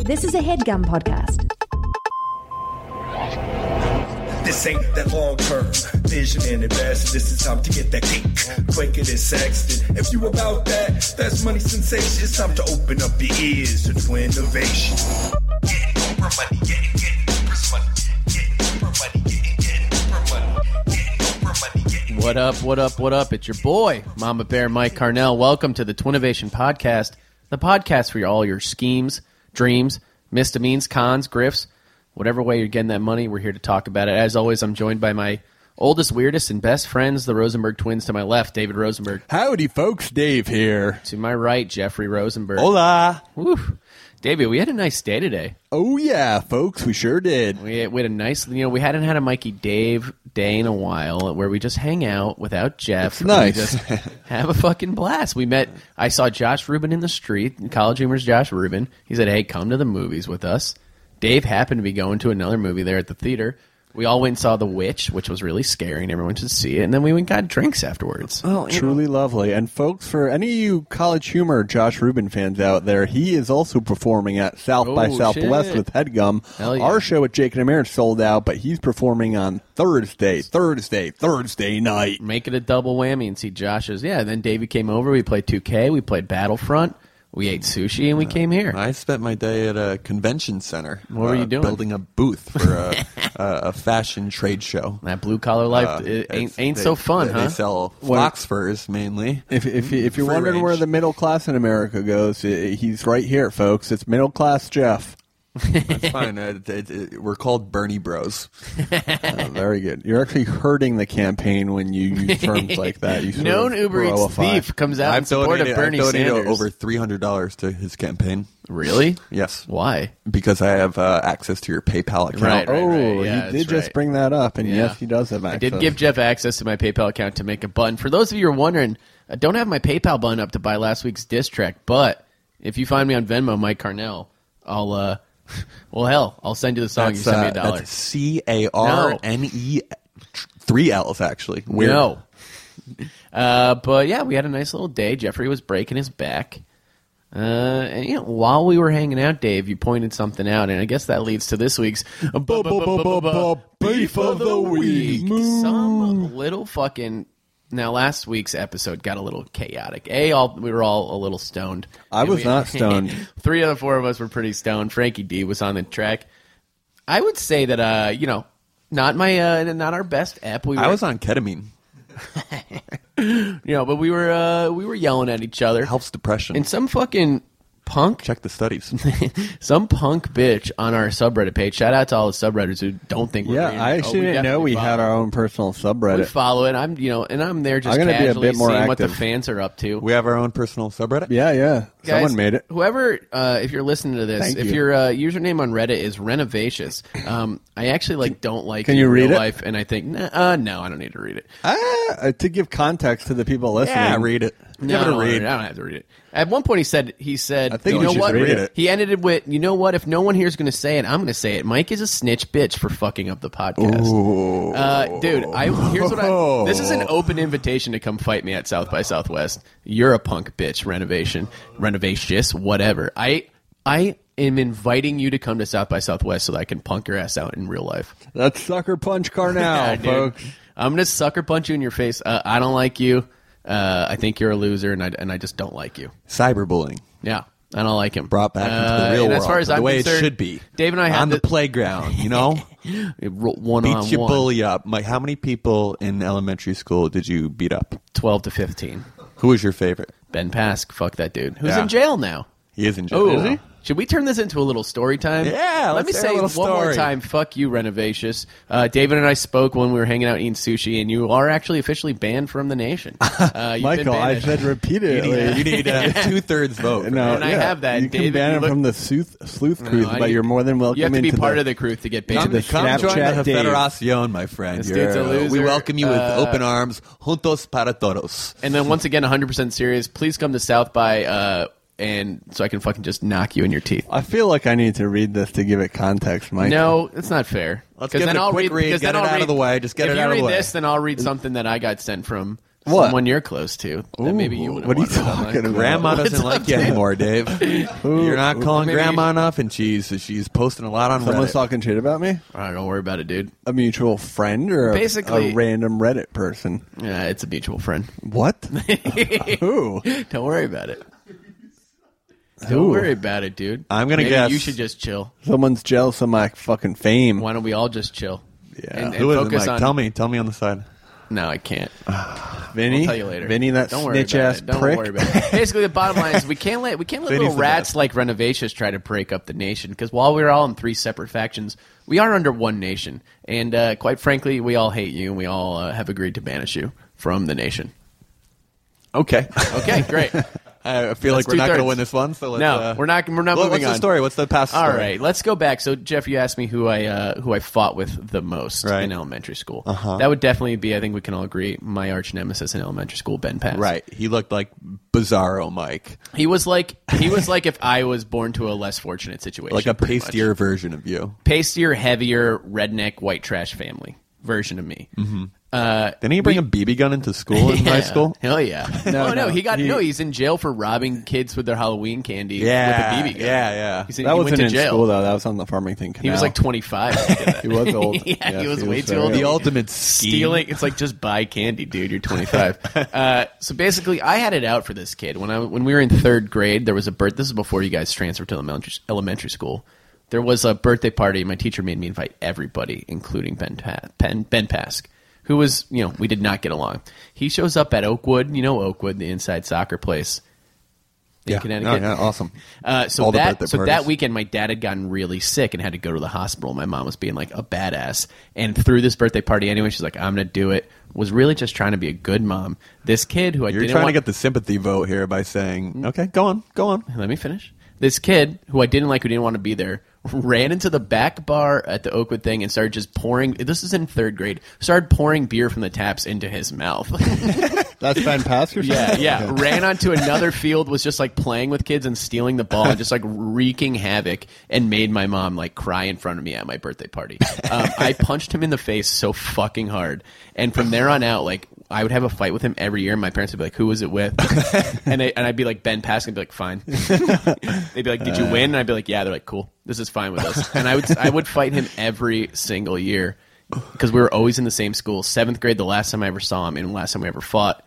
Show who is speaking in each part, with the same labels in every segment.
Speaker 1: This is a headgum podcast.
Speaker 2: This ain't that long term vision and invest. This is time to get that cake quicker than Sexton. If you about that, that's money sensation. It's time to open up your ears to new innovation. Getting Oprah money, getting getting Oprah's money, getting Oprah money, getting getting Oprah money, getting Oprah money, getting.
Speaker 3: What up, what up, what up? It's your boy, Mama Bear Mike Carnell. Welcome to the Twinnovation Podcast, the podcast for your- all your schemes, dreams, misdemeans, cons, grifts, whatever way you're getting that money, we're here to talk about it. As always, I'm joined by my oldest, weirdest, and best friends, the Rosenberg twins to my left, David Rosenberg.
Speaker 4: Howdy, folks. Dave here.
Speaker 3: To my right, Jeffrey Rosenberg.
Speaker 4: Oh. Hola.
Speaker 3: Woo. David, we had a nice day today.
Speaker 4: Oh, yeah, folks. We sure did.
Speaker 3: We had, we had a nice, you know, we hadn't had a Mikey Dave day in a while where we just hang out without Jeff.
Speaker 4: It's nice.
Speaker 3: And we just have a fucking blast. We met, I saw Josh Rubin in the street, College Humor's Josh Rubin. He said, hey, come to the movies with us. Dave happened to be going to another movie there at the theater. We all went and saw The Witch, which was really scary, and everyone should see it. And then we went and got drinks afterwards.
Speaker 4: Truly lovely. And, folks, for any of you College Humor Josh Rubin fans out there, he is also performing at South by
Speaker 3: Oh,
Speaker 4: Southwest
Speaker 3: shit.
Speaker 4: with Headgum.
Speaker 3: Hell yeah.
Speaker 4: Our show at Jake and Amir is sold out, but he's performing on Thursday, Thursday, Thursday night.
Speaker 3: make it a double whammy and see Josh's. Yeah, and then Davey came over. We played 2K. We played Battlefront. We ate sushi, and we came here.
Speaker 5: I spent my day at a convention center.
Speaker 3: What
Speaker 4: uh,
Speaker 3: were you doing?
Speaker 5: Building a booth for a, a, a fashion trade show.
Speaker 3: That blue collar life
Speaker 5: Uh,
Speaker 3: it ain't,
Speaker 5: it's-
Speaker 3: ain't
Speaker 5: they-
Speaker 3: so fun,
Speaker 5: they,
Speaker 3: huh?
Speaker 5: They sell fox furs mainly.
Speaker 4: If, if,
Speaker 3: Mm,
Speaker 4: if you're
Speaker 5: Free
Speaker 4: wondering where
Speaker 5: range.
Speaker 4: the middle class in America goes, i he's right here, folks. It's middle class Jeff.
Speaker 5: That's fine. Uh, it- it- it- we're called Bernie Bros.
Speaker 4: Oh, very good. You're actually hurting the campaign when you use terms like that. You sort
Speaker 3: Known
Speaker 4: of
Speaker 3: Uber Eats
Speaker 4: bro-ify.
Speaker 3: thief comes out in support of Bernie
Speaker 5: I've donated
Speaker 3: Sanders.
Speaker 5: over three hundred dollars to his campaign.
Speaker 3: really?
Speaker 5: Yes,
Speaker 3: Why?
Speaker 5: because I have uh, access to your PayPal account.
Speaker 3: Right, right.
Speaker 4: Oh,
Speaker 3: Yeah,
Speaker 4: he
Speaker 3: that's
Speaker 4: did just
Speaker 3: right.
Speaker 4: bring that up, and
Speaker 3: Yeah.
Speaker 4: yes, he does have access.
Speaker 3: I did give Jeff access to my PayPal account to make a button. For those of you who are wondering, I don't have my PayPal button up to buy last week's diss track, but if you find me on Venmo, Mike Carnell, I'll uh, well hell, I'll send you the song.
Speaker 5: That's,
Speaker 3: you send me a
Speaker 5: uh,
Speaker 3: dollar.
Speaker 5: that's C A R N E three L's actually. Weird.
Speaker 3: No. Uh, but yeah, we had a nice little day. Jeffrey was breaking his back. Uh, and you know, while we were hanging out, Dave, you pointed something out, and I guess that leads to this week's
Speaker 4: Beef of the Week.
Speaker 3: Some little fucking. Now, last week's episode got a little chaotic. A, all we were all a little stoned.
Speaker 4: I
Speaker 3: And
Speaker 4: was
Speaker 3: we-
Speaker 4: not stoned.
Speaker 3: Three out of four of us were pretty stoned. Frankie D was on the track. I would say that uh, you know, not my uh, not our best ep. We were,
Speaker 5: I was on ketamine.
Speaker 3: you know, but we were uh, we were yelling at each other.
Speaker 5: Helps depression.
Speaker 3: And some fucking punk,
Speaker 5: Check the studies.
Speaker 3: some punk bitch on our subreddit page. Shout out to all the subredditors who don't think we're
Speaker 4: Yeah,
Speaker 3: reading
Speaker 4: I
Speaker 3: it.
Speaker 4: actually
Speaker 3: Oh,
Speaker 4: didn't know
Speaker 3: definitely
Speaker 4: we had
Speaker 3: follow.
Speaker 4: our own personal
Speaker 3: We
Speaker 4: subreddit.
Speaker 3: follow it. I'm, you know, and I'm there just
Speaker 4: I'm gonna be a
Speaker 3: casually
Speaker 4: bit more
Speaker 3: seeing what the
Speaker 4: active.
Speaker 3: fans are up to.
Speaker 5: We have our own personal subreddit.
Speaker 4: Yeah, yeah.
Speaker 3: Guys,
Speaker 4: Someone made it.
Speaker 3: Whoever, uh, if you're listening to this,
Speaker 4: Thank
Speaker 3: if
Speaker 4: you.
Speaker 3: your uh, username on Reddit is renovacious, um, I actually like don't like.
Speaker 4: can
Speaker 3: it
Speaker 4: you
Speaker 3: in real
Speaker 4: read it?
Speaker 3: Life, and I think, nah, uh, no, I don't need to read it.
Speaker 4: Ah, uh, to give context to the people listening,
Speaker 5: Yeah, read it.
Speaker 3: No,
Speaker 5: Give it
Speaker 3: I
Speaker 5: a
Speaker 3: don't wanna
Speaker 5: read.
Speaker 3: read it. I don't have to read it. At one point, he said, "He said,
Speaker 4: I think
Speaker 3: you
Speaker 4: you
Speaker 3: know
Speaker 4: should
Speaker 3: what?
Speaker 4: read it.
Speaker 3: He ended it with, you know what? If no one here is going to say it, I'm going to say it. Mike is a snitch bitch for fucking up the podcast, uh, dude. I here's what
Speaker 4: Oh.
Speaker 3: I. This is an open invitation to come fight me at South by Southwest. You're a punk bitch. Renovation, renovatious, whatever. I I am inviting you to come to South by Southwest so that I can punk your ass out in real life.
Speaker 4: That's sucker punch Carnell,
Speaker 3: Yeah, dude.
Speaker 4: Oh, folks.
Speaker 3: I'm gonna sucker punch you in your face. Uh, I don't like you. Uh, I think you're a loser, and I and I just don't like you.
Speaker 5: Cyberbullying.
Speaker 3: Yeah, I don't like him.
Speaker 5: Brought back into
Speaker 3: Uh,
Speaker 5: the real
Speaker 3: and
Speaker 5: world.
Speaker 3: As far as
Speaker 5: the
Speaker 3: I'm
Speaker 5: way
Speaker 3: concerned,
Speaker 5: it should be.
Speaker 3: Dave and I had
Speaker 5: on the,
Speaker 3: the
Speaker 5: playground, you know?
Speaker 3: one
Speaker 5: beat
Speaker 3: on
Speaker 5: your
Speaker 3: one,
Speaker 5: bully up. Like, how many people in elementary school did you beat up?
Speaker 3: twelve to fifteen.
Speaker 5: Who was your favorite?
Speaker 3: Ben Pask, fuck that dude, who's
Speaker 5: Yeah.
Speaker 3: in jail now.
Speaker 5: He is in jail.
Speaker 3: Oh,
Speaker 5: now.
Speaker 3: should we turn this into a little story time?
Speaker 5: Yeah,
Speaker 3: let
Speaker 5: let's
Speaker 3: me
Speaker 5: hear
Speaker 3: say
Speaker 5: a
Speaker 3: one
Speaker 5: little
Speaker 3: more
Speaker 5: story.
Speaker 3: time. Fuck you, Renovatious. Uh, David and I spoke when we were hanging out eating sushi, and you are actually officially banned from the nation. Uh, you've been
Speaker 4: Michael, I
Speaker 3: banished.
Speaker 4: said
Speaker 5: You need-
Speaker 4: repeatedly.
Speaker 5: You need a two thirds vote.
Speaker 4: No,
Speaker 3: And I
Speaker 4: yeah,
Speaker 3: have that,
Speaker 4: You can
Speaker 3: David,
Speaker 4: ban
Speaker 3: you
Speaker 4: him
Speaker 3: look-
Speaker 4: from the sleuth, sleuth
Speaker 3: No,
Speaker 4: cruise,
Speaker 3: I-
Speaker 4: but you're more than welcome
Speaker 3: You have to be
Speaker 4: into
Speaker 3: part
Speaker 4: the,
Speaker 3: of the crew to get
Speaker 5: Come,
Speaker 3: banned.
Speaker 4: the
Speaker 5: come join
Speaker 4: Snapchat
Speaker 5: the
Speaker 4: Dave.
Speaker 5: Federación, my friend.
Speaker 3: This dude's a
Speaker 5: You're- uh, We
Speaker 3: loser.
Speaker 5: welcome you with
Speaker 3: Uh,
Speaker 5: open arms. Juntos para todos.
Speaker 3: And then once again, 100% serious. Please come to South by, uh, and so I can fucking just knock you in your teeth.
Speaker 4: I feel like I need to read this to give it context, Mike.
Speaker 3: No, that's not fair.
Speaker 5: Let's
Speaker 3: 'Cause
Speaker 5: give
Speaker 3: then
Speaker 5: it a
Speaker 3: I'll
Speaker 5: quick read,
Speaker 3: because
Speaker 5: get
Speaker 3: then
Speaker 5: it
Speaker 3: I'll
Speaker 5: out of the way, just get
Speaker 3: if
Speaker 5: it
Speaker 3: you
Speaker 5: out of
Speaker 3: read
Speaker 5: the way.
Speaker 3: this, then I'll read something that I got sent from
Speaker 4: What?
Speaker 3: Someone you're close to that maybe you wouldn't
Speaker 4: what are you
Speaker 3: want to know.
Speaker 4: talking about?
Speaker 5: Grandma doesn't like you anymore, Dave. You're not calling
Speaker 3: Maybe-
Speaker 5: grandma enough, and she's she's posting a lot on
Speaker 4: Someone's
Speaker 5: Reddit.
Speaker 4: talking shit about me?
Speaker 3: All right, don't worry about it, dude.
Speaker 4: A mutual friend or a,
Speaker 3: Basically-
Speaker 4: a random Reddit person?
Speaker 3: Yeah, it's a mutual friend.
Speaker 4: What? Who?
Speaker 3: Don't worry about it. Don't worry about it, dude.
Speaker 5: I'm gonna
Speaker 3: Maybe
Speaker 5: guess-
Speaker 3: you should just chill.
Speaker 4: Someone's jealous of my fucking fame.
Speaker 3: Why don't we all just chill?
Speaker 4: Yeah.
Speaker 3: and, and
Speaker 5: Who is it,
Speaker 3: focus
Speaker 5: Mike?
Speaker 3: on.
Speaker 5: Tell me, tell me on the side.
Speaker 3: No, I can't.
Speaker 4: Vinny?
Speaker 3: I'll tell you later.
Speaker 4: Vinny, that
Speaker 3: Don't worry
Speaker 4: snitch
Speaker 3: about
Speaker 4: ass
Speaker 3: it. Don't
Speaker 4: prick.
Speaker 3: worry about it. Basically, the bottom line is we can't let we can't let
Speaker 5: Vinny's
Speaker 3: little
Speaker 5: the
Speaker 3: rats
Speaker 5: best.
Speaker 3: like Renovacious try to break up the nation because while we're all in three separate factions, we are under one nation, and uh, quite frankly, we all hate you, and we all uh, have agreed to banish you from the nation.
Speaker 5: Okay,
Speaker 3: Okay, great.
Speaker 5: I feel like
Speaker 3: That's
Speaker 5: we're not going to
Speaker 3: two-thirds.
Speaker 5: win this one. So let's,
Speaker 3: No,
Speaker 5: uh,
Speaker 3: we're not- we're not
Speaker 5: what-
Speaker 3: moving
Speaker 5: What's the
Speaker 3: on.
Speaker 5: story? What's the past?
Speaker 3: All
Speaker 5: story?
Speaker 3: right, let's go back. So, Jeff, you asked me who I uh, who I fought with the most
Speaker 5: Right.
Speaker 3: in elementary school. That would definitely be, I think we can all agree, my arch nemesis in elementary school, Ben Pass.
Speaker 5: right. He looked like Bizarro Mike,
Speaker 3: He was like he was like if I was born to a less fortunate situation,
Speaker 5: like a
Speaker 3: pretty much.
Speaker 5: pastier version of you.
Speaker 3: pastier, heavier, redneck, white trash family version of me. Mm-hmm.
Speaker 5: Didn't he bring a BB gun into school in high school?
Speaker 3: Hell yeah! Oh, No, no,
Speaker 4: no,
Speaker 3: he got
Speaker 4: he-
Speaker 3: no. He's in jail for robbing kids with their Halloween candy.
Speaker 5: Yeah,
Speaker 3: with a BB gun.
Speaker 5: yeah, yeah.
Speaker 3: He's in,
Speaker 4: That
Speaker 3: he
Speaker 4: wasn't
Speaker 3: went to
Speaker 4: in
Speaker 3: jail.
Speaker 4: school, though. That was on the Farmington Canal.
Speaker 3: He was like 25. when he did that.
Speaker 4: He was old.
Speaker 3: yeah,
Speaker 4: Yes,
Speaker 3: he was way too
Speaker 4: very
Speaker 3: old.
Speaker 5: The ultimate scheme.
Speaker 3: stealing. It's like just buy candy, dude. You're 25. uh, so basically, I had it out for this kid when I when we were in third grade. There was a birth. This is before you guys transferred to elementary elementary school. There was a birthday party. and My teacher made me invite everybody, including Ben pa- Ben Ben Pask, who was you know we did not get along. He shows up at Oakwood. You know Oakwood, the inside soccer place. In
Speaker 5: Yeah.
Speaker 3: Connecticut.
Speaker 5: Oh, yeah, awesome.
Speaker 3: Uh, so
Speaker 5: All the
Speaker 3: that
Speaker 5: birthday
Speaker 3: so
Speaker 5: parties.
Speaker 3: that weekend, my dad had gotten really sick and had to go to the hospital. My mom was being like a badass, and threw this birthday party anyway. She's like, "I'm gonna do it." Was really just trying to be a good mom. This kid who I
Speaker 5: You're
Speaker 3: didn't
Speaker 5: trying
Speaker 3: want, Mm-hmm.
Speaker 5: to get the sympathy vote here by saying, "Okay, go on, go on."
Speaker 3: let me finish. This kid who I didn't like, who didn't want to be there, ran into the back bar at the Oakwood thing and started just pouring. This is in third grade. Started pouring beer from the taps into his mouth.
Speaker 4: That's Ben Pass or
Speaker 3: Yeah,
Speaker 4: something?
Speaker 3: yeah.
Speaker 4: Okay.
Speaker 3: Ran onto another field, was just like playing with kids and stealing the ball and just like wreaking havoc and made my mom like cry in front of me at my birthday party. Um, I punched him in the face so fucking hard. And from there on out, like, I would have a fight with him every year, and my parents would be like, "Who was it with?" and they, and I'd be like, "Ben Paskin." Be like, "Fine." They'd be like, "Did you win?" And I'd be like, "Yeah." They're like, "Cool, this is fine with us." And I would I would fight him every single year because we were always in the same school. Seventh grade, the last time I ever saw him, and the last time we ever fought,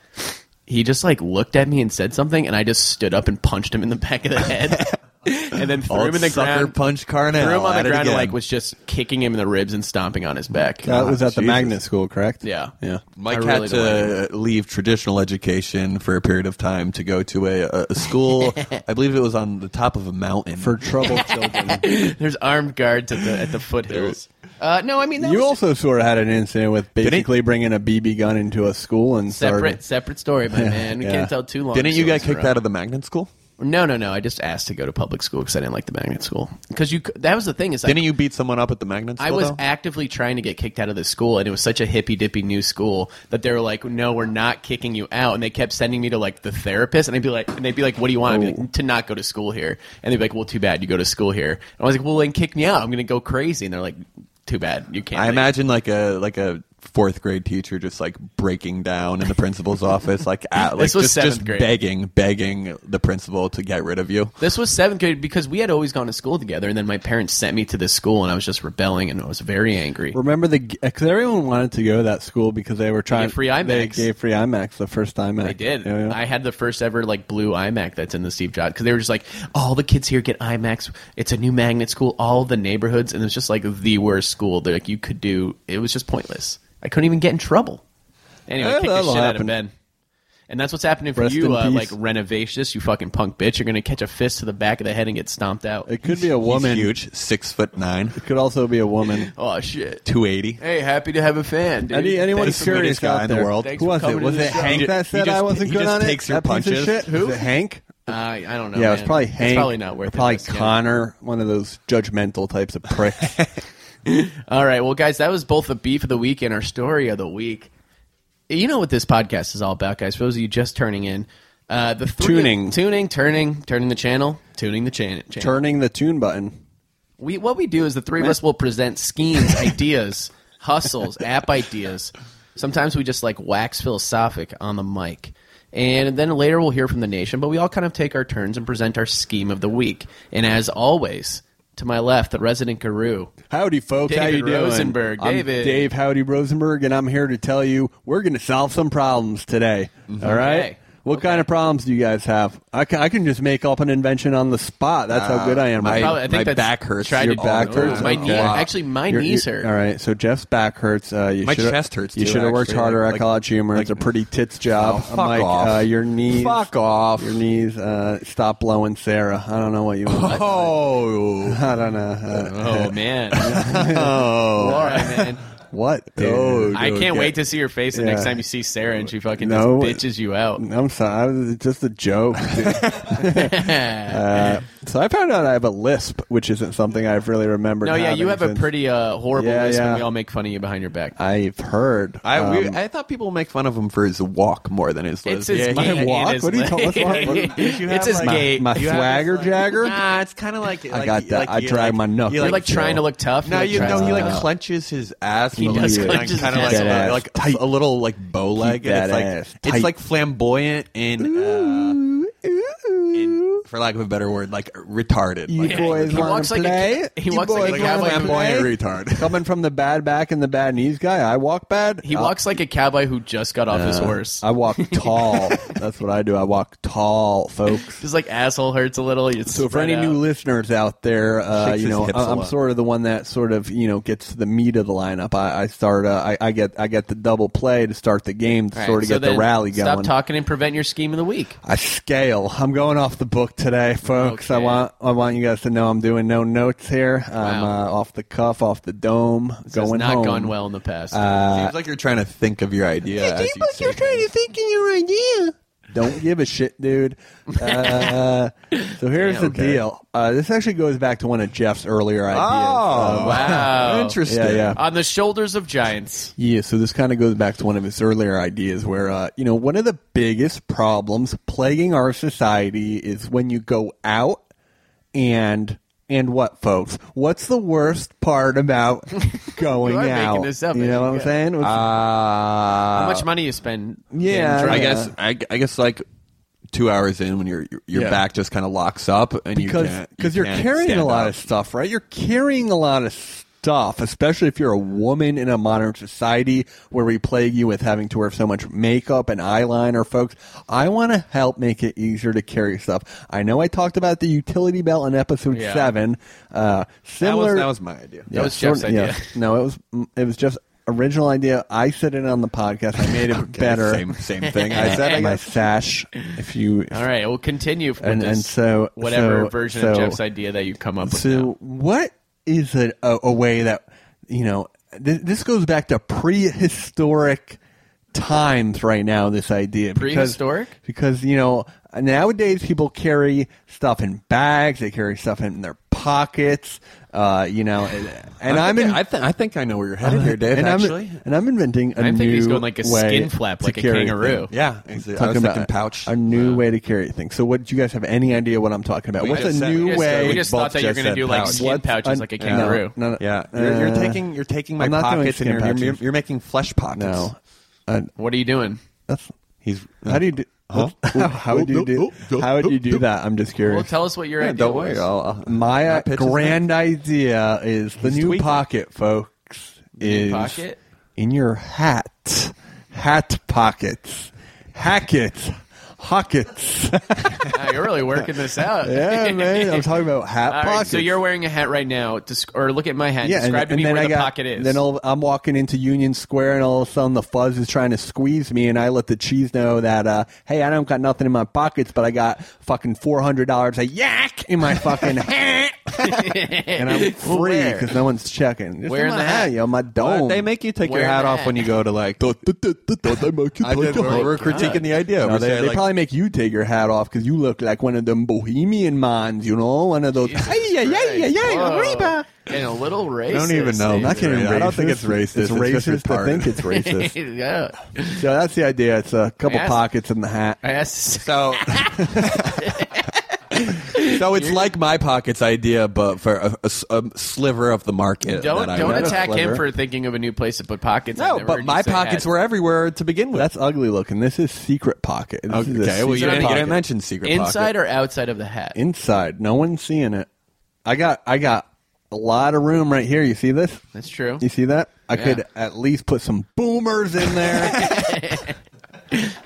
Speaker 3: he just like looked at me and said something, and I just stood up and punched him in the back of the head, and then threw
Speaker 5: Old
Speaker 3: him in the
Speaker 5: Oh, sucker
Speaker 3: ground.
Speaker 5: punch Carnell.
Speaker 3: threw him on
Speaker 5: At
Speaker 3: the
Speaker 5: it
Speaker 3: ground and
Speaker 5: again.
Speaker 3: like was just kicking him in the ribs and stomping on his back.
Speaker 4: That was at the
Speaker 5: Jesus.
Speaker 4: magnet school, correct?
Speaker 3: Yeah.
Speaker 4: Yeah.
Speaker 5: Mike
Speaker 3: I really
Speaker 5: had
Speaker 3: don't
Speaker 5: to leave traditional education for a period of time to go to a, a, a school. I believe it was on the top of a mountain.
Speaker 4: For troubled children.
Speaker 3: There's armed guards at the at the foothills. Uh, no, I mean that
Speaker 4: You
Speaker 3: was
Speaker 4: also sort of had an incident with basically bringing a BB gun into a school and
Speaker 3: separate
Speaker 4: started.
Speaker 3: separate story, my man. We
Speaker 4: Yeah.
Speaker 3: can't tell too long.
Speaker 5: Didn't you get
Speaker 3: stories in a
Speaker 5: kicked
Speaker 3: row.
Speaker 5: out of the magnet school?
Speaker 3: No, no, no. I just asked to go to public school because I didn't like the magnet school. Because you, c- that was the thing is, like,
Speaker 5: Didn't you beat someone up at the magnet school?
Speaker 3: I was
Speaker 5: though?
Speaker 3: actively trying to get kicked out of the school, and it was such a hippy dippy new school that they were like, "No, we're not kicking you out." And they kept sending me to like the therapist, and I'd be like, "And they'd be like, what do you want?" I'd
Speaker 5: Oh.
Speaker 3: be like, "To not go to school here." And they'd be like, "Well, too bad you go to school here." And I was like, "Well, then kick me out. I'm gonna go crazy." And they're like, "Too bad you can't."
Speaker 5: I
Speaker 3: leave."
Speaker 5: imagine like a like a fourth grade teacher just like breaking down in the principal's office, like at, like
Speaker 3: This was
Speaker 5: just, just
Speaker 3: seventh grade.
Speaker 5: begging, begging the principal to get rid of you.
Speaker 3: This was seventh grade because we had always gone to school together, and then my parents sent me to this school, and I was just rebelling, and I was very angry.
Speaker 4: Remember the because everyone wanted to go to that school because they were trying
Speaker 3: gave free
Speaker 4: They
Speaker 3: IMAX.
Speaker 4: gave free IMAX the first IMAX.
Speaker 3: I did.
Speaker 4: Yeah, yeah.
Speaker 3: I had the first ever like blue iMac that's in the Steve Jobs because they were just like, all the kids here get iMacs. It's a new magnet school. All the neighborhoods, and it's just like the worst school. They're like you could do. It was just pointless. I couldn't even get in trouble. Anyway,
Speaker 4: Eh,
Speaker 3: kick the shit
Speaker 4: that'll
Speaker 3: out of
Speaker 4: happen.
Speaker 3: Ben. And that's what's happening for
Speaker 4: Rest in
Speaker 3: you, uh,
Speaker 4: peace.
Speaker 3: like renovatious. You fucking punk bitch. You're gonna catch a fist to the back of the head and get stomped out.
Speaker 4: It could be a
Speaker 5: He's
Speaker 4: woman.
Speaker 5: huge, six foot nine,
Speaker 4: It could also be a woman.
Speaker 3: oh shit.
Speaker 5: two eighty.
Speaker 3: Hey, happy to have a fan, dude.
Speaker 4: Any, anyone
Speaker 5: Thanks for being
Speaker 4: curious
Speaker 5: this guy
Speaker 4: out
Speaker 5: in the
Speaker 4: there?
Speaker 5: world.
Speaker 3: Thanks
Speaker 4: Who
Speaker 3: for
Speaker 4: was it?
Speaker 3: coming to
Speaker 4: Was
Speaker 3: the
Speaker 4: it
Speaker 3: show.
Speaker 4: Hank
Speaker 5: He
Speaker 4: that
Speaker 5: just-
Speaker 4: said
Speaker 5: he
Speaker 4: I
Speaker 5: just-
Speaker 4: wasn't
Speaker 5: he
Speaker 4: good
Speaker 5: just
Speaker 4: on it?
Speaker 5: takes your
Speaker 4: That piece of
Speaker 5: punches.
Speaker 4: shit?
Speaker 3: Who?
Speaker 4: Was it Hank?
Speaker 3: I, I don't know.
Speaker 4: Yeah, it was
Speaker 3: man.
Speaker 4: probably
Speaker 3: It's
Speaker 4: Hank.
Speaker 3: probably not worth it.
Speaker 4: Probably
Speaker 3: Yeah.
Speaker 4: Connor, one of those judgmental types of pricks.
Speaker 3: All right, well, guys, that was both the beef of the week and our story of the week. You know what this podcast is all about, guys. For those of you just turning in, uh, the three-
Speaker 4: Tuning.
Speaker 3: tuning, turning, turning the channel, tuning the chan- channel.
Speaker 4: Turning the tune button.
Speaker 3: We what we do is the three of us will present schemes, ideas, hustles, app ideas, Sometimes we just like wax philosophic on the mic. And then later we'll hear from the nation, but we all kind of take our turns and present our scheme of the week. And as always, to my left, the resident guru.
Speaker 4: Howdy, folks. How
Speaker 3: David
Speaker 4: you doing?
Speaker 3: Rosenberg.
Speaker 4: I'm
Speaker 3: David.
Speaker 4: Dave Howdy Rosenberg, and I'm here to tell you we're going to solve some problems today. All right.
Speaker 3: Mm-hmm. Okay.
Speaker 4: What kind of problems do you guys have? I can, I can just make up an invention on the spot. That's how good I am.
Speaker 5: my-
Speaker 4: right
Speaker 3: Probably- Uh, I think
Speaker 5: my
Speaker 3: that's
Speaker 5: back hurts.
Speaker 3: tried
Speaker 5: Your
Speaker 3: to-
Speaker 5: back
Speaker 3: oh,
Speaker 5: hurts?
Speaker 3: My
Speaker 5: Okay.
Speaker 3: knee, actually, my
Speaker 4: Your-
Speaker 3: knees
Speaker 4: your-
Speaker 3: hurt.
Speaker 4: All right, so Jeff's back hurts. Uh, you
Speaker 5: My
Speaker 4: should've-
Speaker 5: chest hurts,
Speaker 4: You
Speaker 5: too,
Speaker 4: should have worked
Speaker 5: actually.
Speaker 4: harder
Speaker 5: Like-
Speaker 4: at college humor.
Speaker 5: like-
Speaker 4: it's a pretty tits job.
Speaker 5: Oh, fuck
Speaker 4: Mike,
Speaker 5: off.
Speaker 4: Uh, your knees.
Speaker 5: Fuck off.
Speaker 4: Your knees. Uh, stop blowing Sarah. I don't know what you want.
Speaker 5: Oh,
Speaker 4: I don't know. Uh,
Speaker 3: Oh, man. oh. Laura, man.
Speaker 4: what? Dude?
Speaker 5: Oh,
Speaker 3: I
Speaker 5: dude,
Speaker 3: can't
Speaker 5: yeah.
Speaker 3: wait to see your face the
Speaker 4: Yeah.
Speaker 3: next time you see Sarah and she fucking
Speaker 4: No.
Speaker 3: just bitches you out.
Speaker 4: I'm sorry. It's just a joke. uh, so I found out I have a lisp, which isn't something I've really remembered.
Speaker 3: No, yeah, you
Speaker 4: having
Speaker 3: have a
Speaker 4: since
Speaker 3: pretty uh, horrible
Speaker 4: Yeah,
Speaker 3: lisp,
Speaker 4: yeah. Uh,
Speaker 3: and we all make fun of you behind your back.
Speaker 4: I've heard.
Speaker 5: I, we,
Speaker 4: um,
Speaker 5: I thought people make fun of him for his walk more than his
Speaker 3: It's
Speaker 5: lisp.
Speaker 3: his
Speaker 5: Yeah,
Speaker 3: gait.
Speaker 4: my walk?
Speaker 3: It is
Speaker 4: What do you call- what's wrong-
Speaker 3: like-
Speaker 4: what-
Speaker 5: did you
Speaker 3: It's
Speaker 5: have,
Speaker 3: his
Speaker 5: like-
Speaker 3: gait.
Speaker 4: my
Speaker 5: You have
Speaker 4: swagger
Speaker 5: this, like-
Speaker 4: jagger.
Speaker 5: Nah, it's kind of like, like
Speaker 4: got
Speaker 5: you-
Speaker 4: that.
Speaker 5: Like,
Speaker 4: I
Speaker 5: you,
Speaker 4: drag
Speaker 5: like-
Speaker 4: my knuckles.
Speaker 5: You
Speaker 3: You're like
Speaker 5: chill.
Speaker 3: trying to look tough.
Speaker 5: No,
Speaker 3: you're
Speaker 5: you
Speaker 3: like tries
Speaker 5: no. He
Speaker 3: to-
Speaker 5: like clenches his ass. He
Speaker 3: does
Speaker 5: like,
Speaker 3: clench his
Speaker 5: kind of
Speaker 3: ass.
Speaker 5: like,
Speaker 3: Keep
Speaker 4: that
Speaker 5: a- like a, a little like bow leg.
Speaker 4: Keep
Speaker 5: and It's
Speaker 4: that
Speaker 5: like
Speaker 4: ass
Speaker 5: it's
Speaker 4: tight.
Speaker 5: like flamboyant and, uh,
Speaker 4: Um,
Speaker 5: and for lack of a better word, like retarded.
Speaker 4: You
Speaker 5: Like,
Speaker 4: boys
Speaker 3: he
Speaker 4: want
Speaker 3: walks
Speaker 4: to
Speaker 3: like a
Speaker 4: play?
Speaker 3: ca- he
Speaker 4: You
Speaker 3: walks like a
Speaker 4: boys
Speaker 5: cowboy
Speaker 4: wanna
Speaker 5: flamboyant
Speaker 4: play?
Speaker 5: retard.
Speaker 4: Coming from the bad back and the bad knees guy, I walk bad.
Speaker 3: He
Speaker 4: Uh,
Speaker 3: walks like a cowboy who just got off his horse.
Speaker 4: I walk tall. That's what I do. I walk tall, folks.
Speaker 3: Just like asshole hurts a little. you
Speaker 4: So for
Speaker 3: spread
Speaker 4: any
Speaker 3: out.
Speaker 4: new listeners out there, uh,
Speaker 5: Shakes
Speaker 4: you
Speaker 5: his
Speaker 4: know,
Speaker 5: hips
Speaker 4: I-
Speaker 5: a
Speaker 4: I'm
Speaker 5: lot.
Speaker 4: sort of the one that sort of you know gets to the meat of the lineup. I, I start. Uh, I, I get. I get the double play to start the game to
Speaker 3: All right,
Speaker 4: sort of
Speaker 3: so
Speaker 4: get the
Speaker 3: then
Speaker 4: rally going.
Speaker 3: Stop talking and prevent your scheme of the week.
Speaker 4: I scale. I'm going off the book today, folks. I
Speaker 3: Okay.
Speaker 4: want I want you guys to know I'm doing no notes here. I'm
Speaker 3: Wow.
Speaker 4: uh, off the cuff, off the dome,
Speaker 3: It's
Speaker 4: going
Speaker 3: not
Speaker 4: home. Uh,
Speaker 3: gone well in the past.
Speaker 5: seems like you're trying to think of your idea. as you say things.
Speaker 4: think of your idea. Don't give a shit, dude. Uh, so here's the deal. Uh, this actually goes back to one of Jeff's earlier ideas.
Speaker 5: Oh,
Speaker 4: Um,
Speaker 3: wow.
Speaker 5: Interesting.
Speaker 4: Yeah, yeah.
Speaker 3: On the shoulders of giants.
Speaker 4: Yeah, so this kind of goes back to one of his earlier ideas where, uh, you know, one of the biggest problems plaguing our society is when you go out and. And what, folks? What's the worst part about going
Speaker 3: You Uh, are making
Speaker 4: out?
Speaker 3: this up,
Speaker 4: you know what I'm
Speaker 3: yeah.
Speaker 4: saying? What's-
Speaker 3: How much money you spend? in
Speaker 4: Yeah,
Speaker 5: I
Speaker 3: driving?
Speaker 5: guess. I, I guess like two hours in when your your- your
Speaker 4: Yeah.
Speaker 5: back just kind of locks up and you
Speaker 4: because
Speaker 5: can't
Speaker 4: because you are
Speaker 5: can't
Speaker 4: carrying
Speaker 5: stand
Speaker 4: a lot
Speaker 5: up.
Speaker 4: of stuff, right? You're carrying a lot of stuff, especially if you're a woman in a modern society where we plague you with having to wear so much makeup and eyeliner, folks. I want to help make it easier to carry stuff. I know I talked about the utility belt in episode
Speaker 3: Yeah.
Speaker 4: seven. Uh,
Speaker 5: That
Speaker 4: similar.
Speaker 5: was, that was my idea.
Speaker 4: Yeah,
Speaker 3: was Jeff's
Speaker 4: sort of- yeah.
Speaker 3: idea.
Speaker 4: No, it was it was Jeff's original idea. I said it on the podcast. I made it better.
Speaker 5: Same same thing. I said. I
Speaker 4: my
Speaker 5: guess.
Speaker 4: sash. If you
Speaker 3: All right, we'll continue with
Speaker 4: And-
Speaker 3: this
Speaker 4: and so-
Speaker 3: whatever
Speaker 4: so-
Speaker 3: version
Speaker 4: so-
Speaker 3: of Jeff's idea that you come up with.
Speaker 4: So,
Speaker 3: now.
Speaker 4: what is a, a, a way that you know th- this goes back to prehistoric times right now? This idea because-
Speaker 3: Prehistoric?
Speaker 4: because, you know nowadays people carry stuff in bags, they carry stuff in their pockets, uh, you know, and, and
Speaker 5: I
Speaker 4: I'm
Speaker 5: think,
Speaker 4: in.
Speaker 5: I, th- I think I know where you're headed here, Dave.
Speaker 4: and I'm,
Speaker 5: actually,
Speaker 4: and I'm inventing a
Speaker 3: I'm
Speaker 4: new
Speaker 3: thinking he's going like a
Speaker 4: way
Speaker 3: skin flap,
Speaker 4: to
Speaker 3: like a
Speaker 4: carry
Speaker 3: kangaroo.
Speaker 4: things.
Speaker 5: yeah, oh, I was
Speaker 4: Talking
Speaker 5: thinking
Speaker 4: about
Speaker 5: pouch.
Speaker 4: a new way to carry things. So, what do you guys have any idea what I'm talking about?
Speaker 5: We
Speaker 4: What's
Speaker 5: just
Speaker 4: a
Speaker 5: said-
Speaker 4: new
Speaker 5: we
Speaker 3: just
Speaker 4: way?
Speaker 3: said- we just thought
Speaker 5: both
Speaker 3: that you were
Speaker 5: just
Speaker 3: gonna
Speaker 5: said
Speaker 3: do like
Speaker 5: pouch.
Speaker 3: skin
Speaker 4: What's
Speaker 3: pouches
Speaker 4: un-
Speaker 3: like a
Speaker 4: no,
Speaker 3: kangaroo.
Speaker 4: no, no.
Speaker 5: yeah, you're, you're
Speaker 4: Uh,
Speaker 5: taking you're taking my
Speaker 4: I'm not doing
Speaker 5: pockets and
Speaker 4: skin
Speaker 5: you're, you're, you're,
Speaker 4: pouches.
Speaker 5: making flesh pockets.
Speaker 4: No.
Speaker 3: What are you doing?
Speaker 4: That's,
Speaker 5: He's
Speaker 4: how do you do?
Speaker 5: Huh?
Speaker 4: How, how would you do? How would you do that? I'm just curious.
Speaker 3: uh, Well, tell us what your idea
Speaker 5: don't worry.
Speaker 3: was.
Speaker 5: I'll, I'll-
Speaker 4: My uh,
Speaker 5: pitch is
Speaker 4: grand idea is the new
Speaker 5: tweaking.
Speaker 4: pocket, folks. Is
Speaker 3: pocket?
Speaker 4: in your hat, hat pockets, hackets, hockets.
Speaker 3: Wow, Ah, you're really working this out.
Speaker 4: yeah, man. I'm talking about hat
Speaker 3: All right,
Speaker 4: pockets.
Speaker 3: so you're wearing a hat right now. Desc- or look at my hat.
Speaker 4: yeah, and,
Speaker 3: Describe to
Speaker 4: and
Speaker 3: me
Speaker 4: then
Speaker 3: where
Speaker 4: I
Speaker 3: the
Speaker 4: got,
Speaker 3: pocket is.
Speaker 4: Then all, I'm walking into Union Square, and all of a sudden the fuzz is trying to squeeze me, and I let the cheese know that, uh, hey, I don't got nothing in my pockets, but I got fucking four hundred dollars a yak in my fucking hat, and I'm free
Speaker 3: where?
Speaker 4: because no one's checking. Just
Speaker 3: Where in
Speaker 4: my
Speaker 3: the hat?
Speaker 4: hat, yo, my dome.
Speaker 5: They make you take
Speaker 3: Wear
Speaker 5: your hat
Speaker 3: the
Speaker 5: off
Speaker 3: hat.
Speaker 5: when you go to like. I did,
Speaker 4: your
Speaker 5: we're,
Speaker 4: hat.
Speaker 5: we're critiquing the idea.
Speaker 4: No,
Speaker 5: We're
Speaker 4: they,
Speaker 5: saying,
Speaker 4: they
Speaker 5: like,
Speaker 4: probably make you take your hat off because you look like one of them bohemian minds, you know, one of those. Hey, yeah, yeah, yeah, yeah, Reba.
Speaker 3: And a little racist.
Speaker 5: I don't even know.
Speaker 4: I'm not getting
Speaker 5: I don't think
Speaker 4: racist.
Speaker 5: it's racist.
Speaker 4: It's, racist
Speaker 5: just
Speaker 4: to
Speaker 5: retarded.
Speaker 4: think it's racist.
Speaker 3: David. yeah.
Speaker 4: so that's the idea. It's a couple
Speaker 3: I asked-
Speaker 4: pockets in the hat.
Speaker 3: I asked.
Speaker 5: So, so So it's like my pockets idea, but for a, a s- a sliver of the market.
Speaker 3: Don't
Speaker 5: that I
Speaker 3: don't
Speaker 5: know.
Speaker 4: That's
Speaker 3: attack him
Speaker 4: clever.
Speaker 3: for thinking of a new place to put pockets. I've
Speaker 5: No,
Speaker 3: never heard
Speaker 5: but
Speaker 3: you
Speaker 5: my
Speaker 3: say
Speaker 5: pockets
Speaker 3: that.
Speaker 5: were everywhere to begin with.
Speaker 4: That's ugly looking. This is secret pocket. This is a
Speaker 5: okay, well,
Speaker 4: secret
Speaker 5: you didn't, you
Speaker 4: pocket.
Speaker 5: didn't mention secret
Speaker 3: inside
Speaker 5: pocket.
Speaker 3: or outside of the hat.
Speaker 4: inside. No one's seeing it. I got I got a lot of room right here. You see this?
Speaker 3: That's true.
Speaker 4: You see that? I
Speaker 3: Yeah.
Speaker 4: could at least put some boomers in there.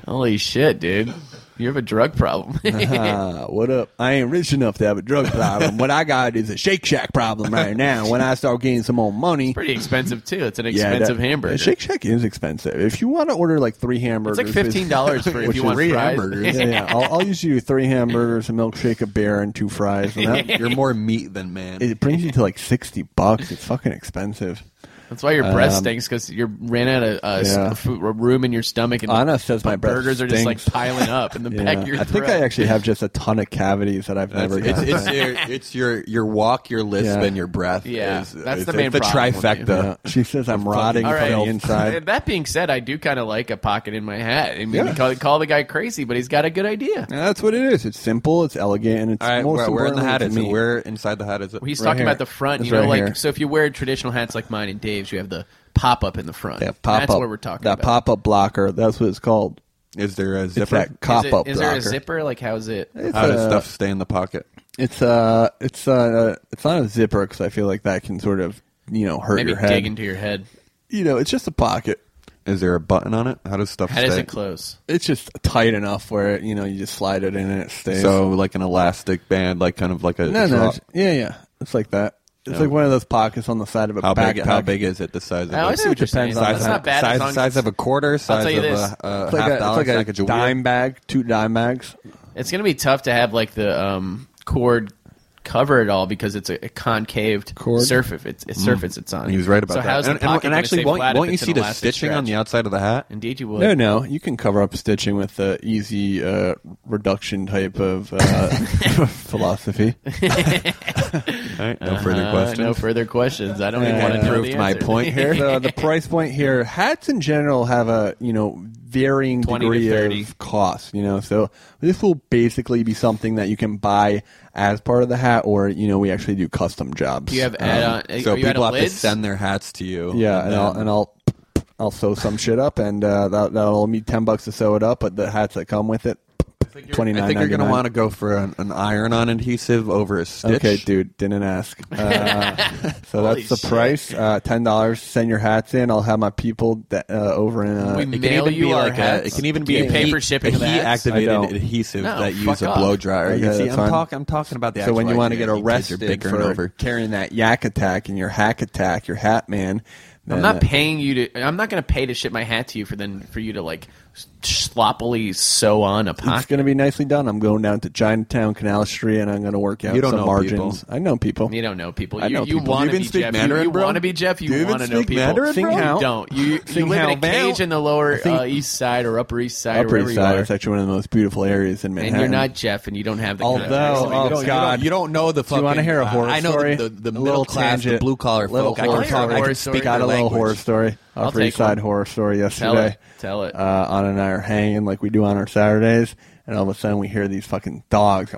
Speaker 3: Holy shit, dude! You have a drug problem.
Speaker 4: uh, what up? I ain't rich enough to have a drug problem. what I got is a Shake Shack problem right now. When I start getting some more money,
Speaker 3: Pretty expensive too. It's an
Speaker 4: Yeah,
Speaker 3: expensive
Speaker 4: that-
Speaker 3: hamburger.
Speaker 4: Shake Shack is expensive. If you want to order like three
Speaker 3: it's
Speaker 4: hamburgers,
Speaker 3: like fifteen dollars for if
Speaker 4: which
Speaker 3: you
Speaker 4: is
Speaker 3: want
Speaker 5: three
Speaker 3: fries.
Speaker 5: hamburgers.
Speaker 4: yeah, yeah. I'll, I'll usually do three hamburgers, a milkshake, a beer, and two fries. And that,
Speaker 5: You're more meat than man.
Speaker 4: it brings you to like sixty bucks. It's fucking expensive.
Speaker 3: That's why your breath stinks because you ran out of uh, s-
Speaker 4: Um, Yeah.
Speaker 3: food, room in your stomach. And
Speaker 4: Anna says my breath
Speaker 3: burgers are just like
Speaker 4: stinks.
Speaker 3: piling up in the
Speaker 4: Yeah.
Speaker 3: back of your
Speaker 4: I think I
Speaker 3: throat.
Speaker 4: actually have just a ton of cavities that I've
Speaker 5: That's-
Speaker 4: never.
Speaker 5: it's,
Speaker 4: gotten.
Speaker 5: it's your, it's your your walk, your lisp,
Speaker 4: Yeah.
Speaker 5: and your breath.
Speaker 3: Yeah,
Speaker 5: is-
Speaker 3: that's
Speaker 5: it's-
Speaker 3: the main
Speaker 5: it's the
Speaker 3: problem with you.
Speaker 5: trifecta.
Speaker 4: Yeah. She says I'm rotting
Speaker 3: All right.
Speaker 4: from the inside.
Speaker 3: That being said, I do kind of like a pocket in my hat. I mean,
Speaker 4: Yeah.
Speaker 3: you call, call the guy crazy, but he's got a good idea.
Speaker 4: And that's what it is. It's simple. It's elegant, and it's
Speaker 5: All right,
Speaker 4: most
Speaker 5: where, where in the
Speaker 4: importantly
Speaker 5: hat
Speaker 4: to
Speaker 5: is
Speaker 4: me.
Speaker 5: it? Where inside the hat is it?
Speaker 3: He's
Speaker 4: Right
Speaker 3: talking
Speaker 4: here.
Speaker 3: about the front.
Speaker 4: It's
Speaker 3: you know,
Speaker 4: right
Speaker 3: like
Speaker 4: here.
Speaker 3: so if you wear traditional hats like mine and Dave's, you have the pop up in the front.
Speaker 4: That pop
Speaker 3: That's
Speaker 4: up.
Speaker 3: what we're talking
Speaker 4: that
Speaker 3: about.
Speaker 4: pop up blocker. That's what it's called.
Speaker 5: Is there a
Speaker 4: It's
Speaker 5: zipper?
Speaker 4: that cop
Speaker 3: is it-
Speaker 4: up
Speaker 3: is
Speaker 4: blocker.
Speaker 3: there a zipper? Like, how's it?
Speaker 4: It's
Speaker 5: How does
Speaker 4: a-
Speaker 5: stuff stay in the pocket?
Speaker 4: It's uh it's uh it's not a zipper because I feel like that can sort of you know hurt
Speaker 3: Maybe
Speaker 4: your head.
Speaker 3: dig into your head.
Speaker 4: you know, it's just a pocket.
Speaker 5: Is there a button on it? How does stuff
Speaker 3: How
Speaker 5: stay?
Speaker 3: does it close?
Speaker 4: It's just tight enough where you know you just slide it in and it stays.
Speaker 5: So like an elastic band, like kind of like a
Speaker 4: no, no,
Speaker 5: draw-
Speaker 4: it's- yeah, yeah, it's like that. It's
Speaker 5: Yeah.
Speaker 4: like one of those pockets on the side of a
Speaker 5: How
Speaker 4: backpack.
Speaker 5: big? How big is it? The size of
Speaker 3: Oh, I
Speaker 5: a-
Speaker 3: see what you're saying.
Speaker 4: Depends on
Speaker 5: size,
Speaker 4: the
Speaker 3: That's not
Speaker 5: of,
Speaker 3: bad. as long
Speaker 5: size,
Speaker 3: as
Speaker 5: size
Speaker 3: it's-
Speaker 5: of a quarter. Size
Speaker 3: tell you
Speaker 5: of
Speaker 3: this.
Speaker 5: a, a
Speaker 4: It's like
Speaker 5: uh, half
Speaker 4: a,
Speaker 5: dollar
Speaker 4: it's like a
Speaker 5: package of weird.
Speaker 4: dime bag, two dime bags.
Speaker 3: It's going to be tough to have like the um, cord cover it all because it's a, a concaved
Speaker 4: Cord? Mm.
Speaker 3: surface. It's, it's surface it's on.
Speaker 5: He was right about
Speaker 3: so
Speaker 5: that.
Speaker 3: How's
Speaker 5: and,
Speaker 3: the
Speaker 5: and-
Speaker 3: pocket
Speaker 5: and
Speaker 3: gonna
Speaker 5: actually,
Speaker 3: stay
Speaker 5: won't,
Speaker 3: flat if
Speaker 5: won't you
Speaker 3: it's an
Speaker 5: see the
Speaker 3: elastic
Speaker 5: stitching on the
Speaker 3: stretch?
Speaker 5: outside of the hat?
Speaker 3: Indeed, you would.
Speaker 4: No, no, you can cover up stitching with the easy uh, reduction type of uh, philosophy.
Speaker 5: All right, no further
Speaker 3: Uh,
Speaker 5: questions.
Speaker 3: no further questions. I don't even
Speaker 4: Yeah.
Speaker 3: want to know
Speaker 5: Proved
Speaker 3: the
Speaker 5: my
Speaker 3: answer.
Speaker 5: point here.
Speaker 4: the, the price point here. Hats in general have a you know varying
Speaker 3: 20 to
Speaker 4: degree
Speaker 3: 30.
Speaker 4: of cost. You know, so this will basically be something that you can buy as part of the hat, or you know, we actually do custom jobs.
Speaker 3: you have
Speaker 4: Um,
Speaker 3: add-on? uh,
Speaker 5: so
Speaker 3: are you
Speaker 5: people
Speaker 3: out
Speaker 5: have
Speaker 3: of
Speaker 5: to
Speaker 3: lids?
Speaker 5: send their hats to you.
Speaker 4: yeah, and I'll
Speaker 5: then-
Speaker 4: and I'll I'll sew some shit up, and uh, that that'll be ten bucks to sew it up, but the hats that come with it. Twenty nine.
Speaker 5: I think you're going to want
Speaker 4: to.
Speaker 5: to go for an, an iron-on adhesive over a stitch.
Speaker 4: Okay, dude, didn't ask. Uh, so
Speaker 3: Holy
Speaker 4: that's the
Speaker 3: shit.
Speaker 4: price. Uh, Ten dollars. Send your hats in. I'll have my people that, uh, over in. Uh,
Speaker 3: We
Speaker 5: It can
Speaker 3: Mail
Speaker 5: even
Speaker 3: you
Speaker 5: be
Speaker 3: our
Speaker 5: like a.
Speaker 3: hats?
Speaker 5: It can even
Speaker 3: Do
Speaker 5: be
Speaker 3: you
Speaker 5: a
Speaker 3: pay
Speaker 5: heat,
Speaker 3: for shipping
Speaker 5: a
Speaker 3: of the hats?
Speaker 5: heat-activated
Speaker 4: I don't.
Speaker 5: adhesive
Speaker 3: No,
Speaker 5: that
Speaker 3: fuck
Speaker 5: use a
Speaker 3: off.
Speaker 5: blow dryer.
Speaker 4: Okay,
Speaker 5: you see,
Speaker 4: that's
Speaker 5: I'm
Speaker 4: fine.
Speaker 5: talking. I'm talking about the.
Speaker 4: So when
Speaker 5: actual
Speaker 4: you want to
Speaker 5: idea,
Speaker 4: get
Speaker 5: kids are
Speaker 4: arrested
Speaker 5: bickering
Speaker 4: for
Speaker 5: over.
Speaker 4: carrying that yak attack and your hack attack, your hat man,
Speaker 3: I'm
Speaker 4: then
Speaker 3: not
Speaker 4: it-
Speaker 3: paying you to. I'm not going to pay to ship my hat to you for then for you to like sloppily sew on a
Speaker 4: It's
Speaker 3: pocket.
Speaker 4: going to be nicely done. I'm going down to Chinatown, Canal Street, and I'm going to work out
Speaker 5: You don't
Speaker 4: some
Speaker 5: know
Speaker 4: margins.
Speaker 5: people.
Speaker 4: I know people.
Speaker 3: You don't know people.
Speaker 4: I
Speaker 3: You,
Speaker 4: know
Speaker 3: you
Speaker 4: people.
Speaker 3: want to
Speaker 5: Do you even
Speaker 3: be
Speaker 5: speak
Speaker 3: Jeff.
Speaker 5: Mandarin,
Speaker 3: you you
Speaker 5: bro?
Speaker 3: want to be Jeff.
Speaker 5: Do you
Speaker 3: You
Speaker 5: even
Speaker 3: want to know
Speaker 5: speak
Speaker 3: people.
Speaker 5: Mandarin,
Speaker 4: Sing bro? how.
Speaker 3: You don't. You, you
Speaker 4: Sing
Speaker 3: live
Speaker 4: how
Speaker 3: in a cage
Speaker 4: now.
Speaker 3: in the lower
Speaker 4: Sing-
Speaker 3: uh, east side or upper east side or
Speaker 4: Upper
Speaker 3: wherever
Speaker 4: East Side
Speaker 3: you are.
Speaker 4: is actually one of the most beautiful areas in
Speaker 3: and
Speaker 4: Manhattan.
Speaker 3: you're not Jeff, and you don't have the
Speaker 4: Although-
Speaker 3: contacts.
Speaker 4: Oh,
Speaker 5: you don't,
Speaker 4: God.
Speaker 5: You don't, you don't know the
Speaker 4: you
Speaker 5: fucking. uh,
Speaker 4: wanna hear a horror
Speaker 5: I know
Speaker 4: story?
Speaker 5: the, the,
Speaker 4: A
Speaker 5: the
Speaker 4: little
Speaker 5: middle class, the
Speaker 4: tangent.
Speaker 5: blue collar
Speaker 4: Little
Speaker 5: folk. I can
Speaker 4: horror
Speaker 5: talk. I
Speaker 3: story.
Speaker 5: can speak
Speaker 4: got
Speaker 5: their
Speaker 4: a little
Speaker 5: language.
Speaker 4: horror story.
Speaker 3: I'll
Speaker 4: Upper East
Speaker 3: take
Speaker 4: Side
Speaker 3: one.
Speaker 4: horror story yesterday.
Speaker 3: Tell it. Tell it.
Speaker 4: Uh, Anna and I are hanging like we do on our Saturdays, and all of a sudden we hear these fucking dogs.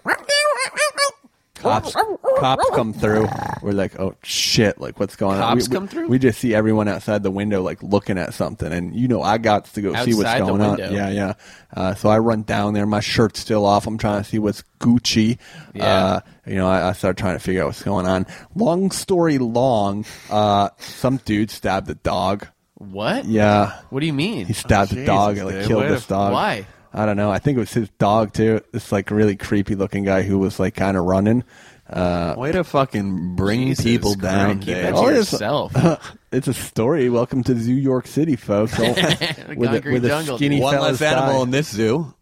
Speaker 4: Cops, cops come through. We're like, oh shit! Like, what's going on?
Speaker 3: Cops
Speaker 4: We- we-
Speaker 3: come through?
Speaker 4: We just see everyone outside the window, like looking at something, and you know, I got to go see what's
Speaker 3: Outside the
Speaker 4: going on.
Speaker 3: window.
Speaker 4: Yeah, yeah. Uh, so I run down there. My shirt's still off. I'm trying to see what's Gucci. Uh,
Speaker 3: Yeah.
Speaker 4: you know, I, I started trying to figure out what's going on. Long story long, uh, some dude stabbed a dog.
Speaker 3: what?
Speaker 4: Yeah.
Speaker 3: What do you mean?
Speaker 4: He stabbed the
Speaker 5: Jesus,
Speaker 4: dog and like
Speaker 5: dude.
Speaker 4: killed
Speaker 5: Wait
Speaker 4: this
Speaker 5: a-
Speaker 4: dog.
Speaker 3: why?
Speaker 4: I don't know. I think it was his dog too. This like really creepy looking guy who was like kind of running. Uh,
Speaker 5: Way to fucking bring
Speaker 3: Jesus
Speaker 5: people
Speaker 3: Christ,
Speaker 5: down,
Speaker 3: keep
Speaker 5: Dave.
Speaker 3: that to
Speaker 4: Oh, it's-
Speaker 3: yourself.
Speaker 4: it's a story. Welcome to New York City, folks. All-
Speaker 3: Concrete jungle,
Speaker 4: skinny
Speaker 3: dude.
Speaker 5: One less
Speaker 4: fella's
Speaker 5: animal
Speaker 4: thigh.
Speaker 5: in this zoo.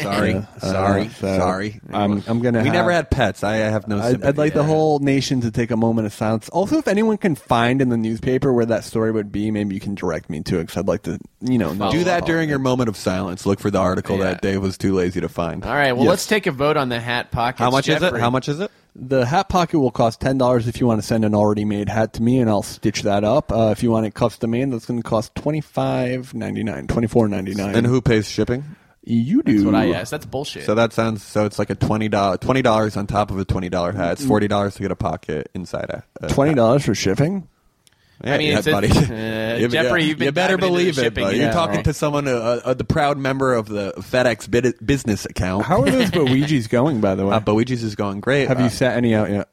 Speaker 5: Sorry,
Speaker 4: Yeah, uh,
Speaker 5: sorry,
Speaker 4: so
Speaker 5: sorry.
Speaker 4: I'm- I'm gonna
Speaker 5: We
Speaker 4: have-
Speaker 5: never had pets. I I have no.
Speaker 4: I'd,
Speaker 5: sympathy
Speaker 4: I'd like the
Speaker 5: there.
Speaker 4: whole nation to take a moment of silence. Also, if anyone can find in the newspaper where that story would be, maybe you can direct me to it because I'd like to, you know, know
Speaker 5: Do that
Speaker 4: about
Speaker 5: during
Speaker 4: it.
Speaker 5: your moment of silence. Look for the article
Speaker 3: Oh, Yeah.
Speaker 5: that Dave was too lazy to find.
Speaker 3: All right. Well,
Speaker 4: Yes.
Speaker 3: let's take a vote on the hat pocket.
Speaker 5: How much is it? How much is it?
Speaker 4: The hat pocket will cost ten dollars if you want to send an already made hat to me, and I'll stitch that up. Uh, if you want it custom made, that's going to cost twenty five ninety nine, twenty four ninety nine.
Speaker 5: And who pays shipping?
Speaker 4: You do.
Speaker 3: That's what I asked. That's bullshit.
Speaker 5: So that sounds so it's like a twenty dollar twenty dollars on top of a twenty dollar hat. It's forty dollars to get a pocket inside a, a
Speaker 4: Twenty dollars for shipping.
Speaker 5: Yeah,
Speaker 3: I mean,
Speaker 5: yeah,
Speaker 3: it's-
Speaker 5: buddy.
Speaker 3: it's, uh,
Speaker 5: You-
Speaker 3: Jeffrey,
Speaker 5: yeah,
Speaker 3: you've been
Speaker 5: you
Speaker 3: diving into the
Speaker 5: better believe it.
Speaker 3: shipping,
Speaker 5: Buddy.
Speaker 3: yeah,
Speaker 5: You're talking
Speaker 3: right.
Speaker 5: to someone, uh, uh, the proud member of the FedEx bid- business account.
Speaker 4: How are those Boigi's going, by the way?
Speaker 5: uh, Boichi's is going great.
Speaker 4: Have
Speaker 5: uh,
Speaker 4: you set any out yet?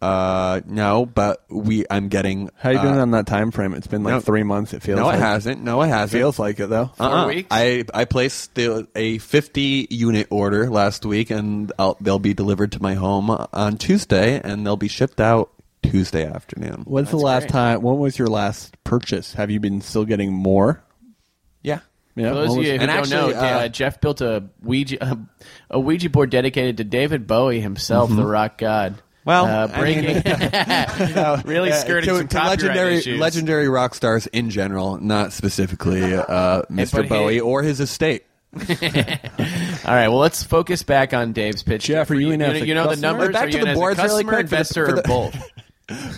Speaker 5: Uh, no, but we. I'm getting.
Speaker 4: How you
Speaker 5: uh,
Speaker 4: doing on that time frame? It's been like
Speaker 5: no.
Speaker 4: three months. It feels.
Speaker 5: No,
Speaker 4: like.
Speaker 5: it hasn't. No, it hasn't.
Speaker 4: Feels like it though.
Speaker 5: Uh-uh.
Speaker 3: weeks?
Speaker 5: I I placed the, a 50 unit order last week, and I'll, they'll be delivered to my home on Tuesday, and they'll be shipped out Tuesday afternoon.
Speaker 4: When's the last
Speaker 3: great.
Speaker 4: time? When was your last purchase? Have you been still getting more?
Speaker 5: Yeah.
Speaker 4: Yeah.
Speaker 3: For those
Speaker 4: when
Speaker 3: of
Speaker 4: was-
Speaker 3: you who
Speaker 5: And
Speaker 3: don't
Speaker 5: actually,
Speaker 3: know, uh,
Speaker 5: uh,
Speaker 3: Jeff built a Ouija a Ouija board dedicated to David Bowie himself, the rock god.
Speaker 5: Well,
Speaker 3: uh,
Speaker 5: I mean- uh,
Speaker 3: breaking really skirting some copyright
Speaker 5: legendary
Speaker 3: issues.
Speaker 5: legendary rock stars in general, not specifically uh, Mr.
Speaker 3: but hey-
Speaker 5: Bowie or his estate.
Speaker 3: All right, well, let's focus back on Dave's pitch.
Speaker 4: Jeff, are you in
Speaker 3: you,
Speaker 4: as
Speaker 3: know-
Speaker 4: a
Speaker 3: you know the
Speaker 4: customer?
Speaker 3: numbers?
Speaker 5: Back
Speaker 3: are
Speaker 5: to
Speaker 3: you
Speaker 5: the
Speaker 3: in as a
Speaker 5: boards really
Speaker 3: customer,
Speaker 5: quick for the-
Speaker 3: investor,
Speaker 5: for
Speaker 3: or
Speaker 5: the-
Speaker 3: both?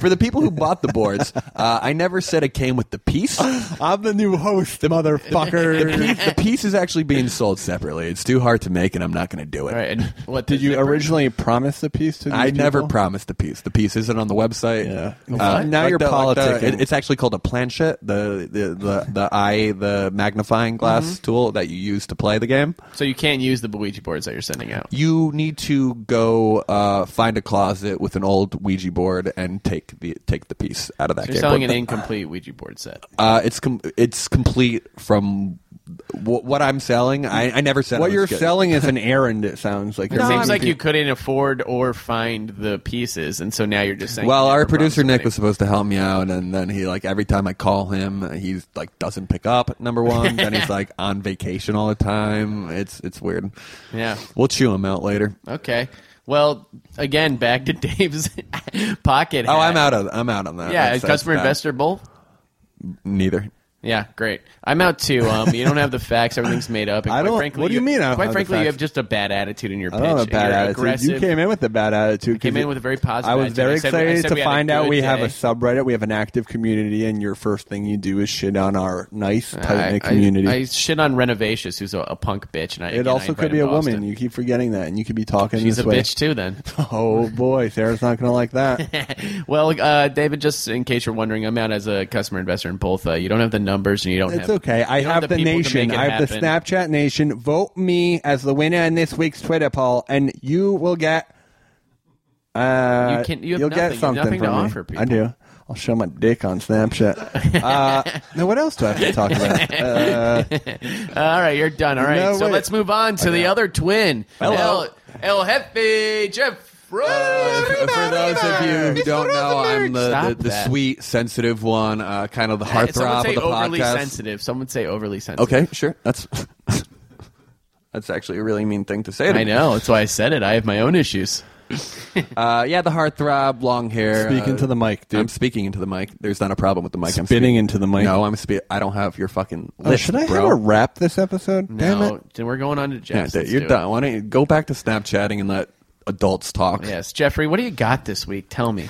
Speaker 5: For the people who bought the boards, uh, I never said it came with the piece.
Speaker 4: I'm the new host, motherfucker.
Speaker 5: the piece is actually being sold separately. It's too hard to make, and I'm not going to do it.
Speaker 3: All right, and what
Speaker 4: Did
Speaker 3: the
Speaker 4: you
Speaker 3: zipper?
Speaker 4: originally promise the piece to? These
Speaker 5: I never
Speaker 4: people?
Speaker 5: promised the piece. The piece isn't on the website. Uh,
Speaker 4: Yeah. What? Now you're
Speaker 5: the-
Speaker 4: politicking.
Speaker 5: it- it's actually called a planchette, the the the, the eye, the magnifying glass
Speaker 4: Mm-hmm.
Speaker 5: tool that you use to play the game.
Speaker 3: So you can't use the Ouija boards that you're sending out.
Speaker 5: You need to go uh, find a closet with an old Ouija board and take the take the piece out of that
Speaker 3: You're
Speaker 5: game.
Speaker 3: selling
Speaker 5: But
Speaker 3: an
Speaker 5: the-
Speaker 3: incomplete Ouija board set.
Speaker 5: uh, it's com- it's complete from w- what I'm selling. I, I never said
Speaker 4: What
Speaker 5: it was
Speaker 4: you're
Speaker 5: good.
Speaker 4: selling is an errand. It sounds like.
Speaker 3: It
Speaker 4: You're
Speaker 3: seems
Speaker 4: making
Speaker 3: like you
Speaker 4: people-
Speaker 3: couldn't afford or find the pieces, and so now you're just saying.
Speaker 5: Well,
Speaker 3: you
Speaker 5: our
Speaker 3: have a problem
Speaker 5: producer Nick
Speaker 3: spending.
Speaker 5: was supposed to help me out, and then he like every time I call him, he's like doesn't pick up. Number one, then he's like on vacation all the time. It's it's weird.
Speaker 3: Yeah.
Speaker 5: we'll chew him out later.
Speaker 3: Okay. Well, again, back to Dave's pocket.
Speaker 5: Oh,
Speaker 3: hat.
Speaker 5: I'm out of I'm out on that.
Speaker 3: Yeah,
Speaker 5: That's- that's
Speaker 3: customer
Speaker 5: bad.
Speaker 3: investor both.
Speaker 5: Neither.
Speaker 3: Yeah, great. I'm out too. Um, you don't have the facts. Everything's made up. And
Speaker 4: I
Speaker 3: quite
Speaker 4: don't-
Speaker 3: Frankly,
Speaker 4: what do you mean I don't
Speaker 3: quite
Speaker 4: have the
Speaker 3: frankly, you
Speaker 4: facts?
Speaker 3: have just a bad attitude in your
Speaker 4: I
Speaker 3: pitch.
Speaker 4: don't have a
Speaker 3: and
Speaker 4: bad
Speaker 3: you're
Speaker 4: attitude.
Speaker 3: Aggressive.
Speaker 4: You came in with a bad attitude. 'cause
Speaker 3: Came in
Speaker 4: you-
Speaker 3: with a very positive
Speaker 4: I was
Speaker 3: attitude.
Speaker 4: very
Speaker 3: I said we- I
Speaker 4: excited
Speaker 3: said we
Speaker 4: to
Speaker 3: had a
Speaker 4: find out
Speaker 3: good
Speaker 4: we have
Speaker 3: day.
Speaker 4: a subreddit. We have an active community, and your first thing you do is shit on our nice, tight
Speaker 3: I,
Speaker 4: knit community.
Speaker 3: I, I shit on Renovatious, who's a, a punk bitch. And I,
Speaker 4: it
Speaker 3: again, I
Speaker 4: also could
Speaker 3: invited
Speaker 4: be a
Speaker 3: Boston.
Speaker 4: woman. You keep forgetting that, and you could be talking
Speaker 3: She's
Speaker 4: this
Speaker 3: a
Speaker 4: way.
Speaker 3: bitch too. Then,
Speaker 4: Oh boy, Sarah's not going to like that.
Speaker 3: well, uh, David, just in case you're wondering, I'm out as a customer investor in both. Uh, you don't have the numbers, and you don't.
Speaker 4: It's
Speaker 3: have,
Speaker 4: okay. I
Speaker 3: you don't
Speaker 4: have the
Speaker 3: people to
Speaker 4: nation.
Speaker 3: make it
Speaker 4: I have the
Speaker 3: happen.
Speaker 4: Snapchat nation. Vote me as the winner in this week's Twitter poll, and you will get. Uh,
Speaker 3: You can- you have nothing. You
Speaker 4: will get
Speaker 3: have
Speaker 4: something
Speaker 3: nothing to
Speaker 4: from me.
Speaker 3: offer people.
Speaker 4: I do. I'll show my dick on Snapchat. uh, now, what else do I have to talk about? Uh,
Speaker 3: All right, you're done. All right,
Speaker 4: No,
Speaker 3: so
Speaker 4: wait.
Speaker 3: let's move on to the other twin.
Speaker 4: Hello.
Speaker 3: El, El Jefe Jeffrey.
Speaker 5: Uh, For those of you who don't know, I'm
Speaker 3: Stop
Speaker 5: the, the, the
Speaker 3: that.
Speaker 5: sweet, sensitive one, uh, kind of the
Speaker 3: Someone
Speaker 5: heartthrob
Speaker 3: say
Speaker 5: of the
Speaker 3: overly
Speaker 5: podcast.
Speaker 3: sensitive. Someone say overly sensitive.
Speaker 5: Okay, sure. That's that's actually a really mean thing to say. To
Speaker 3: I
Speaker 5: me.
Speaker 3: know. That's why I said it. I have my own issues.
Speaker 5: Uh, yeah, the heartthrob, long hair.
Speaker 4: speaking
Speaker 5: uh,
Speaker 4: to the mic, dude.
Speaker 5: I'm speaking into the mic. There's not a problem with the mic. I'm
Speaker 4: Spitting
Speaker 5: speak-
Speaker 4: into the mic.
Speaker 5: No, I'm spe- I don't have your fucking.
Speaker 4: Oh,
Speaker 5: lisp,
Speaker 4: should I
Speaker 5: bro.
Speaker 4: have a wrap this episode? Damn it!
Speaker 3: No, then we're going on to
Speaker 5: Yeah,
Speaker 3: Jeff.
Speaker 5: dude, you're done. Why don't you go back to Snapchatting and let adults talk?
Speaker 3: Yes, Jeffrey. What do you got this week? Tell me.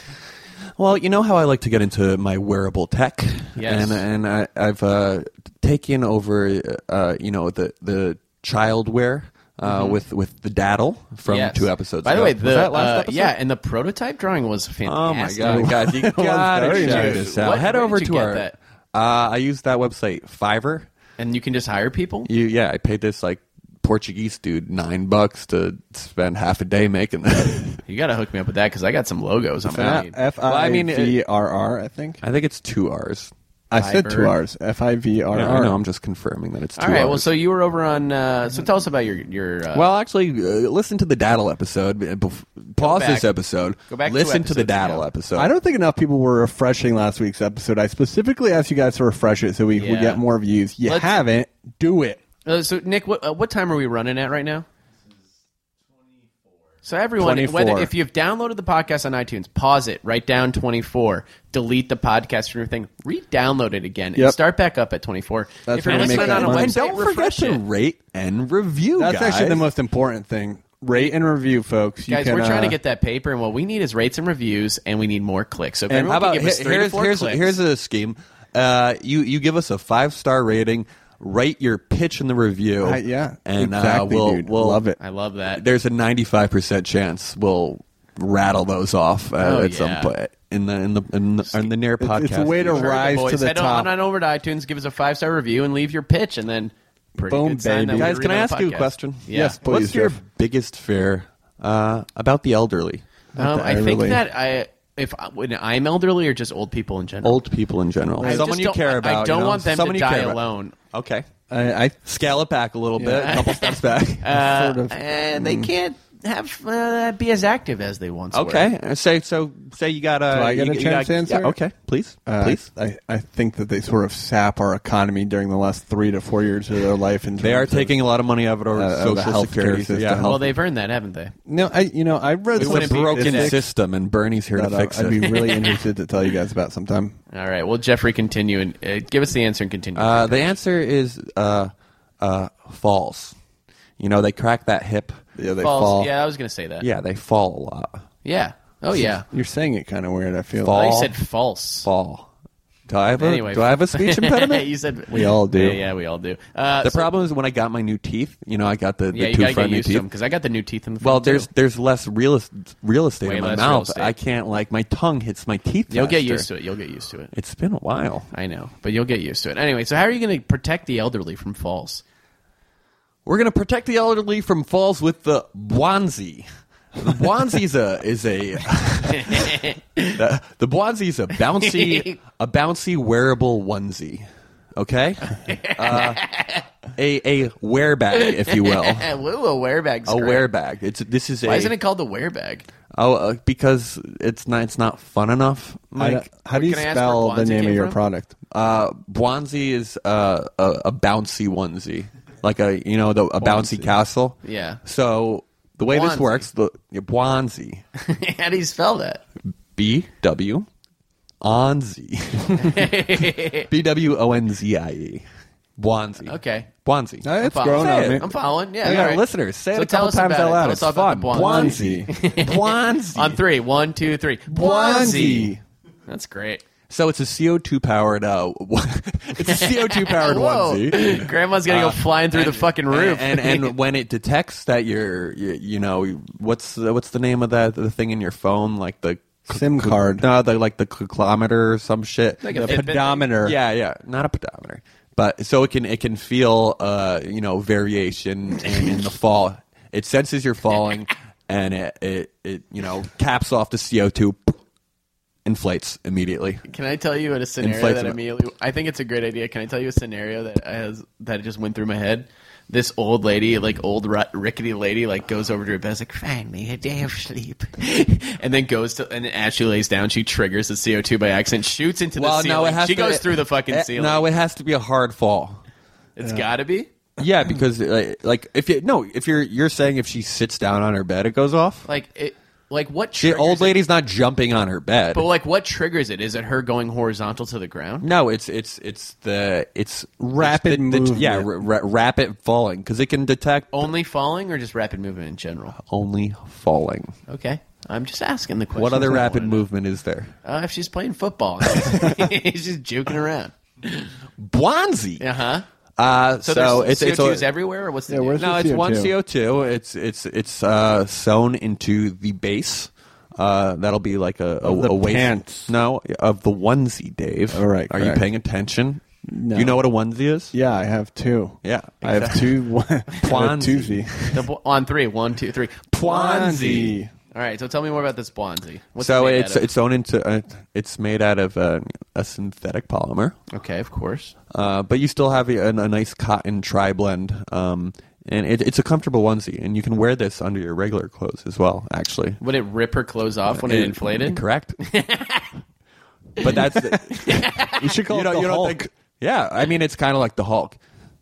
Speaker 5: Well, you know how I like to get into my wearable tech,
Speaker 3: Yes.
Speaker 5: and and I, I've uh, taken over, uh, you know, the the child wear. Uh, With with the daddle from
Speaker 3: Mm-hmm. Yes.
Speaker 5: two episodes.
Speaker 3: By the
Speaker 5: ago.
Speaker 3: way,
Speaker 5: Was
Speaker 3: the
Speaker 5: that last
Speaker 3: uh,
Speaker 5: episode?
Speaker 3: yeah, and the prototype drawing was
Speaker 5: Oh my
Speaker 3: fantastic.
Speaker 5: god, guys, you gotta
Speaker 4: very
Speaker 5: check
Speaker 4: nice.
Speaker 5: this out.
Speaker 3: What-
Speaker 5: Head
Speaker 3: where
Speaker 5: over
Speaker 3: did
Speaker 5: to
Speaker 3: you get
Speaker 5: our.
Speaker 3: that?
Speaker 5: Uh, I use that website Fiverr.
Speaker 3: And you can just hire people.
Speaker 5: You yeah, I paid this like Portuguese dude nine bucks to spend half a day making that.
Speaker 3: You got to hook me up with that because I got some logos. I'm gonna need.
Speaker 4: F
Speaker 5: Well, I
Speaker 4: I
Speaker 5: mean, it-
Speaker 4: V R R. I think
Speaker 5: I think it's two R's.
Speaker 4: I said
Speaker 3: Fiverr.
Speaker 4: two R's. F I V R
Speaker 5: Yeah, I
Speaker 4: R.
Speaker 5: know. I'm just confirming that it's two
Speaker 3: All right. Well,
Speaker 5: Rs.
Speaker 3: so you were over on. Uh, so tell us about your your. Uh,
Speaker 5: Well, actually, uh, listen to the Daddle episode. uh, bef- pause
Speaker 3: back.
Speaker 5: this episode.
Speaker 3: Go back two
Speaker 5: Listen to the
Speaker 3: episodes
Speaker 5: Daddle
Speaker 3: ago.
Speaker 5: episode.
Speaker 4: I don't think enough people were refreshing last week's episode. I specifically asked you guys to refresh it so we would
Speaker 3: Yeah.
Speaker 4: get more views. You
Speaker 3: Let's-
Speaker 4: haven't. Do it.
Speaker 3: uh, so Nick, what uh, what time are we running at right now? So everyone,
Speaker 4: 24.
Speaker 3: whether if you've downloaded the podcast on iTunes, pause it, write down 24, delete the podcast from your thing, re-download it again, and
Speaker 4: Yep.
Speaker 3: start back up at 24.
Speaker 4: That's
Speaker 3: if you're
Speaker 4: where we make
Speaker 3: listening
Speaker 4: that
Speaker 3: on a
Speaker 4: money.
Speaker 5: And
Speaker 3: website,
Speaker 5: don't forget
Speaker 3: refresh
Speaker 5: to
Speaker 3: it.
Speaker 5: rate and review.
Speaker 4: That's
Speaker 5: guys.
Speaker 4: actually the most important thing. Rate and review, folks. You
Speaker 3: Guys,
Speaker 4: can,
Speaker 3: we're trying to
Speaker 4: uh,
Speaker 3: get that paper, and what we need is rates and reviews, and we need more clicks. So if
Speaker 5: And
Speaker 3: everyone
Speaker 5: how about
Speaker 3: can give us
Speaker 5: he-
Speaker 3: three to
Speaker 5: here's
Speaker 3: four
Speaker 5: here's
Speaker 3: clicks,
Speaker 5: here's a scheme. Uh, you you give us a five star rating. Write your pitch in the review.
Speaker 4: Uh, yeah,
Speaker 5: and
Speaker 4: exactly,
Speaker 5: uh, we'll
Speaker 4: dude.
Speaker 5: we'll
Speaker 4: Love it.
Speaker 3: I love that.
Speaker 5: There's a 95 percent chance we'll rattle those off uh,
Speaker 3: Oh,
Speaker 5: at
Speaker 3: yeah.
Speaker 5: some point in the in the in the, in the near podcast.
Speaker 4: it's a way to
Speaker 5: future.
Speaker 4: ra- rise to
Speaker 3: Boys,
Speaker 4: the
Speaker 3: head on-
Speaker 4: top.
Speaker 3: on over to iTunes, give us a five star review, and leave your pitch, and then pretty
Speaker 4: Boom,
Speaker 3: good sign that
Speaker 4: baby.
Speaker 3: we
Speaker 5: Guys,
Speaker 3: read
Speaker 5: can I
Speaker 3: on the
Speaker 5: ask you a
Speaker 3: podcast.
Speaker 5: question?
Speaker 3: Yeah.
Speaker 4: Yes, please.
Speaker 5: What's your
Speaker 4: Jeff.
Speaker 5: biggest fear uh, about the elderly?
Speaker 3: Um,
Speaker 4: the
Speaker 3: I think
Speaker 4: elderly.
Speaker 3: that I if I- when I'm elderly or just old people in general.
Speaker 5: Old people in general.
Speaker 3: I
Speaker 5: Someone
Speaker 3: just
Speaker 5: you
Speaker 3: don't-
Speaker 5: care about.
Speaker 3: I
Speaker 5: you
Speaker 3: don't
Speaker 5: know?
Speaker 3: want them
Speaker 5: Someone
Speaker 3: to
Speaker 5: you care
Speaker 3: die
Speaker 5: about.
Speaker 3: alone.
Speaker 5: Okay.
Speaker 4: I, I
Speaker 5: Scale it back a little bit,
Speaker 4: Yeah.
Speaker 5: a couple steps back.
Speaker 3: Uh,
Speaker 4: Sort of.
Speaker 3: and
Speaker 5: Mm.
Speaker 3: they can't have uh, be as active as they once were.
Speaker 5: okay. Uh, Say so. Say you got a.
Speaker 4: Do I get
Speaker 5: you,
Speaker 4: a
Speaker 5: you
Speaker 4: chance
Speaker 5: got-
Speaker 4: to answer?
Speaker 5: yeah, okay. Please.
Speaker 4: Uh,
Speaker 5: please.
Speaker 4: I, I think that they sort of sap our economy during the last three to four years of their life. In
Speaker 5: They are
Speaker 4: terms of-
Speaker 5: taking a lot of money out of our
Speaker 4: Uh, of the
Speaker 5: social
Speaker 4: healthcare
Speaker 5: security
Speaker 4: system.
Speaker 5: Yeah,
Speaker 3: Well,
Speaker 5: health-
Speaker 3: they've earned that, haven't they?
Speaker 4: No, I you know I read
Speaker 5: it's
Speaker 4: some
Speaker 5: a broken
Speaker 4: statistics
Speaker 5: system, and Bernie's here
Speaker 4: that
Speaker 5: to
Speaker 4: I-
Speaker 5: fix
Speaker 4: I'd be
Speaker 5: it.
Speaker 4: really interested to tell you guys about sometime.
Speaker 3: All right. Well, Jeffrey, continue and uh, give us the answer and continue.
Speaker 5: Uh, the answer is uh, uh, false. You know, they crack that hip.
Speaker 4: Yeah, they
Speaker 3: False.
Speaker 4: fall.
Speaker 3: Yeah, I was going to say that.
Speaker 5: Yeah, they fall a lot.
Speaker 3: Yeah. Oh yeah.
Speaker 4: You're saying it kind of weird. I feel.
Speaker 3: I
Speaker 5: Fall.
Speaker 3: said false.
Speaker 5: Fall. Do I have a,
Speaker 3: Anyway,
Speaker 5: do I have a speech impediment?
Speaker 3: you said
Speaker 4: We all do.
Speaker 3: Yeah, yeah, we all do. Uh,
Speaker 5: the
Speaker 3: so-
Speaker 5: problem is when I got my new teeth. You know, I got the, the
Speaker 3: Yeah, you
Speaker 5: two
Speaker 3: gotta
Speaker 5: front
Speaker 3: get
Speaker 5: new
Speaker 3: used to
Speaker 5: teeth.
Speaker 3: them because I got the new teeth in the.
Speaker 5: Well,
Speaker 3: front, too.
Speaker 5: there's there's less real es- real estate
Speaker 3: Way
Speaker 5: in my
Speaker 3: less real
Speaker 5: mouth.
Speaker 3: estate.
Speaker 5: I can't like my tongue hits my teeth.
Speaker 3: You'll get
Speaker 5: faster.
Speaker 3: used to it. You'll get used to it.
Speaker 5: It's been a while.
Speaker 3: I know, but you'll get used to it. Anyway, so how are you going to protect the elderly from falls?
Speaker 5: We're gonna protect the elderly from falls with the Bwanzi. The Bwanzi is a is a the, the Bwanzi is a bouncy a bouncy wearable onesie. Okay, uh, a a wear bag, if you will,
Speaker 3: Eh, woo, a wear bag's
Speaker 5: a
Speaker 3: great.
Speaker 5: wear bag. It's this is
Speaker 3: Why
Speaker 5: a
Speaker 3: isn't it called the wear bag?
Speaker 5: oh uh, because it's not it's not fun enough.
Speaker 4: I
Speaker 5: Mike.
Speaker 4: don't- how do you
Speaker 3: Can I ask where
Speaker 4: spell the
Speaker 3: Guanzi
Speaker 4: name
Speaker 3: came
Speaker 4: of your
Speaker 3: from?
Speaker 4: product?
Speaker 5: Uh, Bwanzi is uh, a, a bouncy onesie, like a you know the, a bouncy castle.
Speaker 3: Yeah.
Speaker 5: So the way this
Speaker 3: Bwanzi.
Speaker 5: works, the yeah, Bwanzi,
Speaker 3: how do you spell that?
Speaker 5: B W, onzi, B W O N Z I E, Bwanzi.
Speaker 3: Okay.
Speaker 5: Bwanzi.
Speaker 4: Uh, it's
Speaker 3: fine.
Speaker 4: grown
Speaker 5: Say
Speaker 4: on
Speaker 5: it.
Speaker 4: me.
Speaker 5: I'm
Speaker 3: I'm following. Yeah,
Speaker 5: I
Speaker 3: all
Speaker 5: got
Speaker 3: right.
Speaker 5: listeners. Say
Speaker 3: So
Speaker 5: it a
Speaker 3: tell
Speaker 5: couple
Speaker 3: us
Speaker 5: times
Speaker 3: about
Speaker 5: out
Speaker 3: it.
Speaker 5: loud.
Speaker 3: Tell us
Speaker 5: It's
Speaker 3: all
Speaker 5: fun.
Speaker 3: about the Bwanzi.
Speaker 5: Bwanzi.
Speaker 3: On three, one, two, three.
Speaker 4: Guanzi.
Speaker 3: That's great.
Speaker 5: So it's a CO2 powered. Uh, it's a CO2 powered
Speaker 3: Whoa.
Speaker 5: onesie.
Speaker 3: Grandma's gonna go flying through the fucking roof.
Speaker 5: Uh, And, and and when it detects that you're, you, you know, what's the, what's the name of that the thing in your phone, like the
Speaker 4: SIM card.
Speaker 5: no, the like the kilometer or some shit.
Speaker 3: Like a
Speaker 4: The
Speaker 3: Fitbit thing?
Speaker 4: pedometer.
Speaker 5: yeah, yeah, not a pedometer, but so it can it can feel, uh, you know, variation in, in the fall. It senses you're falling, and it it, it you know caps off the CO two, inflates immediately.
Speaker 3: Can I tell you a scenario
Speaker 5: Inflates
Speaker 3: that
Speaker 5: it.
Speaker 3: immediately? I think it's a great idea. Can I tell you a scenario that has that just went through my head? This old lady, like old rut- rickety lady, like goes over to her bed, is like find me a day of sleep, and then goes to and as she lays down, she triggers the CO two by accident, shoots into the
Speaker 5: Well,
Speaker 3: ceiling.
Speaker 5: no, it has
Speaker 3: she
Speaker 5: to,
Speaker 3: goes
Speaker 5: it-
Speaker 3: through the fucking
Speaker 5: it-
Speaker 3: ceiling.
Speaker 5: No, it has to be a hard fall.
Speaker 3: it's got to be
Speaker 5: Yeah, because uh, like if you no, if you're you're saying if she sits down on her bed, it goes off.
Speaker 3: like it. Like what?
Speaker 5: The
Speaker 3: Triggers
Speaker 5: old
Speaker 3: it?
Speaker 5: lady's not jumping on her bed.
Speaker 3: But like, what triggers it? Is it her going horizontal to the ground?
Speaker 5: no, it's it's it's the it's
Speaker 4: Rapid
Speaker 5: it's the- the-
Speaker 4: movement.
Speaker 5: yeah, ra- ra- rapid falling because it can detect
Speaker 3: Only falling or just rapid movement in general?
Speaker 5: only falling.
Speaker 3: Okay, I'm just asking the question.
Speaker 5: Oh. What other rapid movement is there?
Speaker 3: Uh, if she's playing football, she's just joking around.
Speaker 5: Bwanzi.
Speaker 3: Uh huh.
Speaker 5: Uh, so
Speaker 3: So, there's
Speaker 5: it's it's
Speaker 3: CO2
Speaker 5: a-
Speaker 3: is everywhere, or what's the
Speaker 4: Yeah,
Speaker 3: deal?
Speaker 4: where's
Speaker 5: no,
Speaker 4: the
Speaker 5: it's one
Speaker 4: CO2?
Speaker 5: CO two. It's it's it's uh, sewn into the base. Uh, that'll be like a, a,
Speaker 4: the
Speaker 5: a waist.
Speaker 4: pants.
Speaker 5: No, of the onesie, Dave.
Speaker 4: All right,
Speaker 5: Are
Speaker 4: correct.
Speaker 5: you paying attention?
Speaker 4: No.
Speaker 5: You know what a onesie is?
Speaker 4: Yeah, I have two.
Speaker 5: Yeah,
Speaker 4: I have two. One, I have
Speaker 5: Guanzi.
Speaker 4: twosie.
Speaker 3: The bo- on three, one, two, three.
Speaker 5: Pwanzi.
Speaker 3: All right, so tell me more about this Bonzi. What's
Speaker 5: so
Speaker 3: it made
Speaker 5: it's
Speaker 3: out of?
Speaker 5: it's sewn into uh, it's made out of uh, a synthetic polymer,
Speaker 3: okay, of course.
Speaker 5: uh, but you still have a, a nice cotton tri blend, um, and it, it's a comfortable onesie, and you can wear this under your regular clothes as well. Actually,
Speaker 3: Would it rip her clothes off when it, inflated?
Speaker 5: correct. but that's
Speaker 4: You should call
Speaker 5: you
Speaker 4: it
Speaker 5: know
Speaker 4: the
Speaker 5: you don't
Speaker 4: Hulk.
Speaker 5: think. Yeah, I mean it's kind of like the Hulk.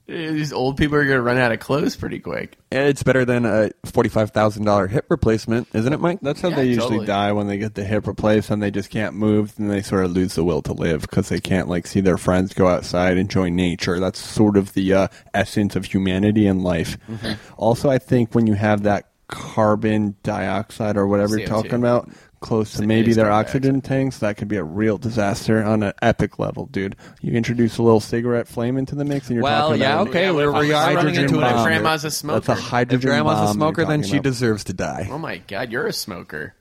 Speaker 3: Eh, These old people are going to run out of clothes pretty quick.
Speaker 5: It's better than a forty-five thousand dollar hip replacement, isn't it, Mike?
Speaker 4: That's how
Speaker 3: Yeah,
Speaker 4: they usually
Speaker 3: totally.
Speaker 4: die when they get the hip replaced and they just can't move and they sort of lose the will to live because they can't like see their friends go outside enjoy nature. That's sort of the uh, essence of humanity and life.
Speaker 3: Mm-hmm.
Speaker 4: Also, I think when you have that carbon dioxide or whatever you're
Speaker 3: CO2.
Speaker 4: talking about close to maybe their
Speaker 3: carbon
Speaker 4: oxygen tanks. That could be a real disaster on an epic level, dude. You introduce a little cigarette flame into the mix, and you're
Speaker 5: Well,
Speaker 4: talking
Speaker 5: Oh, yeah,
Speaker 4: about
Speaker 5: okay,
Speaker 3: Yeah, if
Speaker 5: we're,
Speaker 3: I
Speaker 5: we're
Speaker 3: was
Speaker 5: running
Speaker 3: hydrogen
Speaker 5: into an
Speaker 3: bomb.
Speaker 5: extreme-
Speaker 3: Grandma- grandma's a
Speaker 4: That's a
Speaker 3: smoker. If
Speaker 5: If
Speaker 4: hydrogen.
Speaker 5: grandma's a
Speaker 4: bomb you're
Speaker 5: smoker, then
Speaker 4: talking
Speaker 5: she
Speaker 4: about.
Speaker 5: deserves to die.
Speaker 3: Oh my god, you're a smoker.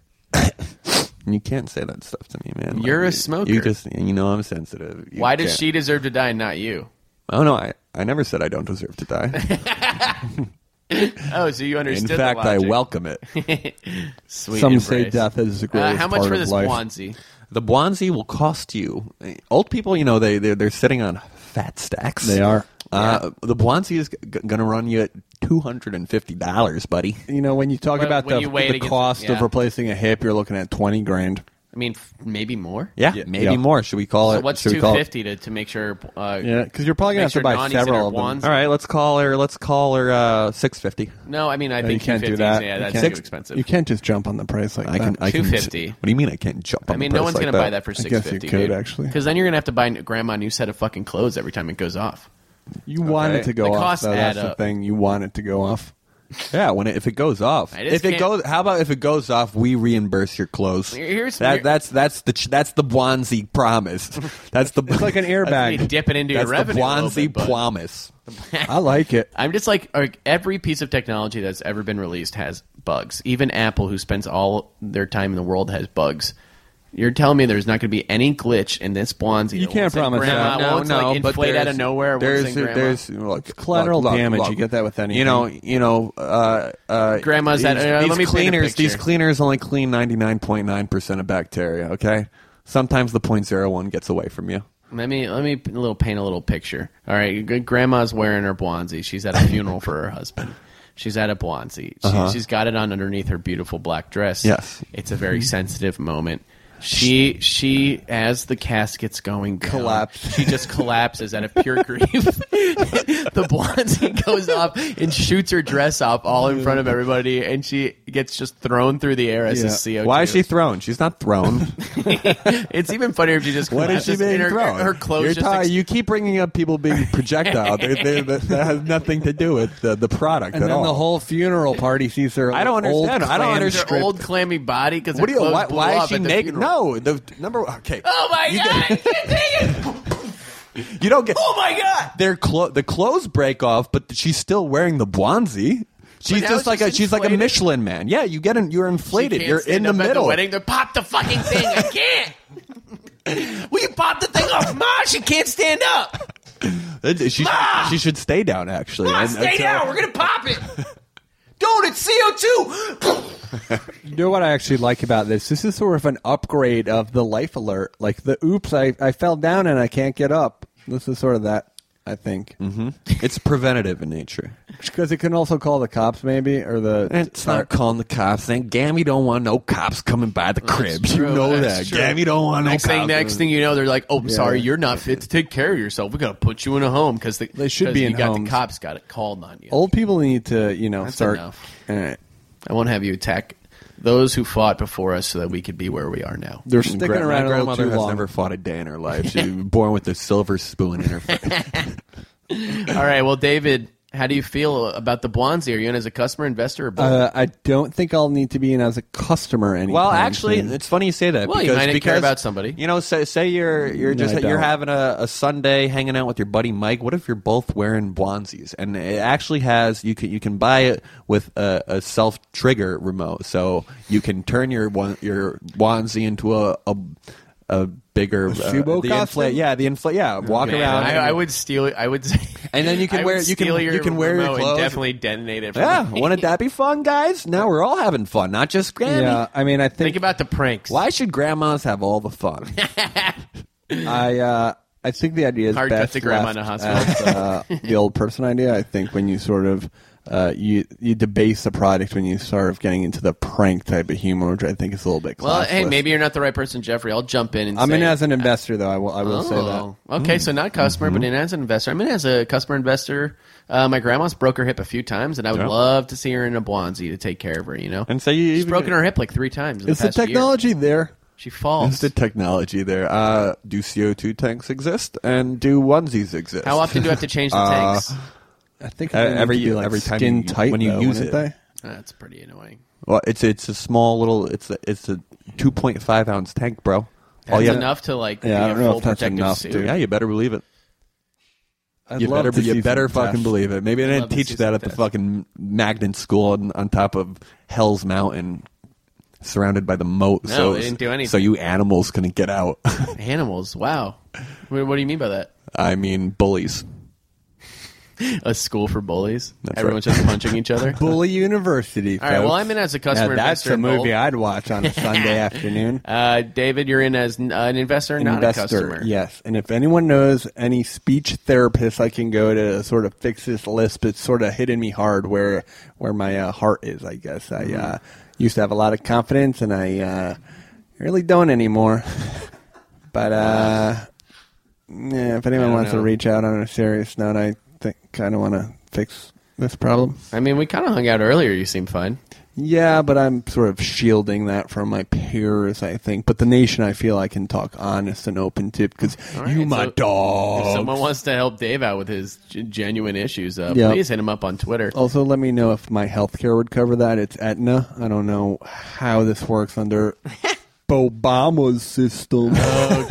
Speaker 5: You can't say that stuff to me, man.
Speaker 3: You're
Speaker 5: Like,
Speaker 3: a smoker.
Speaker 5: You just, you know, I'm sensitive. You
Speaker 3: Why does
Speaker 5: can't-
Speaker 3: she deserve to die and not you?
Speaker 5: Oh no, I, I never said I don't deserve to die.
Speaker 3: Oh, so you
Speaker 5: In
Speaker 3: understood. the
Speaker 5: fact, I
Speaker 3: logic.
Speaker 5: welcome it.
Speaker 3: Sweet
Speaker 4: Some
Speaker 3: embrace.
Speaker 4: say death is
Speaker 3: Uh,
Speaker 4: the greatest
Speaker 3: how much
Speaker 4: part
Speaker 3: for
Speaker 4: of
Speaker 3: this
Speaker 4: life.
Speaker 3: Swansea?
Speaker 5: The Bwanzi will cost you. Old people, you know, they they're, they're sitting on fat stacks.
Speaker 4: They are.
Speaker 5: Uh, The Bwanzi is g- going to run you two hundred and fifty dollars, buddy.
Speaker 4: You know, when you talk
Speaker 3: When-
Speaker 4: about
Speaker 3: when
Speaker 4: the,
Speaker 3: you weigh it
Speaker 4: the
Speaker 3: against-
Speaker 4: cost
Speaker 3: yeah.
Speaker 4: of replacing a hip, you're looking at twenty grand.
Speaker 3: I mean, f- maybe more.
Speaker 5: Yeah,
Speaker 4: Yeah.
Speaker 5: maybe
Speaker 4: Yeah.
Speaker 5: more. Should we call
Speaker 3: So
Speaker 5: it?
Speaker 3: what's
Speaker 5: should we
Speaker 3: two
Speaker 5: call it-
Speaker 3: fifty to to make sure? Uh,
Speaker 4: Yeah, because you're probably gonna
Speaker 3: make
Speaker 4: have
Speaker 3: sure
Speaker 4: to buy
Speaker 3: Nani's in her
Speaker 4: several of them.
Speaker 3: Bwanzi.
Speaker 5: All right, let's call her. Let's call her uh, six fifty.
Speaker 3: No, I mean I
Speaker 4: No,
Speaker 3: think
Speaker 4: you can't
Speaker 3: 250
Speaker 4: do
Speaker 3: is-
Speaker 4: that.
Speaker 3: Yeah,
Speaker 4: You
Speaker 3: that's
Speaker 4: can't-
Speaker 3: too expensive.
Speaker 4: You can't just jump on the price like
Speaker 5: I can.
Speaker 4: that.
Speaker 5: I can.
Speaker 3: 250.
Speaker 5: What do you mean? I can't jump. On
Speaker 3: I mean,
Speaker 5: the
Speaker 3: no
Speaker 5: price
Speaker 3: one's
Speaker 5: like
Speaker 3: gonna buy that for
Speaker 4: guess you
Speaker 3: six fifty.
Speaker 4: could, actually.
Speaker 3: because then you're gonna have to buy n- grandma a new set of fucking clothes every time it goes off.
Speaker 4: you want
Speaker 5: Okay.
Speaker 4: it to go
Speaker 3: The
Speaker 4: off.
Speaker 3: costs
Speaker 4: Though.
Speaker 3: add
Speaker 4: That's the
Speaker 3: up.
Speaker 4: thing. You want it to go off.
Speaker 5: Yeah, when it, if it goes off,
Speaker 3: I just
Speaker 5: if it
Speaker 3: can't-
Speaker 5: goes, how about if it goes off, we reimburse your clothes.
Speaker 3: Here- here's-
Speaker 5: that,
Speaker 3: here-
Speaker 5: that's that's the ch- that's the Bwanzi promise. That's the
Speaker 4: It's like an
Speaker 3: You
Speaker 4: airbag.
Speaker 3: dip it into
Speaker 5: that's
Speaker 3: your
Speaker 5: the
Speaker 3: revenue. a little
Speaker 5: Bwanzi
Speaker 3: bit, bud.
Speaker 5: promise.
Speaker 4: I like it.
Speaker 3: I'm just like, like every piece of technology that's ever been released has bugs. Even Apple, who spends all their time in the world, has bugs. You're telling me there's not going to be any glitch in this Bonzi?
Speaker 4: You can't promise
Speaker 3: grandma,
Speaker 4: that.
Speaker 3: No, no, like inflate out of nowhere.
Speaker 5: There's
Speaker 3: There's,
Speaker 5: there's look,
Speaker 4: collateral
Speaker 5: look, look,
Speaker 4: damage.
Speaker 5: look.
Speaker 4: You get that with anything.
Speaker 5: You know, you know, uh, uh,
Speaker 3: Grandma's
Speaker 5: these,
Speaker 3: that- uh,
Speaker 5: these
Speaker 3: let me paint a
Speaker 5: cleaners. These
Speaker 3: picture.
Speaker 5: cleaners only clean ninety nine point nine percent of bacteria. Okay, sometimes the point zero one gets away from you.
Speaker 3: let me let me p- little paint a little picture. All right, g- grandma's wearing her Bonzi. She's at a funeral for her husband. She's at a Bonzi. She, She's got it on underneath her beautiful black dress.
Speaker 5: Uh-huh. Yes.
Speaker 3: it's a very sensitive moment. She she as the casket's going down,
Speaker 4: Collapse.
Speaker 3: She just collapses out of pure grief. the Blonsky goes up and shoots her dress off all in front of everybody, and she gets just thrown through the air as
Speaker 4: Yeah.
Speaker 3: a CO.
Speaker 5: Why is she thrown? She's not thrown.
Speaker 3: It's even funnier if she just
Speaker 5: What is
Speaker 3: collapses
Speaker 5: she being
Speaker 3: and her,
Speaker 5: thrown?
Speaker 3: Her clothes
Speaker 5: You're
Speaker 3: just
Speaker 5: ti-
Speaker 3: ex-
Speaker 5: you keep bringing up people being projectile. They're- they're- that, that has nothing to do with the, the product
Speaker 4: and
Speaker 5: at
Speaker 4: then
Speaker 5: all.
Speaker 4: the whole funeral party sees her.
Speaker 5: I don't
Speaker 4: old
Speaker 5: understand. I don't
Speaker 4: clam
Speaker 5: understand.
Speaker 3: their
Speaker 4: strip.
Speaker 3: old clammy body because
Speaker 5: what do you? Why, why is she naked? No, the number. Okay,
Speaker 3: Oh my god!
Speaker 5: you don't get.
Speaker 3: oh my god!
Speaker 5: Their clo- the clothes break off, but she's still wearing the Bwanzi. She's
Speaker 3: now
Speaker 5: just
Speaker 3: it's
Speaker 5: like a
Speaker 3: just
Speaker 5: she's like a
Speaker 3: inflated.
Speaker 5: Michelin man. Yeah, you get in, you're inflated.
Speaker 3: She
Speaker 5: You're
Speaker 3: can't stand
Speaker 5: in the
Speaker 3: up At the
Speaker 5: middle.
Speaker 3: wedding to pop the fucking thing. I can't. Will you pop the thing off, Ma? She can't stand up.
Speaker 5: Uh, She, should-
Speaker 3: Ma!
Speaker 5: she should stay down actually.
Speaker 3: Ma,
Speaker 5: and-
Speaker 3: Ah! stay
Speaker 5: until-
Speaker 3: down. We're gonna pop it. Dude, it's CO two.
Speaker 4: You know what I actually like about this? This is sort of an upgrade of the life alert. Like the oops, I, I fell down and I can't get up. This is sort of that, I think.
Speaker 5: Mm-hmm. It's preventative in nature.
Speaker 4: Because it can also call the cops, maybe, or the.
Speaker 5: It's not calling the cops. And Gammy don't want no cops coming by the crib. You know that. Gammy don't want
Speaker 3: next
Speaker 5: no
Speaker 3: thing,
Speaker 5: cops.
Speaker 3: Next thing you know, they're like, "Oh, I'm
Speaker 4: Yeah.
Speaker 3: sorry, you're not fit to take care of yourself. We gotta put you in a home because the,
Speaker 4: They should
Speaker 3: 'cause
Speaker 4: be
Speaker 3: you
Speaker 4: in
Speaker 3: got
Speaker 4: homes.
Speaker 3: The cops got it called on you.
Speaker 4: Old people need to, you know,
Speaker 3: That's
Speaker 4: start. uh,
Speaker 3: enough.
Speaker 4: All right.
Speaker 3: I won't have you attack those who fought before us so that we could be where we are now.
Speaker 4: They're sticking
Speaker 5: Gra-
Speaker 4: around a
Speaker 5: my
Speaker 4: little
Speaker 5: grandmother
Speaker 4: too
Speaker 5: has
Speaker 4: long.
Speaker 5: never fought a day in her life. She was born with a silver spoon in her face.
Speaker 3: All right, well, David, how do you feel about the Blondes? Are you in as a customer, investor, or both?
Speaker 4: Uh, I don't think I'll need to be in as a customer anymore.
Speaker 5: Well, actually, it's funny you say that.
Speaker 3: Well, you
Speaker 5: because,
Speaker 3: might not
Speaker 5: because,
Speaker 3: care about somebody.
Speaker 5: You know, say, say you're you're
Speaker 4: No,
Speaker 5: just
Speaker 4: I
Speaker 5: you're
Speaker 4: don't.
Speaker 5: having a, a Sunday hanging out with your buddy Mike. What if you're both wearing Bwanzies? And it actually has you can you can buy it with a, a self trigger remote, so you can turn your one your Bwanzie into a. a a bigger uh,
Speaker 4: sumo
Speaker 5: the
Speaker 4: costume?
Speaker 5: inflate yeah the inflate yeah walk
Speaker 3: Man,
Speaker 5: around
Speaker 3: I, I would steal. I would.
Speaker 5: And then you can
Speaker 3: I
Speaker 5: wear-
Speaker 3: would
Speaker 5: you can-
Speaker 3: steal your
Speaker 5: you can wear your
Speaker 3: remote and
Speaker 5: clothes.
Speaker 3: definitely detonate it. From
Speaker 5: yeah
Speaker 3: me.
Speaker 5: wouldn't that be fun guys now we're all having fun not just Grammy
Speaker 4: Yeah, I mean, I think,
Speaker 3: Think about the pranks.
Speaker 5: why should grandmas have all the fun
Speaker 4: I uh, I think the idea is
Speaker 3: Hard cut
Speaker 4: best
Speaker 3: to grandma in a
Speaker 4: left
Speaker 3: hospital.
Speaker 4: as, uh, the old person idea. I think when you sort of uh, you you debase the product when you sort of getting into the prank type of humor, which I think is a little bit.
Speaker 3: Well, hey,
Speaker 4: classless.
Speaker 3: maybe you're not the right person, Jeffrey. I'll jump in and
Speaker 4: I'm
Speaker 3: say,
Speaker 4: in as an investor though. I will I will say that.
Speaker 3: Oh, Okay,
Speaker 5: Mm-hmm.
Speaker 3: so not customer, but in as an investor. I'm in as a customer investor. Uh, my grandma's broke her hip a few times, and I would
Speaker 5: Yeah.
Speaker 3: love to see her in a Blonzy to take care of her. You know,
Speaker 5: and so you
Speaker 3: she's
Speaker 5: even-
Speaker 3: broken her hip like three times. In
Speaker 4: Is the
Speaker 3: past year.
Speaker 4: technology there?
Speaker 3: She
Speaker 5: Is
Speaker 3: falls.
Speaker 5: the technology there? Uh, do CO2 tanks exist? And do onesies exist?
Speaker 3: How often do I have to change the tanks?
Speaker 4: I think
Speaker 5: Uh,
Speaker 4: they need
Speaker 5: every-
Speaker 4: to be, like,
Speaker 5: every time
Speaker 4: skin
Speaker 5: you-
Speaker 4: tight
Speaker 5: when you
Speaker 4: though,
Speaker 5: use
Speaker 4: wouldn't
Speaker 5: it.
Speaker 4: they?
Speaker 3: That's pretty annoying.
Speaker 5: Well, it's it's a small little. It's a, it's a two point five ounce tank, bro. All
Speaker 3: That's
Speaker 5: you have-
Speaker 3: enough to like
Speaker 4: Yeah, I
Speaker 3: be a
Speaker 4: don't know
Speaker 3: full
Speaker 4: if that's
Speaker 3: protective
Speaker 4: enough,
Speaker 3: suit.
Speaker 4: dude.
Speaker 5: Yeah, you better believe it.
Speaker 4: I'd
Speaker 5: You
Speaker 4: love
Speaker 5: better,
Speaker 4: to see
Speaker 5: you
Speaker 4: some
Speaker 5: better fucking
Speaker 4: tests.
Speaker 5: believe it. Maybe they
Speaker 3: love
Speaker 5: didn't
Speaker 3: to
Speaker 5: teach
Speaker 3: see
Speaker 5: that
Speaker 3: some
Speaker 5: at the
Speaker 3: tests.
Speaker 5: fucking Magden School on, on top of Hell's Mountain, surrounded by the moat.
Speaker 3: No,
Speaker 5: so
Speaker 3: they didn't do anything.
Speaker 5: So you animals couldn't get out.
Speaker 3: Animals. Wow. What, what do you mean by that?
Speaker 5: I mean, bullies.
Speaker 3: A school for bullies.
Speaker 5: That's
Speaker 3: Everyone's just punching each other.
Speaker 4: Bully University.
Speaker 3: All right. Well, I'm in as a customer.
Speaker 4: Now, that's
Speaker 3: investor
Speaker 4: a
Speaker 3: in
Speaker 4: movie
Speaker 3: both.
Speaker 4: I'd watch on a Sunday afternoon.
Speaker 3: Uh, David, you're in as n- an investor, not a customer.
Speaker 4: Yes. And if anyone knows any speech therapist, I can go to sort of fix this lisp. It's sort of hitting me hard where where my uh, heart is, I guess. I
Speaker 3: Mm-hmm.
Speaker 4: uh, used to have a lot of confidence and I uh, really don't anymore. but uh, yeah, if anyone
Speaker 3: don't
Speaker 4: wants
Speaker 3: know.
Speaker 4: to reach out on a serious note, I think kind of want to fix this problem.
Speaker 3: I mean, we kind of hung out earlier. You seem fine.
Speaker 4: Yeah, but I'm sort of shielding that from my peers, I think. But the nation, I feel I can talk honest and open to because
Speaker 3: right,
Speaker 4: you my
Speaker 3: so- If
Speaker 4: dog.
Speaker 3: someone wants to help Dave out with his g- genuine issues, uh,
Speaker 4: Yeah.
Speaker 3: please hit him up on Twitter.
Speaker 4: also, let me know if my healthcare would cover that. It's Aetna. I don't know how this works under Obama's system.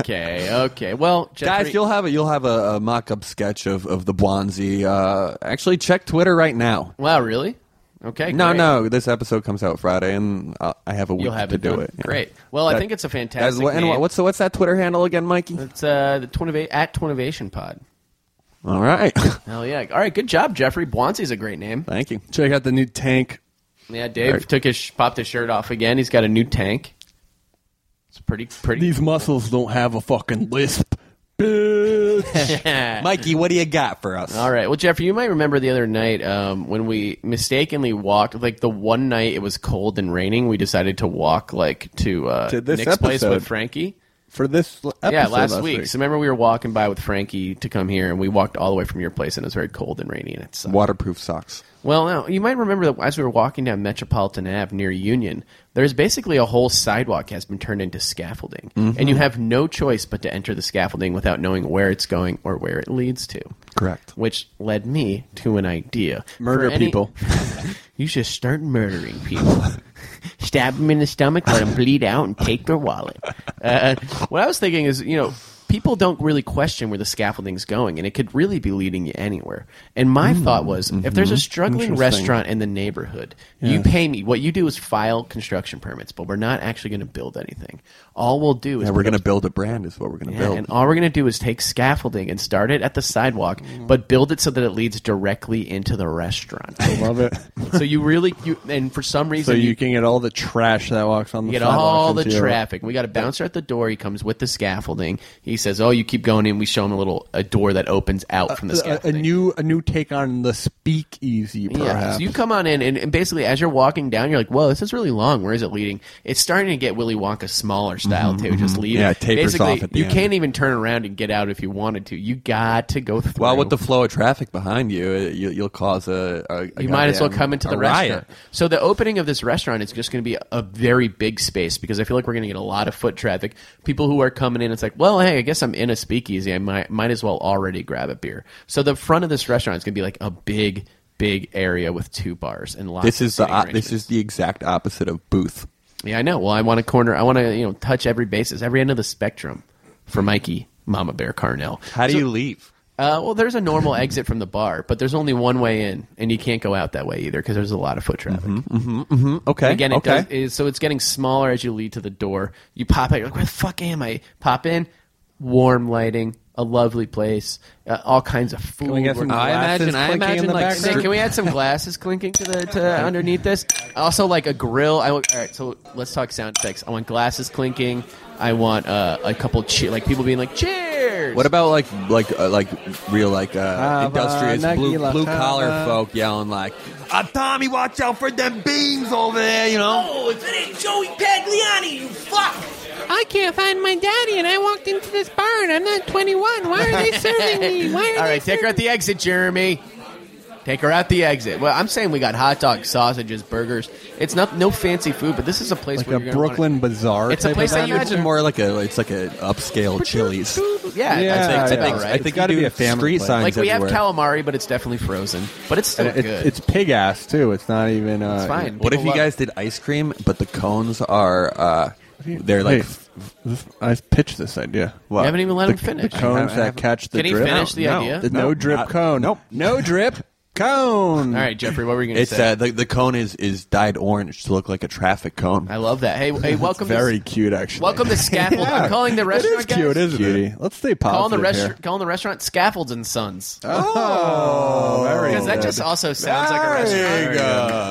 Speaker 3: Okay, okay. Well, Jeffrey,
Speaker 5: Guys, you'll have a you'll have a, a mock up sketch of, of the Blonzy. Uh, actually, check Twitter right now.
Speaker 3: wow, really? Okay,
Speaker 5: No,
Speaker 3: great.
Speaker 5: no, this episode comes out Friday, and uh, I have a week
Speaker 3: You'll have
Speaker 5: to
Speaker 3: it
Speaker 5: do
Speaker 3: done.
Speaker 5: it. yeah.
Speaker 3: Great. Well, I
Speaker 5: That-
Speaker 3: think it's a fantastic.
Speaker 5: That's what- and
Speaker 3: name.
Speaker 5: what- what's the, what's that Twitter handle again, Mikey?
Speaker 3: it's uh, the Twinova- at Twinnovation Pod.
Speaker 5: All right,
Speaker 3: Hell yeah! All right, good job, Jeffrey. Blonzy's a great name.
Speaker 5: thank you.
Speaker 4: Check out the new tank.
Speaker 3: Yeah, Dave took his sh- popped his shirt off again. He's got a new tank. It's pretty pretty.
Speaker 4: These muscles don't have a fucking lisp. Bitch.
Speaker 5: Mikey, what do you got for us?
Speaker 3: All right. Well, Jeffrey, you might remember the other night um, when we mistakenly walked. Like the one night it was cold and raining, we decided to walk like to, uh,
Speaker 4: To this
Speaker 3: Nick's place with
Speaker 4: episode.
Speaker 3: Frankie.
Speaker 4: For this l- episode
Speaker 3: yeah, last, week. So remember we were walking by with Frankie to come here, and we walked all the way from your place, and it was very cold and rainy, and it sucked.
Speaker 5: Waterproof socks.
Speaker 3: Well, now, you might remember that as we were walking down Metropolitan Ave near Union, there's basically a whole sidewalk has been turned into scaffolding, and you have no choice but to enter the scaffolding without knowing where it's going or where it leads to.
Speaker 5: Correct.
Speaker 3: Which led me to an idea:
Speaker 4: Murder
Speaker 3: For any-
Speaker 4: people.
Speaker 3: you should start murdering people. Stab them in the stomach, let them bleed out, and take their wallet. Uh, what I was thinking is, you know, people don't really question where the scaffolding's going, and it could really be leading you anywhere. And my thought was, if there's a struggling restaurant in the neighborhood, you pay me. What you do is file construction permits, but we're not actually going to build anything. All we'll do is
Speaker 5: Yeah, we're
Speaker 3: put up
Speaker 5: gonna build a brand. Is what we're gonna
Speaker 3: yeah,
Speaker 5: build.
Speaker 3: and all we're gonna do is take scaffolding and start it at the sidewalk,
Speaker 5: Mm.
Speaker 3: but build it so that it leads directly into the restaurant.
Speaker 4: Love it.
Speaker 3: so you really you and for some
Speaker 4: So
Speaker 3: reason
Speaker 4: you
Speaker 3: you,
Speaker 4: can get all the trash that walks on the
Speaker 3: get
Speaker 4: sidewalk
Speaker 3: all the
Speaker 4: into your-
Speaker 3: traffic. We got a bouncer at the door. He comes with the scaffolding. He says, "Oh, you keep going in." We show him a little a door that opens
Speaker 5: Uh,
Speaker 3: out from the
Speaker 4: a, a
Speaker 3: scaffolding.
Speaker 4: new a new take on the speakeasy, perhaps.
Speaker 3: yeah, so you come on in, and, and basically, as you're walking down, you're like, "Whoa, this is really long. Where is it leading?" It's starting to get Willy Wonka smaller style too. Just leave.
Speaker 5: Mm-hmm, Yeah, it tapers
Speaker 3: basically,
Speaker 5: off at the
Speaker 3: you
Speaker 5: end.
Speaker 3: can't even turn around and get out if you wanted to. You got to go through.
Speaker 5: Well, with the flow of traffic behind you, uh, you you'll cause a. a- a
Speaker 3: you might as well
Speaker 5: goddamn-
Speaker 3: come into the
Speaker 5: a riot.
Speaker 3: restaurant. So the opening of this restaurant is just going to be a very big space because I feel like we're going to get a lot of foot traffic. People who are coming in, it's like, well, hey, I guess I'm in a speakeasy. I might might as well already grab a beer. So the front of this restaurant is going to be like a big, big area with two bars and lots.
Speaker 5: This
Speaker 3: of
Speaker 5: is the
Speaker 3: seating
Speaker 5: op- this
Speaker 3: arrangements.
Speaker 5: is the exact opposite of booth.
Speaker 3: yeah, I know. Well, I want to corner. I want to you know touch every basis, every end of the spectrum for Mikey Mama Bear Carnell.
Speaker 5: How do
Speaker 3: So-
Speaker 5: you leave?
Speaker 3: uh, well, there's a normal exit from the bar, but there's only one way in, and you can't go out that way either because there's a lot of foot traffic.
Speaker 5: Mm, Okay.
Speaker 3: Again, it
Speaker 5: okay.
Speaker 3: does, is, so it's getting smaller as you lead to the door. You pop out. You're like, where the fuck am I? Pop in. Warm lighting, a lovely place, uh, all kinds of food.
Speaker 4: we get
Speaker 3: We're-
Speaker 4: some
Speaker 5: I
Speaker 4: Glasses
Speaker 5: imagine. I
Speaker 4: clinking in
Speaker 5: imagine
Speaker 4: the
Speaker 5: like
Speaker 4: background.
Speaker 5: stri-
Speaker 3: Nick, can we add some glasses clinking to the to underneath this? Also, like a grill. I want, all right. So let's talk sound effects. I want glasses clinking. I want uh, a couple che- like people being like cheers.
Speaker 5: What about like like uh, like real like uh,
Speaker 4: Hava,
Speaker 5: industrious blue
Speaker 4: Nagila,
Speaker 5: blue collar
Speaker 4: Hava.
Speaker 5: folk yelling like, ah, "Tommy, watch out for them beans over there!" You know.
Speaker 6: Oh, if it ain't Joey Pagliani, you fuck!
Speaker 7: I can't find my daddy, and I walked into this bar, and I'm not 21. Why are they serving me? Why are
Speaker 3: All
Speaker 7: they
Speaker 3: right, take her out the exit, Jeremy. Take her out the exit. Well, I'm saying we got hot dogs, sausages, burgers. It's not no fancy food, but this is a place
Speaker 4: like
Speaker 3: where
Speaker 4: a
Speaker 3: you're gonna
Speaker 4: Brooklyn
Speaker 3: wanna-
Speaker 4: bazaar.
Speaker 3: It's a
Speaker 4: type
Speaker 3: place
Speaker 4: of
Speaker 3: that you
Speaker 4: atmosphere.
Speaker 5: Imagine more like a it's like an upscale Chili's.
Speaker 3: Yeah,
Speaker 4: Yeah,
Speaker 3: I think,
Speaker 4: yeah.
Speaker 3: I think, right?
Speaker 5: I think
Speaker 4: gotta
Speaker 5: you do
Speaker 4: be a family
Speaker 5: street
Speaker 4: place.
Speaker 5: signs
Speaker 3: like we have
Speaker 5: everywhere.
Speaker 3: calamari, but it's definitely frozen. But it's still
Speaker 4: And it-
Speaker 3: good.
Speaker 4: it's pig ass too. It's not even. Uh,
Speaker 3: It's fine.
Speaker 5: What if
Speaker 3: People
Speaker 5: you
Speaker 3: love-
Speaker 5: guys did ice cream, but the cones are uh, They're like,
Speaker 4: I pitched this idea. What?
Speaker 3: haven't even let
Speaker 4: the,
Speaker 3: him finish.
Speaker 4: The cones
Speaker 5: I
Speaker 4: that
Speaker 5: haven't-
Speaker 4: catch the
Speaker 3: Can he
Speaker 4: drip.
Speaker 3: finish the
Speaker 5: No,
Speaker 3: idea?
Speaker 4: The no,
Speaker 5: No,
Speaker 4: drip
Speaker 5: not-
Speaker 4: cone.
Speaker 5: nope.
Speaker 4: No drip cone.
Speaker 3: All right, Jeffrey, what were you going to
Speaker 5: it's
Speaker 3: say?
Speaker 5: uh, the the cone is is dyed orange to look like a traffic cone.
Speaker 3: I love that. Hey, hey, welcome.
Speaker 4: Very
Speaker 3: to,
Speaker 4: cute, actually.
Speaker 3: welcome to scaffold. I'm calling the
Speaker 4: It
Speaker 3: restaurant.
Speaker 4: is cute,
Speaker 3: guys.
Speaker 4: isn't it? Let's stay positive
Speaker 3: Calling the
Speaker 4: here.
Speaker 3: restaurant. Calling the restaurant Scaffolds and Sons.
Speaker 5: Oh, very
Speaker 3: Because that just also sounds like a restaurant.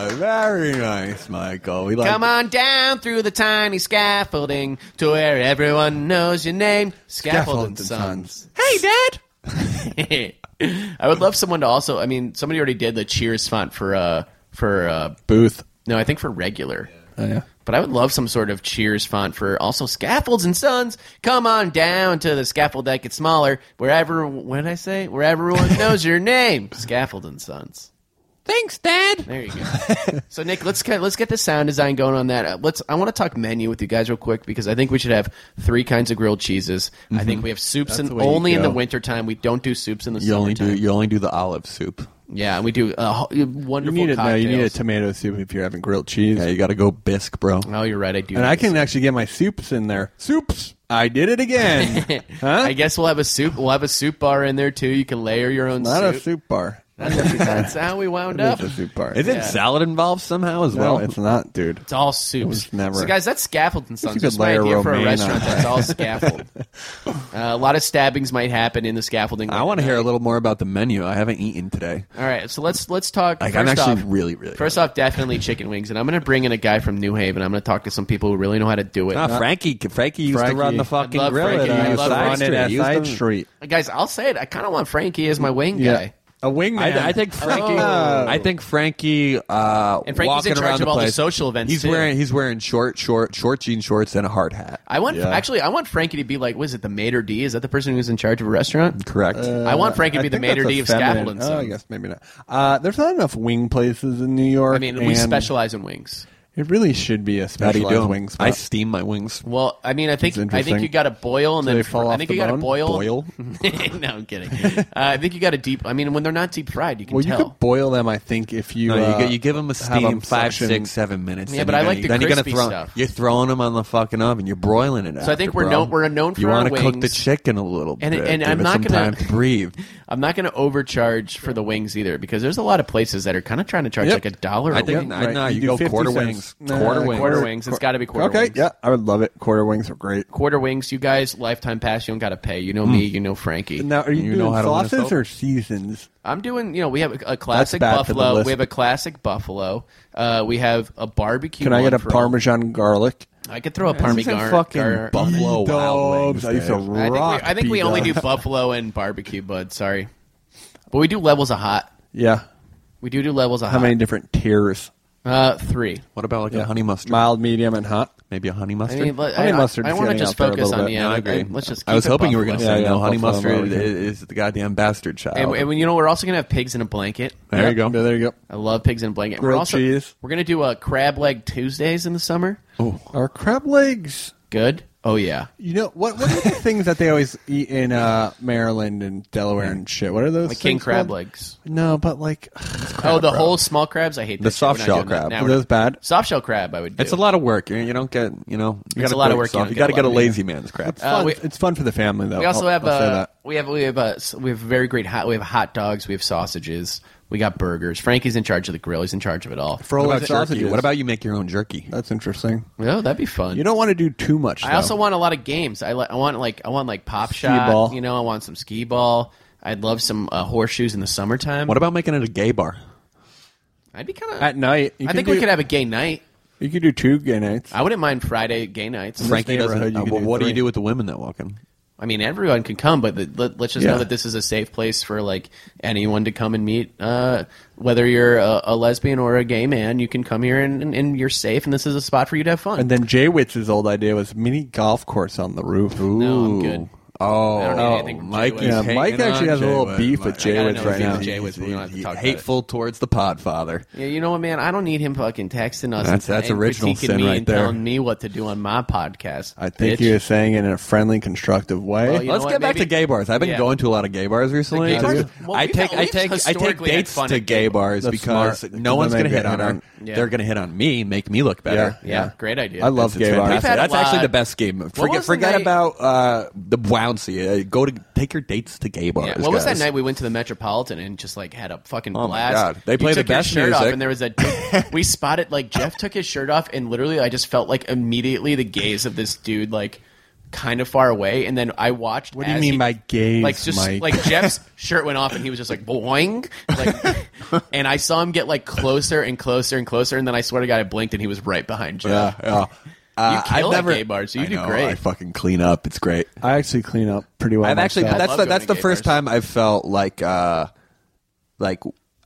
Speaker 5: good. Very nice, Michael. We like
Speaker 3: Come on down through the tiny scaffolding to where everyone knows your name, Scaffold and
Speaker 4: Scaffold and
Speaker 3: Sons.
Speaker 7: Hey, Dad.
Speaker 3: I would love someone to also. I mean, somebody already did the Cheers font for uh for uh
Speaker 4: Booth.
Speaker 3: no, I think for regular.
Speaker 4: Oh, yeah.
Speaker 3: But I would love some sort of Cheers font for also Scaffolds and Sons. Come on down to the scaffold that gets smaller. Wherever what did I say? Where everyone knows your name, Scaffold and Sons.
Speaker 7: Thanks, Dad.
Speaker 3: There you go. so Nick, let's get, let's get the sound design going on that. Uh, Let's. I want to talk menu with you guys real quick because I think we should have three kinds of grilled cheeses. I think we have soups and
Speaker 5: Mm-hmm. the way you
Speaker 3: only in the
Speaker 5: go.
Speaker 3: wintertime. We don't do soups in the
Speaker 5: You only
Speaker 3: summertime.
Speaker 5: do you only do the olive soup.
Speaker 3: yeah, and we do uh, ho-
Speaker 4: You
Speaker 3: wonderful
Speaker 4: need it now.
Speaker 3: cocktails.
Speaker 4: You need a tomato soup if you're having grilled cheese.
Speaker 5: Yeah, you got to go bisque, bro.
Speaker 3: oh, you're right. I do.
Speaker 4: and
Speaker 3: need
Speaker 4: I
Speaker 3: a
Speaker 4: can actually get my soups in there. Soups. I did it again.
Speaker 3: I guess we'll have a soup. We'll have a soup bar in there too. You can layer your own
Speaker 4: Not
Speaker 3: soup.
Speaker 4: a soup bar.
Speaker 3: That's how we wound up.
Speaker 4: It's a soup bar.
Speaker 5: Isn't
Speaker 3: Yeah.
Speaker 5: salad involved somehow as
Speaker 4: No,
Speaker 5: well?
Speaker 4: it's not, dude.
Speaker 3: It's all soups.
Speaker 4: was never-
Speaker 3: So, guys, that's scaffold and sons.
Speaker 4: could
Speaker 3: That's my
Speaker 4: layer
Speaker 3: idea for a
Speaker 4: romaine
Speaker 3: restaurant
Speaker 4: on
Speaker 3: that's all scaffold. Uh, a lot of stabbings might happen in the scaffolding.
Speaker 5: I want to hear a little more about the menu. I haven't eaten today.
Speaker 3: All right, so let's let's talk.
Speaker 5: Like,
Speaker 3: 1st
Speaker 5: I'm actually
Speaker 3: off,
Speaker 5: really, really.
Speaker 3: First off, definitely chicken wings, and I'm going to bring in a guy from New Haven. I'm going to talk to some people who really know how to do it.
Speaker 5: Ah, Frankie, Frankie used
Speaker 4: Frankie.
Speaker 5: to run the
Speaker 4: I'd
Speaker 5: fucking
Speaker 3: love
Speaker 5: grill
Speaker 3: Frankie.
Speaker 5: at
Speaker 3: I
Speaker 5: uh,
Speaker 3: love
Speaker 5: side
Speaker 3: Frankie.
Speaker 5: street.
Speaker 4: at
Speaker 5: He used
Speaker 4: side
Speaker 5: to-
Speaker 4: street.
Speaker 3: Uh, guys, I'll say it. I kind of want Frankie as my wing guy.
Speaker 4: A wingman. Oh.
Speaker 5: I, I think Frankie. I think Frankie. Uh,
Speaker 3: Oh. And Frankie's
Speaker 5: walking
Speaker 3: in charge
Speaker 5: around
Speaker 3: of all the
Speaker 5: place,
Speaker 3: social events,
Speaker 5: He's
Speaker 3: too.
Speaker 5: wearing he's wearing short short short jean shorts and a hard hat.
Speaker 3: I want
Speaker 4: Yeah.
Speaker 3: actually. I want Frankie to be like, was it the maitre d? Is that the person who's in charge of a restaurant?
Speaker 5: Correct.
Speaker 3: I want Frankie to be
Speaker 4: I
Speaker 3: the
Speaker 4: think
Speaker 3: maitre
Speaker 4: that's a
Speaker 3: d of
Speaker 4: feminine-
Speaker 3: scaffold and
Speaker 4: Oh, I
Speaker 3: sons.
Speaker 4: guess maybe not. Uh, there's not enough wing places in New York.
Speaker 3: I mean, we
Speaker 4: and
Speaker 3: specialize in wings.
Speaker 4: It really should be a
Speaker 5: How do you
Speaker 4: specialized
Speaker 5: do?
Speaker 4: wing spot.
Speaker 5: I steam my wings.
Speaker 3: Well, I mean, I think
Speaker 4: That's
Speaker 3: I think
Speaker 4: interesting.
Speaker 3: you got to boil and
Speaker 4: Do
Speaker 3: then
Speaker 4: they fall
Speaker 3: I
Speaker 4: off
Speaker 3: think
Speaker 4: the
Speaker 3: you got to
Speaker 4: bone?
Speaker 3: boil.
Speaker 5: Boil?
Speaker 3: no, I'm kidding. Uh, I think you got to deep. I mean, when they're not deep fried, you can
Speaker 4: well, you
Speaker 3: tell.
Speaker 4: could boil them. I think if you
Speaker 5: No,
Speaker 4: uh,
Speaker 5: you, gi- you give them a
Speaker 4: have
Speaker 5: steam five,
Speaker 4: suction-
Speaker 5: six, seven minutes.
Speaker 3: Yeah,
Speaker 5: then
Speaker 3: but
Speaker 5: you're
Speaker 3: I
Speaker 5: gonna-
Speaker 3: like the
Speaker 5: then you're
Speaker 3: crispy
Speaker 5: gonna throw,
Speaker 3: stuff.
Speaker 5: You're throwing them on the fucking oven. You're broiling it. So
Speaker 3: I think we're known- we're known for
Speaker 5: you
Speaker 3: our
Speaker 5: wanna cook the
Speaker 3: wings.
Speaker 5: chicken a little
Speaker 3: And-
Speaker 5: bit.
Speaker 3: and
Speaker 5: give
Speaker 3: I'm
Speaker 5: it
Speaker 3: not
Speaker 5: some
Speaker 3: gonna-
Speaker 5: time to breathe.
Speaker 3: I'm not going to overcharge for the wings either because there's a lot of places that are kind of trying to charge
Speaker 4: Yep.
Speaker 3: like a dollar.
Speaker 5: I
Speaker 3: a
Speaker 5: think
Speaker 3: wing.
Speaker 5: I know
Speaker 4: Right,
Speaker 5: you,
Speaker 4: do
Speaker 5: go
Speaker 4: 50
Speaker 5: quarter
Speaker 4: cents.
Speaker 5: wings,
Speaker 4: Nah,
Speaker 5: quarter wings.
Speaker 3: Quarter wings. It's gotta be quarter
Speaker 4: okay,
Speaker 3: wings.
Speaker 4: yeah, I would love it. Quarter wings are great.
Speaker 3: quarter wings. You guys, lifetime pass. You don't got to pay. You know me. You know Frankie.
Speaker 4: Hmm. Now, are you,
Speaker 5: You
Speaker 4: doing
Speaker 5: know how to win us
Speaker 4: sauces
Speaker 5: over.
Speaker 4: or seasons?
Speaker 3: I'm doing. You know, we have a, a classic
Speaker 4: bad for the
Speaker 3: buffalo.
Speaker 4: list.
Speaker 3: We have a classic buffalo. Uh, we have a barbecue.
Speaker 4: Can I get
Speaker 3: one
Speaker 4: a
Speaker 3: for all-
Speaker 4: Parmesan garlic?
Speaker 3: I could throw a
Speaker 5: This
Speaker 3: parmesan.
Speaker 5: isn't fucking buffalo
Speaker 4: Dubs.
Speaker 5: wild wings.
Speaker 4: I used to
Speaker 5: Dave.
Speaker 3: I think we,
Speaker 4: rock.
Speaker 3: I think we only do
Speaker 4: pita.
Speaker 3: buffalo and barbecue, bud. Sorry, but we do levels of hot.
Speaker 4: Yeah.
Speaker 3: We do do levels of
Speaker 4: How
Speaker 3: hot.
Speaker 4: many different tiers?
Speaker 3: Uh, three.
Speaker 5: What about like a honey mustard?
Speaker 4: Mild, medium, and hot.
Speaker 5: Maybe a honey
Speaker 3: I
Speaker 5: mustard.
Speaker 3: mean, let-
Speaker 4: How many
Speaker 3: I,
Speaker 4: mustard's
Speaker 3: want to
Speaker 4: getting
Speaker 3: just
Speaker 4: out there a
Speaker 3: focus
Speaker 4: little
Speaker 3: on
Speaker 4: bit?
Speaker 3: yeah.
Speaker 5: No, I agree.
Speaker 3: Let's just. Keep
Speaker 5: I was
Speaker 3: it
Speaker 5: hoping you were going to
Speaker 3: buffalo.
Speaker 5: say
Speaker 4: Yeah,
Speaker 5: no.
Speaker 4: yeah,
Speaker 5: honey
Speaker 4: buffalo
Speaker 5: mustard
Speaker 4: barbecue.
Speaker 5: is, is the goddamn bastard child.
Speaker 3: And, and you know, we're also going to have pigs in a blanket.
Speaker 5: there you go.
Speaker 4: Yeah, There you go.
Speaker 3: I love pigs in a blanket. we're
Speaker 4: Grilled
Speaker 3: also
Speaker 4: cheese.
Speaker 3: we're going to do a crab leg Tuesdays in the summer.
Speaker 4: Are crab legs?
Speaker 3: Good. Oh yeah.
Speaker 4: You know what? What are the things that they always eat in uh, Maryland and Delaware and shit? What are those?
Speaker 3: Like king
Speaker 4: things
Speaker 3: crab
Speaker 4: called?
Speaker 3: legs.
Speaker 4: No, but like
Speaker 3: oh, the whole small crabs. I hate
Speaker 5: The
Speaker 3: that shit. We're not
Speaker 5: soft-shell
Speaker 3: doing that.
Speaker 5: crab.
Speaker 3: Now
Speaker 5: Are
Speaker 4: are
Speaker 3: we're-
Speaker 4: those bad?
Speaker 3: Soft shell crab. I would. Do.
Speaker 5: It's a lot of work. You you don't get, you know, you
Speaker 3: It's a
Speaker 5: gotta
Speaker 3: lot of work,
Speaker 5: break
Speaker 3: you
Speaker 5: yourself.
Speaker 3: don't
Speaker 5: You
Speaker 3: get
Speaker 5: got to
Speaker 3: a
Speaker 5: get a
Speaker 3: lot of-
Speaker 5: lazy man's crap.
Speaker 4: It's fun,
Speaker 3: Uh, we-
Speaker 4: it's fun for the family though.
Speaker 3: We also
Speaker 4: I'll-
Speaker 3: have
Speaker 4: I'll say
Speaker 3: uh,
Speaker 4: that.
Speaker 3: we have we have uh, s- we have very great hot we have hot dogs we have sausages we got burgers Frankie's in charge of the grill he's in charge of it all.
Speaker 4: For all
Speaker 5: What
Speaker 4: the
Speaker 5: about jerky?
Speaker 4: sausages.
Speaker 5: What about you make your own jerky?
Speaker 4: That's interesting.
Speaker 3: Oh, that'd be fun.
Speaker 4: You don't want to do too much.
Speaker 3: I
Speaker 4: though.
Speaker 3: also want a lot of games. I li- I want like I want like pop shot.
Speaker 4: ball.
Speaker 3: You know, I want some skee ball. I'd love some uh, horseshoes in the summertime.
Speaker 5: What about making it a gay bar?
Speaker 3: I'd be kind of
Speaker 4: at night. You
Speaker 3: I
Speaker 4: can
Speaker 3: think
Speaker 4: do,
Speaker 3: we could have a gay night.
Speaker 4: You could do two gay nights.
Speaker 3: I wouldn't mind Friday gay nights.
Speaker 5: Frankie
Speaker 4: neighborhood,
Speaker 5: doesn't.
Speaker 4: you
Speaker 5: uh,
Speaker 4: could
Speaker 5: well,
Speaker 4: do
Speaker 5: what do you
Speaker 4: three.
Speaker 5: do with the women that walk in?
Speaker 3: I mean, everyone can come, but the, let, let's just
Speaker 4: Yeah.
Speaker 3: know that this is a safe place for like anyone to come and meet. Uh, whether you're a, a lesbian or a gay man, you can come here and, and, and you're safe, and this is a spot for you to have fun.
Speaker 4: And then Jay Witz's old idea was mini golf course on the roof.
Speaker 3: No, I'm
Speaker 5: Ooh.
Speaker 3: good.
Speaker 5: Oh,
Speaker 3: I don't need anything from
Speaker 5: Mike,
Speaker 3: Jay
Speaker 5: is
Speaker 3: Witt.
Speaker 4: Yeah,
Speaker 5: hanging
Speaker 4: Mike actually
Speaker 5: on
Speaker 4: has a
Speaker 5: Jay
Speaker 4: little
Speaker 5: Witt.
Speaker 4: beef
Speaker 5: Mike-
Speaker 4: with Jay
Speaker 5: I gotta
Speaker 4: Witt
Speaker 5: know
Speaker 4: right
Speaker 5: his beef
Speaker 4: now.
Speaker 5: with Jay Witt. We don't have to
Speaker 3: He's-
Speaker 5: talk about it.
Speaker 3: he's
Speaker 5: hateful towards the Podfather.
Speaker 3: Yeah, you know what, man? I don't need him fucking texting us.
Speaker 5: That's-
Speaker 3: and,
Speaker 5: that's
Speaker 3: and
Speaker 5: original
Speaker 3: critiquing
Speaker 5: sin
Speaker 3: me
Speaker 5: right
Speaker 3: and
Speaker 5: there.
Speaker 3: Telling me what to do on my podcast.
Speaker 4: I think
Speaker 3: bitch.
Speaker 4: he was saying it in a friendly, constructive way.
Speaker 3: Well, you know
Speaker 5: Let's
Speaker 3: what,
Speaker 5: get back
Speaker 3: maybe-
Speaker 5: to gay bars. I've been
Speaker 3: Yeah.
Speaker 5: going to a lot of gay bars recently.
Speaker 3: gay bars-
Speaker 5: Dude,
Speaker 3: well,
Speaker 5: I
Speaker 3: we've-
Speaker 5: take I
Speaker 3: we've
Speaker 5: take I take
Speaker 3: historically had
Speaker 5: dates
Speaker 3: fun
Speaker 5: to
Speaker 3: at
Speaker 5: gay
Speaker 3: gay
Speaker 5: bars
Speaker 4: That's
Speaker 5: because
Speaker 4: smart,
Speaker 5: no
Speaker 4: because
Speaker 5: one's
Speaker 4: then
Speaker 5: gonna
Speaker 4: they
Speaker 5: hit
Speaker 4: get
Speaker 5: on
Speaker 4: hit
Speaker 5: her.
Speaker 4: on.
Speaker 3: Yeah.
Speaker 5: They're going to hit on me, make me look better.
Speaker 3: Yeah, great idea.
Speaker 4: I love
Speaker 5: It's- it's
Speaker 4: gay bars.
Speaker 5: fantastic.
Speaker 3: We've had a
Speaker 5: That's actually
Speaker 3: lot.
Speaker 5: the best game. Forget,
Speaker 3: was the
Speaker 5: forget
Speaker 3: night-
Speaker 5: about uh, the bouncy. Uh, go to take your dates to gay bars.
Speaker 3: Yeah, what was that
Speaker 5: guys.
Speaker 3: night we went to the Metropolitan and just like had a fucking
Speaker 5: Oh my
Speaker 3: blast?
Speaker 5: God. They
Speaker 3: You
Speaker 5: play the
Speaker 3: took your
Speaker 5: best
Speaker 3: shirt off,
Speaker 5: music.
Speaker 3: and there was a. we spotted like Jeff took his shirt off, and literally, I just felt like immediately the gaze of this dude like kind of far away, and then I watched.
Speaker 4: What do you
Speaker 3: as
Speaker 4: mean
Speaker 3: he-
Speaker 4: by gaze,
Speaker 3: Like just
Speaker 4: Mike?
Speaker 3: like Jeff's shirt went off, and he was just like boing, like, and I saw him get like closer and closer and closer, and then I swear to God, I blinked, and he was right behind
Speaker 5: Yeah,
Speaker 3: Jeff.
Speaker 5: yeah. Uh,
Speaker 3: You kill
Speaker 5: I've
Speaker 3: at
Speaker 5: never,
Speaker 3: gay bars, so you
Speaker 5: I
Speaker 3: do
Speaker 5: know,
Speaker 3: great.
Speaker 5: I fucking clean up. It's great.
Speaker 4: I actually clean up pretty well.
Speaker 5: I've actually
Speaker 4: myself.
Speaker 5: that's
Speaker 3: love
Speaker 5: the
Speaker 3: going
Speaker 5: that's
Speaker 3: to
Speaker 5: the
Speaker 3: gay
Speaker 5: first
Speaker 3: bars.
Speaker 5: time I've felt like uh like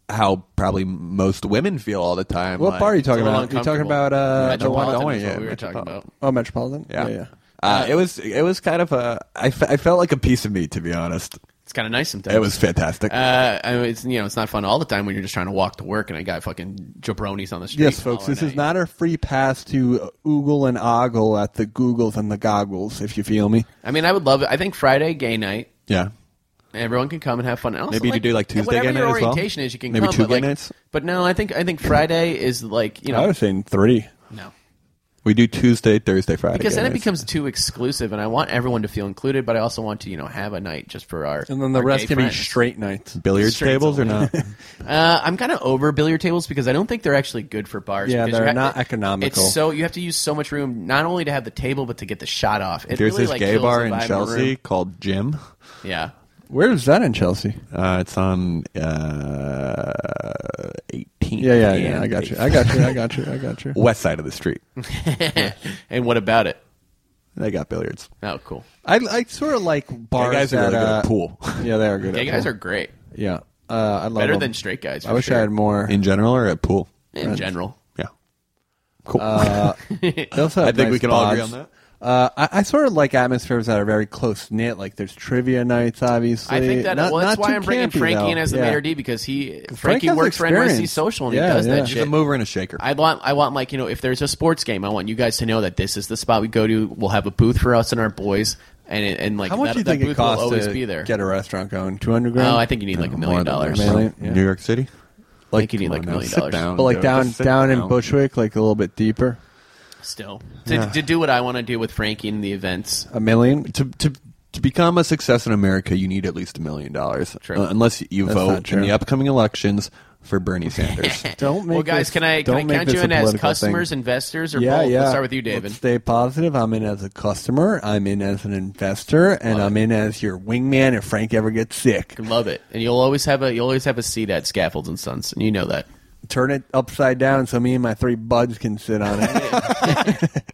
Speaker 5: how probably most women feel all the time.
Speaker 4: what
Speaker 5: like-
Speaker 4: bar are you
Speaker 3: It's a
Speaker 4: talking
Speaker 3: little
Speaker 4: about? You talking
Speaker 3: uncomfortable.
Speaker 4: about uh, the one-
Speaker 3: Metropolitan is
Speaker 5: yeah,
Speaker 3: what we were talking
Speaker 5: Metropolitan.
Speaker 3: about.
Speaker 4: oh Metropolitan?
Speaker 5: Yeah.
Speaker 4: yeah.
Speaker 5: Uh, it was it was kind of a I, fe- I felt like a piece of me to be honest.
Speaker 3: It's kind of nice sometimes.
Speaker 5: It was fantastic.
Speaker 3: Uh, I mean, it's you know, it's not fun all the time when you're just trying to walk to work and I got fucking jabronis on the street.
Speaker 4: Yes, folks, this is not a free pass to oogle and ogle at the Googles and the goggles, if you feel me.
Speaker 3: I mean, I would love it. I think Friday gay night,
Speaker 5: yeah.
Speaker 3: everyone can come and have fun. And also,
Speaker 5: Maybe you
Speaker 3: like,
Speaker 5: do, like, Tuesday
Speaker 3: whatever your
Speaker 5: gay night as well?
Speaker 3: orientation is, you can
Speaker 5: Maybe
Speaker 3: come,
Speaker 5: two
Speaker 3: but,
Speaker 5: gay
Speaker 3: like-
Speaker 5: nights?
Speaker 3: But no, I think I think Friday is like you know
Speaker 4: I was saying three.
Speaker 3: no.
Speaker 5: We do Tuesday, Thursday, Friday.
Speaker 3: Because then it
Speaker 5: guys.
Speaker 3: becomes too exclusive, and I want everyone to feel included, but I also want to, you know, have a night just for our
Speaker 4: And then the
Speaker 3: our
Speaker 4: rest
Speaker 3: gay
Speaker 4: can
Speaker 3: friends.
Speaker 4: be straight nights.
Speaker 5: billiard
Speaker 3: Straight
Speaker 5: tables or not?
Speaker 3: Uh, I'm kind of over billiard tables because I don't think they're actually good for bars.
Speaker 4: Yeah,
Speaker 3: because
Speaker 4: they're
Speaker 3: you ha-
Speaker 4: not economical.
Speaker 3: It's so you have to use so much room, not only to have the table, but to get the shot off. It
Speaker 5: There's
Speaker 3: really,
Speaker 5: this
Speaker 3: like,
Speaker 5: gay
Speaker 3: kills
Speaker 5: bar
Speaker 3: the
Speaker 5: in
Speaker 3: vibe the
Speaker 5: Chelsea
Speaker 3: room.
Speaker 5: called Jim.
Speaker 3: Yeah,
Speaker 4: Where is that in Chelsea?
Speaker 5: Uh, it's on uh, 18.
Speaker 4: Yeah, yeah, yeah. I got you. I got you. I got you. I got you.
Speaker 5: West side of the street.
Speaker 3: and what about it?
Speaker 5: They got billiards.
Speaker 3: Oh, cool.
Speaker 4: I, I sort of like bars
Speaker 5: guys are
Speaker 4: that,
Speaker 5: really good at
Speaker 4: uh,
Speaker 5: pool.
Speaker 4: Yeah, they are good.
Speaker 3: Gay
Speaker 4: at
Speaker 3: guys
Speaker 4: pool.
Speaker 3: are great,
Speaker 4: Yeah, uh, I love
Speaker 3: better
Speaker 4: them.
Speaker 3: than straight guys. For
Speaker 4: I wish
Speaker 3: sure.
Speaker 4: I had more.
Speaker 5: In general or at pool?
Speaker 3: in general.
Speaker 5: Yeah. Cool.
Speaker 4: Uh, They also
Speaker 5: I
Speaker 4: have
Speaker 5: think we
Speaker 4: nice
Speaker 5: can all agree
Speaker 4: pods.
Speaker 5: on
Speaker 4: Uh, I, I sort of like atmospheres that are very close knit. Like there's trivia nights, obviously.
Speaker 3: I think that
Speaker 4: not,
Speaker 3: well, that's
Speaker 4: not
Speaker 3: why
Speaker 4: too
Speaker 3: I'm bringing
Speaker 4: campy,
Speaker 3: Frankie
Speaker 4: though.
Speaker 3: in as the
Speaker 4: yeah.
Speaker 3: mayor D because he
Speaker 4: Frank
Speaker 3: Frankie
Speaker 4: has
Speaker 3: works for NYC
Speaker 4: experience.
Speaker 3: Social and
Speaker 4: Yeah,
Speaker 3: he does
Speaker 4: yeah.
Speaker 3: that
Speaker 5: She's a
Speaker 3: shit.
Speaker 5: mover and a shaker.
Speaker 3: I want, I want, like you know, if there's a sports game, I want you guys to know that this is the spot we go to. We'll have a booth for us and our boys, and it- and like
Speaker 4: How much
Speaker 3: that,
Speaker 4: do you
Speaker 3: that
Speaker 4: think
Speaker 3: booth
Speaker 4: it costs
Speaker 3: will always
Speaker 4: to
Speaker 3: be there.
Speaker 4: get a restaurant going? Two hundred grand.
Speaker 3: Oh, I think you need like a million dollars.
Speaker 4: Really?
Speaker 3: I
Speaker 4: Yeah.
Speaker 5: New York City?
Speaker 3: think you need like a
Speaker 5: Come on now,
Speaker 3: million
Speaker 5: sit
Speaker 3: dollars
Speaker 5: down,
Speaker 4: But like
Speaker 5: Oh, dude.
Speaker 4: down
Speaker 5: Just sit
Speaker 4: down in
Speaker 5: down.
Speaker 4: Bushwick, like a little bit deeper.
Speaker 3: still to, to do what I want to do with Frankie and the events.
Speaker 4: A million.
Speaker 5: to to to become a success in America, you need at least a million dollars,
Speaker 3: True.
Speaker 5: Uh, unless you
Speaker 4: That's not
Speaker 5: vote
Speaker 4: true.
Speaker 5: in the upcoming elections for Bernie Sanders.
Speaker 4: Don't make
Speaker 3: Well, guys,
Speaker 4: this-
Speaker 3: can I can
Speaker 4: don't
Speaker 3: I
Speaker 4: make
Speaker 3: count
Speaker 4: this
Speaker 3: you
Speaker 4: a
Speaker 3: in as
Speaker 4: political thing.
Speaker 3: customers, investors, or
Speaker 4: yeah,
Speaker 3: both?
Speaker 4: yeah.
Speaker 3: Let's start with you, David.
Speaker 4: Let's stay positive. I'm in as a customer. I'm in as an investor, and
Speaker 3: Love
Speaker 4: I'm in as your wingman if Frank ever gets sick.
Speaker 3: Love it, and you'll always have a you'll always have a seat at Scaffolds and Sons, and you know that.
Speaker 4: Turn it upside down so me and my three buds can sit on it.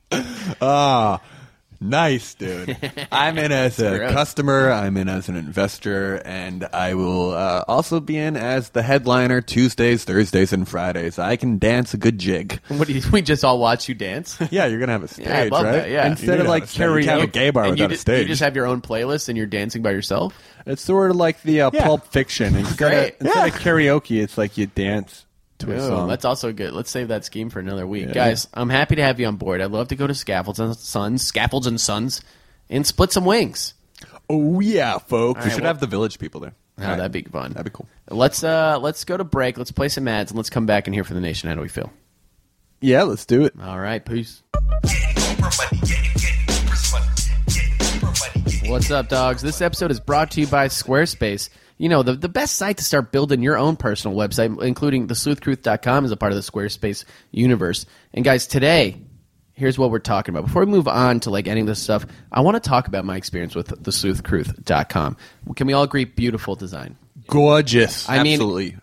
Speaker 5: nice, dude. I'm in as a
Speaker 3: gross.
Speaker 5: customer. I'm in as an investor, and I will uh, also be in as the headliner Tuesdays, Thursdays, and Fridays. I can dance a good jig.
Speaker 3: What do you, we just all watch you dance?
Speaker 5: Yeah, you're gonna have a stage,
Speaker 3: I love
Speaker 5: right?
Speaker 3: that, yeah.
Speaker 5: You
Speaker 3: Instead
Speaker 5: need
Speaker 4: of,
Speaker 5: to have
Speaker 4: like,
Speaker 5: a stage. You can't have a
Speaker 4: karaoke-
Speaker 5: gay bar
Speaker 3: and you,
Speaker 5: without a
Speaker 3: ju-
Speaker 5: stage.
Speaker 3: you just have your own playlist and you're dancing by yourself.
Speaker 4: it's sort of like the uh,
Speaker 5: Yeah.
Speaker 4: Pulp Fiction. Instead,
Speaker 3: Great.
Speaker 4: Of, instead of karaoke, it's like you dance to a
Speaker 3: Ooh,
Speaker 4: song.
Speaker 3: that's also good. Let's save that scheme for another week, guys. I'm happy to have you on board. I'd love to go to Scaffolds and Sons, Scaffolds and Sons, and split some wings.
Speaker 5: oh yeah, folks.
Speaker 3: All
Speaker 5: we
Speaker 3: right,
Speaker 5: should
Speaker 3: well-
Speaker 5: have the village people there.
Speaker 3: Oh,
Speaker 5: All right.
Speaker 3: that'd be fun.
Speaker 5: That'd be cool.
Speaker 3: Let's uh let's go to break. Let's play some ads and let's come back and hear from the nation. How do we feel?
Speaker 4: yeah, let's do it.
Speaker 3: All right, peace.
Speaker 2: Getting Oprah money, getting, getting Oprah's money, getting Oprah money, getting
Speaker 3: What's up, dogs? This episode is brought to you by Squarespace. You know, the, the best site to start building your own personal website, including thesleuthcruth.com, is a part of the Squarespace universe. And guys, today, here's what we're talking about. Before we move on to like any of this stuff, I want to talk about my experience with thesleuthcruth.com. Can we all agree? Beautiful design.
Speaker 5: Gorgeous.
Speaker 3: I mean-
Speaker 5: Absolutely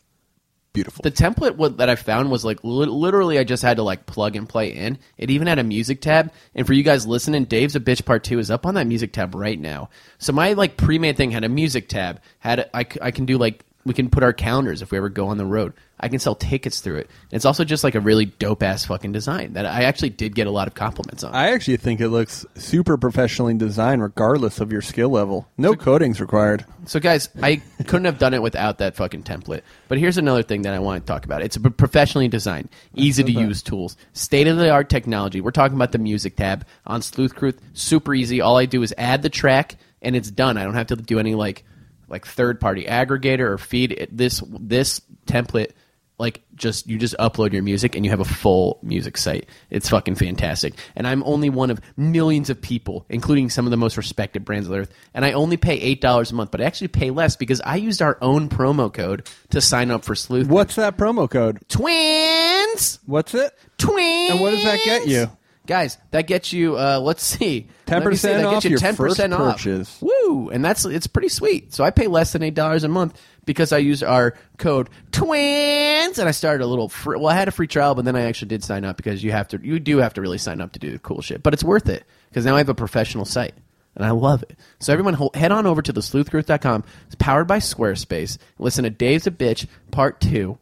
Speaker 5: beautiful.
Speaker 3: The template wa- that I found was like li- literally I just had to like plug and play in. It even had a music tab, and for you guys listening, Dave's a bitch part two is up on that music tab right now. So my like pre-made thing had a music tab. Had a, I c- I can do like we can put our calendars if we ever go on the road. I can sell tickets through it. And it's also just like a really dope ass fucking design that I actually did get a lot of compliments on.
Speaker 4: I actually think it looks super professionally designed, regardless of your skill level. No coding's required.
Speaker 3: So, guys, I couldn't have done it without that fucking template. But here's another thing that I want to talk about. It's professionally designed, easy to use tools, state of the art technology. We're talking about the music tab on Sleuth Cruth. Super easy. All I do is add the track, and it's done. I don't have to do any like like third party aggregator or feed. It, this this template like just you just upload your music and you have a full music site. It's fucking fantastic. And I'm only one of millions of people, including some of the most respected brands on earth, and I only pay eight dollars a month, but I actually pay less because I used our own promo code to sign up for Sleuth.
Speaker 4: What's that promo code?
Speaker 3: twins?
Speaker 4: What's it?
Speaker 3: Twins.
Speaker 4: And what does that get you?
Speaker 3: Guys, that gets you. Uh, let's see,
Speaker 4: 10%
Speaker 3: Let me see, that
Speaker 4: off
Speaker 3: gets you
Speaker 4: your first
Speaker 3: 10% off.
Speaker 4: purchase.
Speaker 3: Woo! And that's it's pretty sweet. So I pay less than eight dollars a month because I use our code twins, and I started a little. Free, well, I had a free trial, but then I actually did sign up because you have to. You do have to really sign up to do cool shit, but it's worth it because now I have a professional site. And I love it. So everyone, ho- head on over to thesleuthgroup.com. It's powered by Squarespace. Listen to Dave's a Bitch Part 2.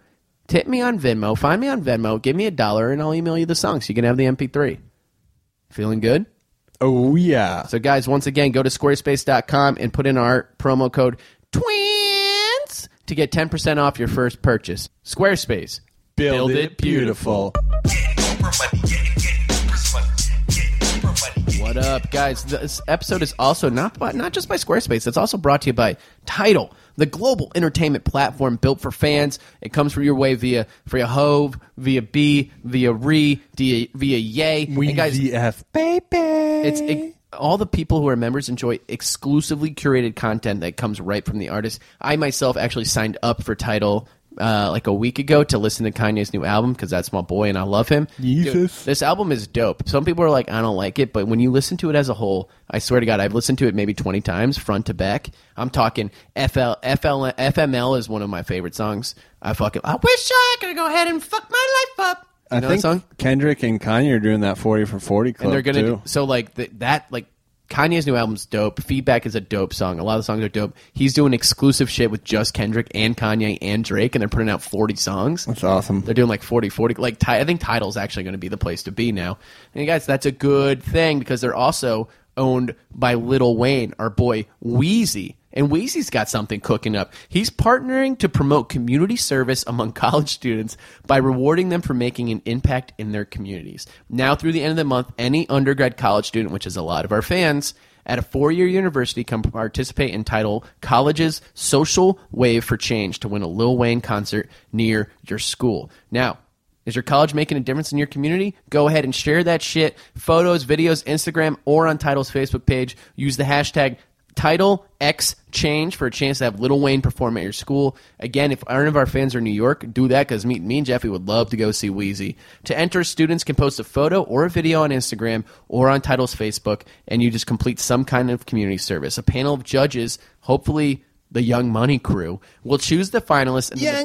Speaker 3: Tip me on Venmo. Find me on Venmo. Give me a dollar, and I'll email you the song so you can have the MP3. Feeling good?
Speaker 4: Oh yeah.
Speaker 3: So, guys, once again, go to squarespace.com and put in our promo code TWINS to get 10% off your first purchase. Squarespace. Build it beautiful. What up, guys? This episode is also not by, not just by Squarespace. It's also brought to you by Title, the global entertainment platform built for fans. It comes for your way via via Hove, via B, via Re, via, via Yay.
Speaker 4: We
Speaker 3: and guys,
Speaker 4: VF baby.
Speaker 3: it's it, all the people who are members enjoy exclusively curated content that comes right from the artist. I myself actually signed up for Title uh, like a week ago to listen to Kanye's new album because that's my boy and I love him.
Speaker 4: Jesus.
Speaker 3: Dude, this album is dope. Some people are like, I don't like it, but when you listen to it as a whole, I swear to God, I've listened to it maybe 20 times, front to back. I'm talking FL, FL, FML is one of my favorite songs. I fucking, I wish I could go ahead and fuck my life up. You
Speaker 4: I
Speaker 3: know
Speaker 4: think
Speaker 3: that song?
Speaker 4: Kendrick and Kanye are doing that forty for forty club
Speaker 3: and they're gonna
Speaker 4: too.
Speaker 3: do, so like th- that like Kanye's new album's dope. Feedback is a dope song. A lot of the songs are dope. He's doing exclusive shit with just Kendrick and Kanye and Drake, and they're putting out 40 songs.
Speaker 4: That's awesome.
Speaker 3: They're doing like 40, 40. Like, ti- I think Title's actually going to be the place to be now. And guys, that's a good thing because they're also owned by Lil Wayne, our boy Wheezy. And Wheezy's got something cooking up. He's partnering to promote community service among college students by rewarding them for making an impact in their communities. Now, through the end of the month, any undergrad college student, which is a lot of our fans, at a four year university can participate in title College's Social Wave for Change to win a Lil Wayne concert near your school. Now, is your college making a difference in your community? Go ahead and share that shit. Photos, videos, Instagram, or on Title's Facebook page. Use the hashtag Title X Change for a chance to have Little Wayne perform at your school. Again, if any of our fans are in New York, do that because me, me and Jeffy would love to go see Wheezy. To enter, students can post a photo or a video on Instagram or on Title's Facebook, and you just complete some kind of community service. A panel of judges, hopefully the Young Money crew, will choose the finalists. And then the
Speaker 7: Young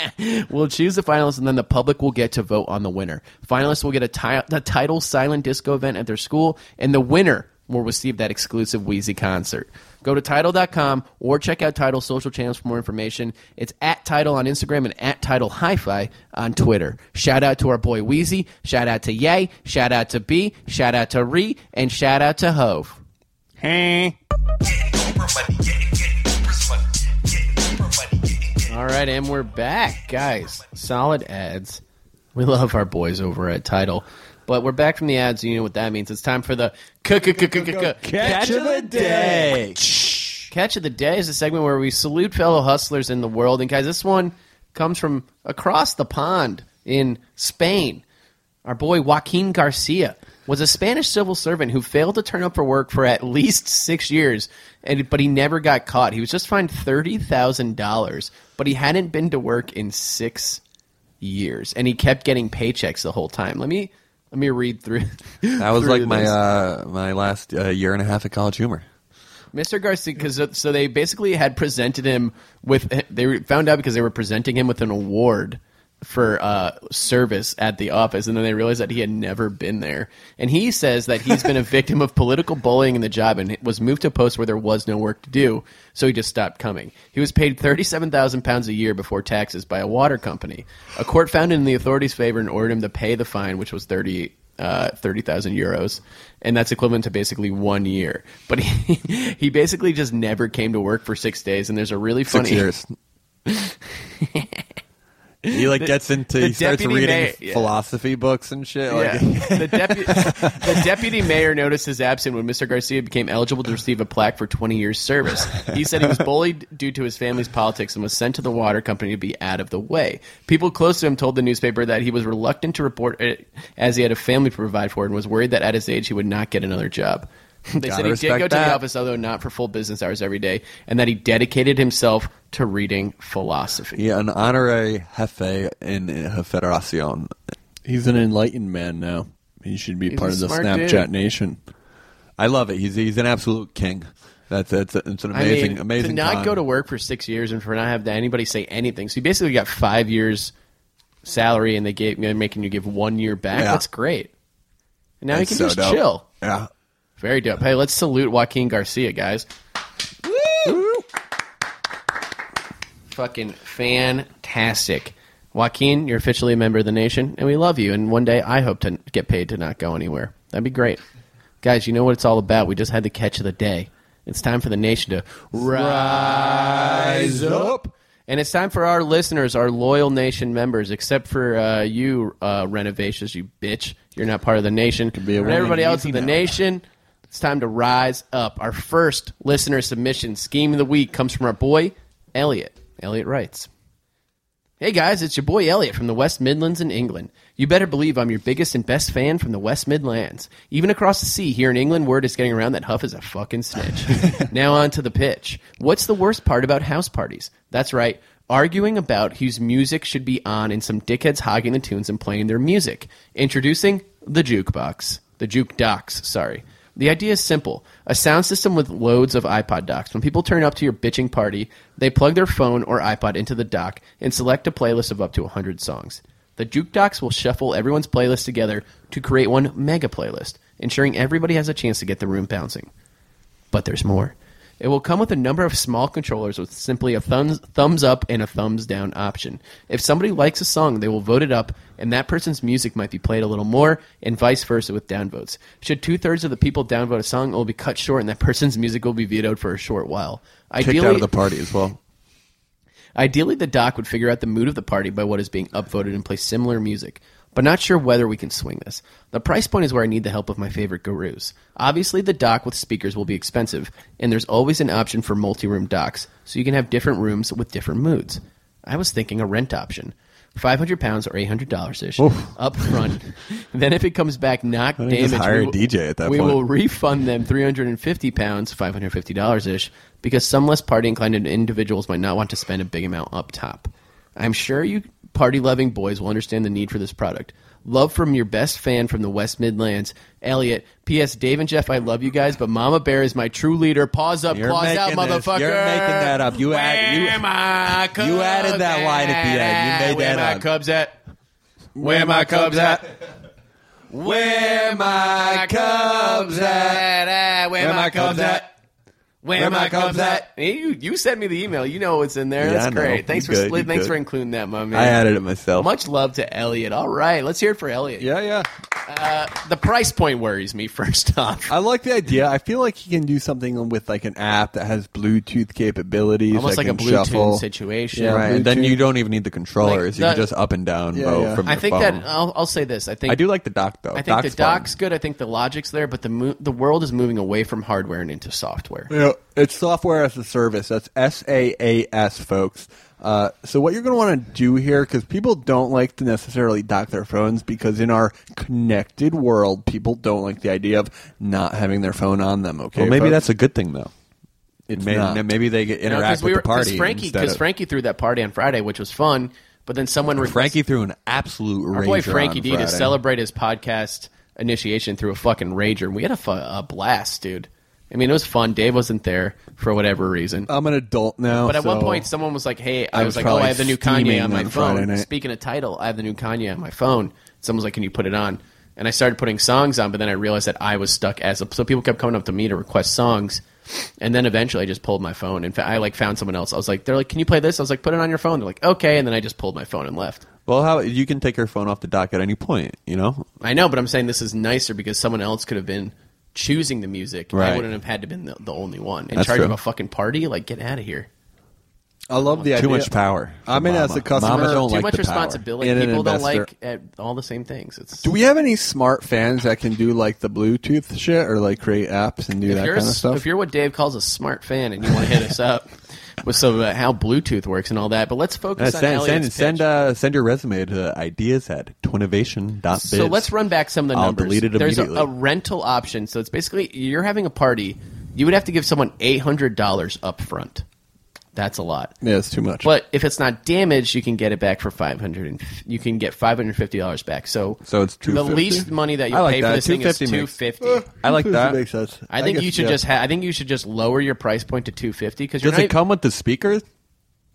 Speaker 3: public-
Speaker 7: Money.
Speaker 3: we'll choose the finalists, and then the public will get to vote on the winner. Finalists will get a, ti- the title silent disco event at their school, and the winner will receive that exclusive Wheezy concert. Go to Title.com or check out Title social channels for more information. It's at Title on Instagram and at Title Hi-Fi on Twitter. Shout out to our boy Wheezy. Shout out to Yay. Shout out to B. Shout out to Ree. And shout out to Hove. All right, and we're back, guys. Solid ads. We love our boys over at Title, but we're back from the ads. You know what that means? It's time for the c- c- c- c- c- catch of the day. Catch of the day is a segment where we salute fellow hustlers in the world. And guys, this one comes from across the pond in Spain. Our boy Joaquin Garcia was a Spanish civil servant who failed to turn up for work for at least six years, and but he never got caught. He was just fined thirty thousand dollars, but he hadn't been to work in six years, and he kept getting paychecks the whole time. Let me let me read through.
Speaker 5: That was
Speaker 3: through
Speaker 5: like my
Speaker 3: this.
Speaker 5: uh, my last uh, year and a half at College Humor.
Speaker 3: Mr. Garcia, because so they basically had presented him with they found out because they were presenting him with an award for uh, service at the office, and then they realized that he had never been there. And he says that he's been a victim of political bullying in the job and was moved to a post where there was no work to do, so he just stopped coming. He was paid thirty-seven thousand pounds a year before taxes by a water company. A court found it in the authorities' favor and ordered him to pay the fine, which was thirty uh, thirty thousand euros, and that's equivalent to basically one year. But he he basically just never came to work for six days, and there's a really funny
Speaker 5: Six years. He like gets into
Speaker 3: the
Speaker 5: he starts
Speaker 3: deputy
Speaker 5: reading
Speaker 3: mayor- yeah.
Speaker 5: philosophy books and shit.
Speaker 3: Yeah.
Speaker 5: Like,
Speaker 3: the, depu- the deputy mayor noticed his absence when Mr. Garcia became eligible to receive a plaque for 20 years' service. He said he was bullied due to his family's politics and was sent to the water company to be out of the way. People close to him told the newspaper that he was reluctant to report it as he had a family to provide for and was worried that at his age he would not get another job. They said he did
Speaker 5: respect
Speaker 3: go to
Speaker 5: that.
Speaker 3: the office, although not for full business hours every day, and that he dedicated himself to reading philosophy.
Speaker 5: yeah, an honorary jefe in uh, Federacion.
Speaker 4: He's an enlightened man now. He should be
Speaker 3: He's
Speaker 4: part
Speaker 3: a
Speaker 4: of the
Speaker 3: smart
Speaker 4: Snapchat
Speaker 3: dude.
Speaker 4: nation.
Speaker 5: I love it. He's he's an absolute king. That's that's it's an
Speaker 3: I
Speaker 5: amazing
Speaker 3: mean,
Speaker 5: amazing.
Speaker 3: to not
Speaker 5: con.
Speaker 3: go to work for six years and for not have anybody say anything. So you basically got five years salary, and they gave they're making you give one year back.
Speaker 5: Yeah.
Speaker 3: That's great. And now
Speaker 5: That's
Speaker 3: you can
Speaker 5: so
Speaker 3: just
Speaker 5: dope.
Speaker 3: chill.
Speaker 5: Yeah.
Speaker 3: Very dope. Hey, let's salute Joaquin Garcia, guys. Fucking fantastic. Joaquin, you're officially a member of the nation, and we love you. And one day I hope to get paid to not go anywhere. That'd be great. Guys, you know what it's all about. We just had the catch of the day. It's time for the nation to rise up. And it's time for our listeners, our loyal nation members, except for uh, you, uh, renovations, you bitch. You're not part of the nation. Could
Speaker 4: be a
Speaker 3: but
Speaker 4: woman
Speaker 3: everybody else
Speaker 4: easy
Speaker 3: in the
Speaker 4: now.
Speaker 3: nation, it's time to rise up. Our first listener submission scheme of the week comes from our boy, Elliot. Elliot writes. Hey guys, it's your boy Elliot from the West Midlands in England. You better believe I'm your biggest and best fan from the West Midlands. Even across the sea here in England, word is getting around that Huff is a fucking snitch. now on to the pitch. What's the worst part about house parties? That's right, arguing about whose music should be on and some dickheads hogging the tunes and playing their music. Introducing the jukebox. The juke docs, sorry. The idea is simple a sound system with loads of iPod docks. When people turn up to your bitching party, they plug their phone or iPod into the dock and select a playlist of up to 100 songs. The juke docks will shuffle everyone's playlist together to create one mega playlist, ensuring everybody has a chance to get the room bouncing. But there's more. It will come with a number of small controllers with simply a thumbs, thumbs up and a thumbs down option. If somebody likes a song, they will vote it up, and that person's music might be played a little more, and vice versa with downvotes. Should two thirds of the people downvote a song, it will be cut short, and that person's music will be vetoed for a short while.
Speaker 5: Kicked
Speaker 3: Ideally,
Speaker 5: out of the party as well.
Speaker 3: Ideally, the doc would figure out the mood of the party by what is being upvoted and play similar music, but not sure whether we can swing this. The price point is where I need the help of my favorite gurus. Obviously, the dock with speakers will be expensive, and there's always an option for multi room docks, so you can have different rooms with different moods. I was thinking a rent option. Five hundred pounds or eight hundred dollars ish up front. then if it comes back not
Speaker 5: you just
Speaker 3: damaged,
Speaker 5: hire a
Speaker 3: we will,
Speaker 5: DJ at that
Speaker 3: we
Speaker 5: point.
Speaker 3: will refund them 350 pounds, 550 dollars ish, because some less party inclined individuals might not want to spend a big amount up top. I'm sure you party loving boys will understand the need for this product. Love from your best fan from the West Midlands, Elliot. P.S. Dave and Jeff, I love you guys, but Mama Bear is my true leader. Paws up,
Speaker 5: You're
Speaker 3: claws out,
Speaker 5: making this.
Speaker 3: motherfucker.
Speaker 5: You're making that up. You add- you-
Speaker 3: Where my
Speaker 5: you added
Speaker 3: Cubs
Speaker 5: that line at the end. You made
Speaker 3: Where
Speaker 5: that
Speaker 3: my
Speaker 5: up.
Speaker 3: Cubs at? Where my Cubs at?
Speaker 5: Where my cubs at?
Speaker 3: at? Where my Cubs at?
Speaker 5: Where my Cubs at?
Speaker 3: Hey, You you sent me the email. You know what's in there.
Speaker 5: Yeah, I
Speaker 3: That's
Speaker 5: know.
Speaker 3: great. Thanks
Speaker 5: You
Speaker 3: for
Speaker 5: good,
Speaker 3: split-
Speaker 5: you
Speaker 3: thanks
Speaker 5: good.
Speaker 3: for including that, my man.
Speaker 5: I added it myself.
Speaker 3: Much love to Elliot. All right, let's hear it for Elliot.
Speaker 4: Yeah, yeah.
Speaker 3: The price point worries me. First off,
Speaker 4: I like the idea. I feel like he can do something with like an app that has Bluetooth capabilities,
Speaker 3: almost like
Speaker 4: that
Speaker 3: a
Speaker 4: can
Speaker 3: Bluetooth
Speaker 4: shuffle.
Speaker 3: situation.
Speaker 4: Yeah,
Speaker 5: Right, and then
Speaker 4: Bluetooth.
Speaker 5: you don't even need the
Speaker 3: Like
Speaker 5: controllers. you can
Speaker 3: the-
Speaker 5: just up and down
Speaker 4: Yeah,
Speaker 5: vote
Speaker 4: yeah.
Speaker 5: from
Speaker 3: I
Speaker 5: the
Speaker 3: think
Speaker 5: phone.
Speaker 3: that I'll, I'll say this. I think
Speaker 5: I do like the dock though.
Speaker 3: I think
Speaker 5: Doc's
Speaker 3: the doc's
Speaker 5: fun.
Speaker 3: good. I think the logic's there, but the mo- the world is moving away from hardware and into software.
Speaker 4: Yeah, it's software as a service. That's S A A S, folks. Uh, so what you're going to want to do here, because people don't like to necessarily dock their phones, because in our connected world, people don't like the idea of not having their phone on them. Okay,
Speaker 5: Well, maybe
Speaker 4: folks?
Speaker 5: that's a good thing though.
Speaker 4: It's
Speaker 5: Maybe,
Speaker 4: not.
Speaker 5: maybe they get,
Speaker 3: No,
Speaker 5: interact
Speaker 3: we
Speaker 5: with
Speaker 3: were,
Speaker 5: the party.
Speaker 3: Frankie,
Speaker 5: instead
Speaker 3: because
Speaker 5: of-
Speaker 3: Frankie threw that party on Friday, which was fun. But then someone requested-
Speaker 5: Frankie threw an absolute
Speaker 3: Our
Speaker 5: rager
Speaker 3: boy Frankie
Speaker 5: on
Speaker 3: D to
Speaker 5: Friday.
Speaker 3: celebrate his podcast initiation through a fucking rager, and we had a, fu- a blast, dude. I mean, it was fun. Dave wasn't there for whatever reason,
Speaker 4: I'm an adult now.
Speaker 3: but at one
Speaker 4: Uh, so-
Speaker 3: point, someone was like, "Hey," I,
Speaker 4: I
Speaker 3: was,
Speaker 4: was
Speaker 3: like, "Oh, I
Speaker 4: probably
Speaker 3: have the new Kanye
Speaker 4: steaming
Speaker 3: on my
Speaker 4: on Friday
Speaker 3: phone."
Speaker 4: night.
Speaker 3: Speaking of title, I have the new Kanye on my phone. Someone's like, "Can you put it on?" And I started putting songs on, but then I realized that I was stuck as a so people kept coming up to me to request songs, and then eventually I just pulled my phone and fa- I like found someone else. I was like, "They're like, can you play this?" I was like, "Put it on your phone." They're like, "Okay," and then I just pulled my phone and left.
Speaker 5: Well, how you can take your phone off the dock at any point, you know?
Speaker 3: I know, but I'm saying this is nicer because someone else could have been choosing the music. I
Speaker 5: Right.
Speaker 3: wouldn't have had to been the, the only one in
Speaker 5: That's
Speaker 3: charge of
Speaker 5: true.
Speaker 3: a fucking party. Like, get out of here.
Speaker 4: I love the
Speaker 5: Too
Speaker 4: idea.
Speaker 5: much power.
Speaker 4: I'm in as a
Speaker 5: Mama.
Speaker 4: customer.
Speaker 5: Mama don't
Speaker 3: Too
Speaker 5: like
Speaker 3: much
Speaker 5: the power.
Speaker 3: responsibility.
Speaker 4: And an
Speaker 3: People don't
Speaker 4: investor.
Speaker 3: like uh, all the same things. It's
Speaker 4: Do we have any smart fans that can do like the Bluetooth shit or like create apps and do
Speaker 3: if
Speaker 4: that
Speaker 3: you're,
Speaker 4: kind
Speaker 3: a
Speaker 4: of
Speaker 3: s-
Speaker 4: stuff?
Speaker 3: if you're what Dave calls a smart fan and you want to hit us up with some uh, how Bluetooth works and all that, but let's
Speaker 5: Uh,
Speaker 3: focus on
Speaker 5: send
Speaker 3: Elliot's
Speaker 5: send, send,
Speaker 3: pitch.
Speaker 5: uh, send your resume to ideas at twinnovation.biz.
Speaker 3: So let's run back some of the
Speaker 5: I'll
Speaker 3: numbers.
Speaker 5: delete it
Speaker 3: There's a,
Speaker 5: immediately.
Speaker 3: a rental option, so it's basically you're having a party. You would have to give someone eight hundred dollars up front. That's a lot.
Speaker 4: yeah, it's too much.
Speaker 3: But if it's not damaged, you can get it back for five hundred, and f- you can get five hundred fifty dollars back. So,
Speaker 5: So it's
Speaker 3: the
Speaker 5: 250?
Speaker 3: least money that you
Speaker 5: I like
Speaker 3: pay
Speaker 5: that.
Speaker 3: for this thing is
Speaker 5: 250
Speaker 3: two
Speaker 5: makes-
Speaker 3: fifty.
Speaker 5: I like that.
Speaker 4: Makes sense.
Speaker 3: I think
Speaker 4: guess,
Speaker 3: you should
Speaker 4: yeah.
Speaker 3: just. Ha- I think you should just lower your price point to two fifty because you're
Speaker 5: Does
Speaker 3: not.
Speaker 5: it
Speaker 3: even-
Speaker 5: come with the speaker?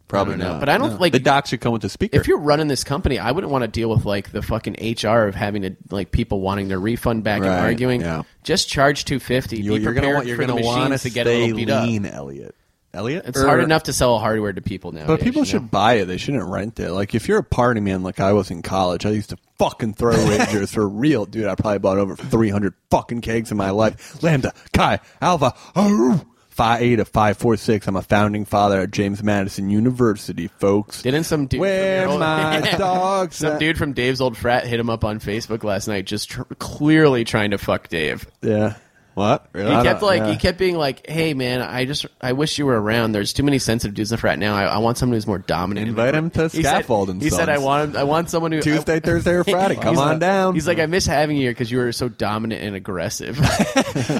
Speaker 5: Probably
Speaker 3: I don't know,
Speaker 5: not.
Speaker 3: but I don't like-
Speaker 5: the dock should come with the speaker.
Speaker 3: if you're running this company, I wouldn't want to deal with like the fucking HR of having to like people wanting their refund back and
Speaker 5: Right,
Speaker 3: arguing.
Speaker 5: yeah.
Speaker 3: Just charge two fifty.
Speaker 5: you,
Speaker 3: Be
Speaker 5: you're
Speaker 3: prepared
Speaker 5: gonna want you're
Speaker 3: for the
Speaker 5: gonna want
Speaker 3: machines to get a little beat up.
Speaker 5: lean, Er. Elliot. Elliot,
Speaker 3: It's hard enough to sell hardware to people now.
Speaker 4: But people should buy it. They shouldn't rent it. Like if you're a party man, like I was in college, I used to fucking throw ragers for real, dude. I probably bought over 300 fucking kegs in my life. Lambda, Chi, Alpha, Aru, Phi Eta, Phi Four Six. I'm a founding father at James Madison University, folks.
Speaker 3: Didn't some dude?
Speaker 4: Where my dogs?
Speaker 3: Some
Speaker 4: at?
Speaker 3: dude from Dave's old frat hit him up on Facebook last night, just tr- clearly trying to fuck Dave.
Speaker 4: Yeah.
Speaker 5: What? Really?
Speaker 3: He
Speaker 4: I
Speaker 3: kept
Speaker 4: don't-
Speaker 3: like
Speaker 4: yeah.
Speaker 3: he kept being like, "Hey man, I just I wish you were around. There's too many sensitive dudes in the frat now. I, I want someone who's more dominant."
Speaker 5: Invite him to
Speaker 3: He said-
Speaker 5: Scaffold and
Speaker 3: He said,
Speaker 5: Sons.
Speaker 3: "I want him- I want someone who
Speaker 5: Tuesday, Thursday, or Friday. Come
Speaker 3: He's
Speaker 5: on
Speaker 3: like-
Speaker 5: down.
Speaker 3: He's like, I miss having you here because you were so dominant and aggressive.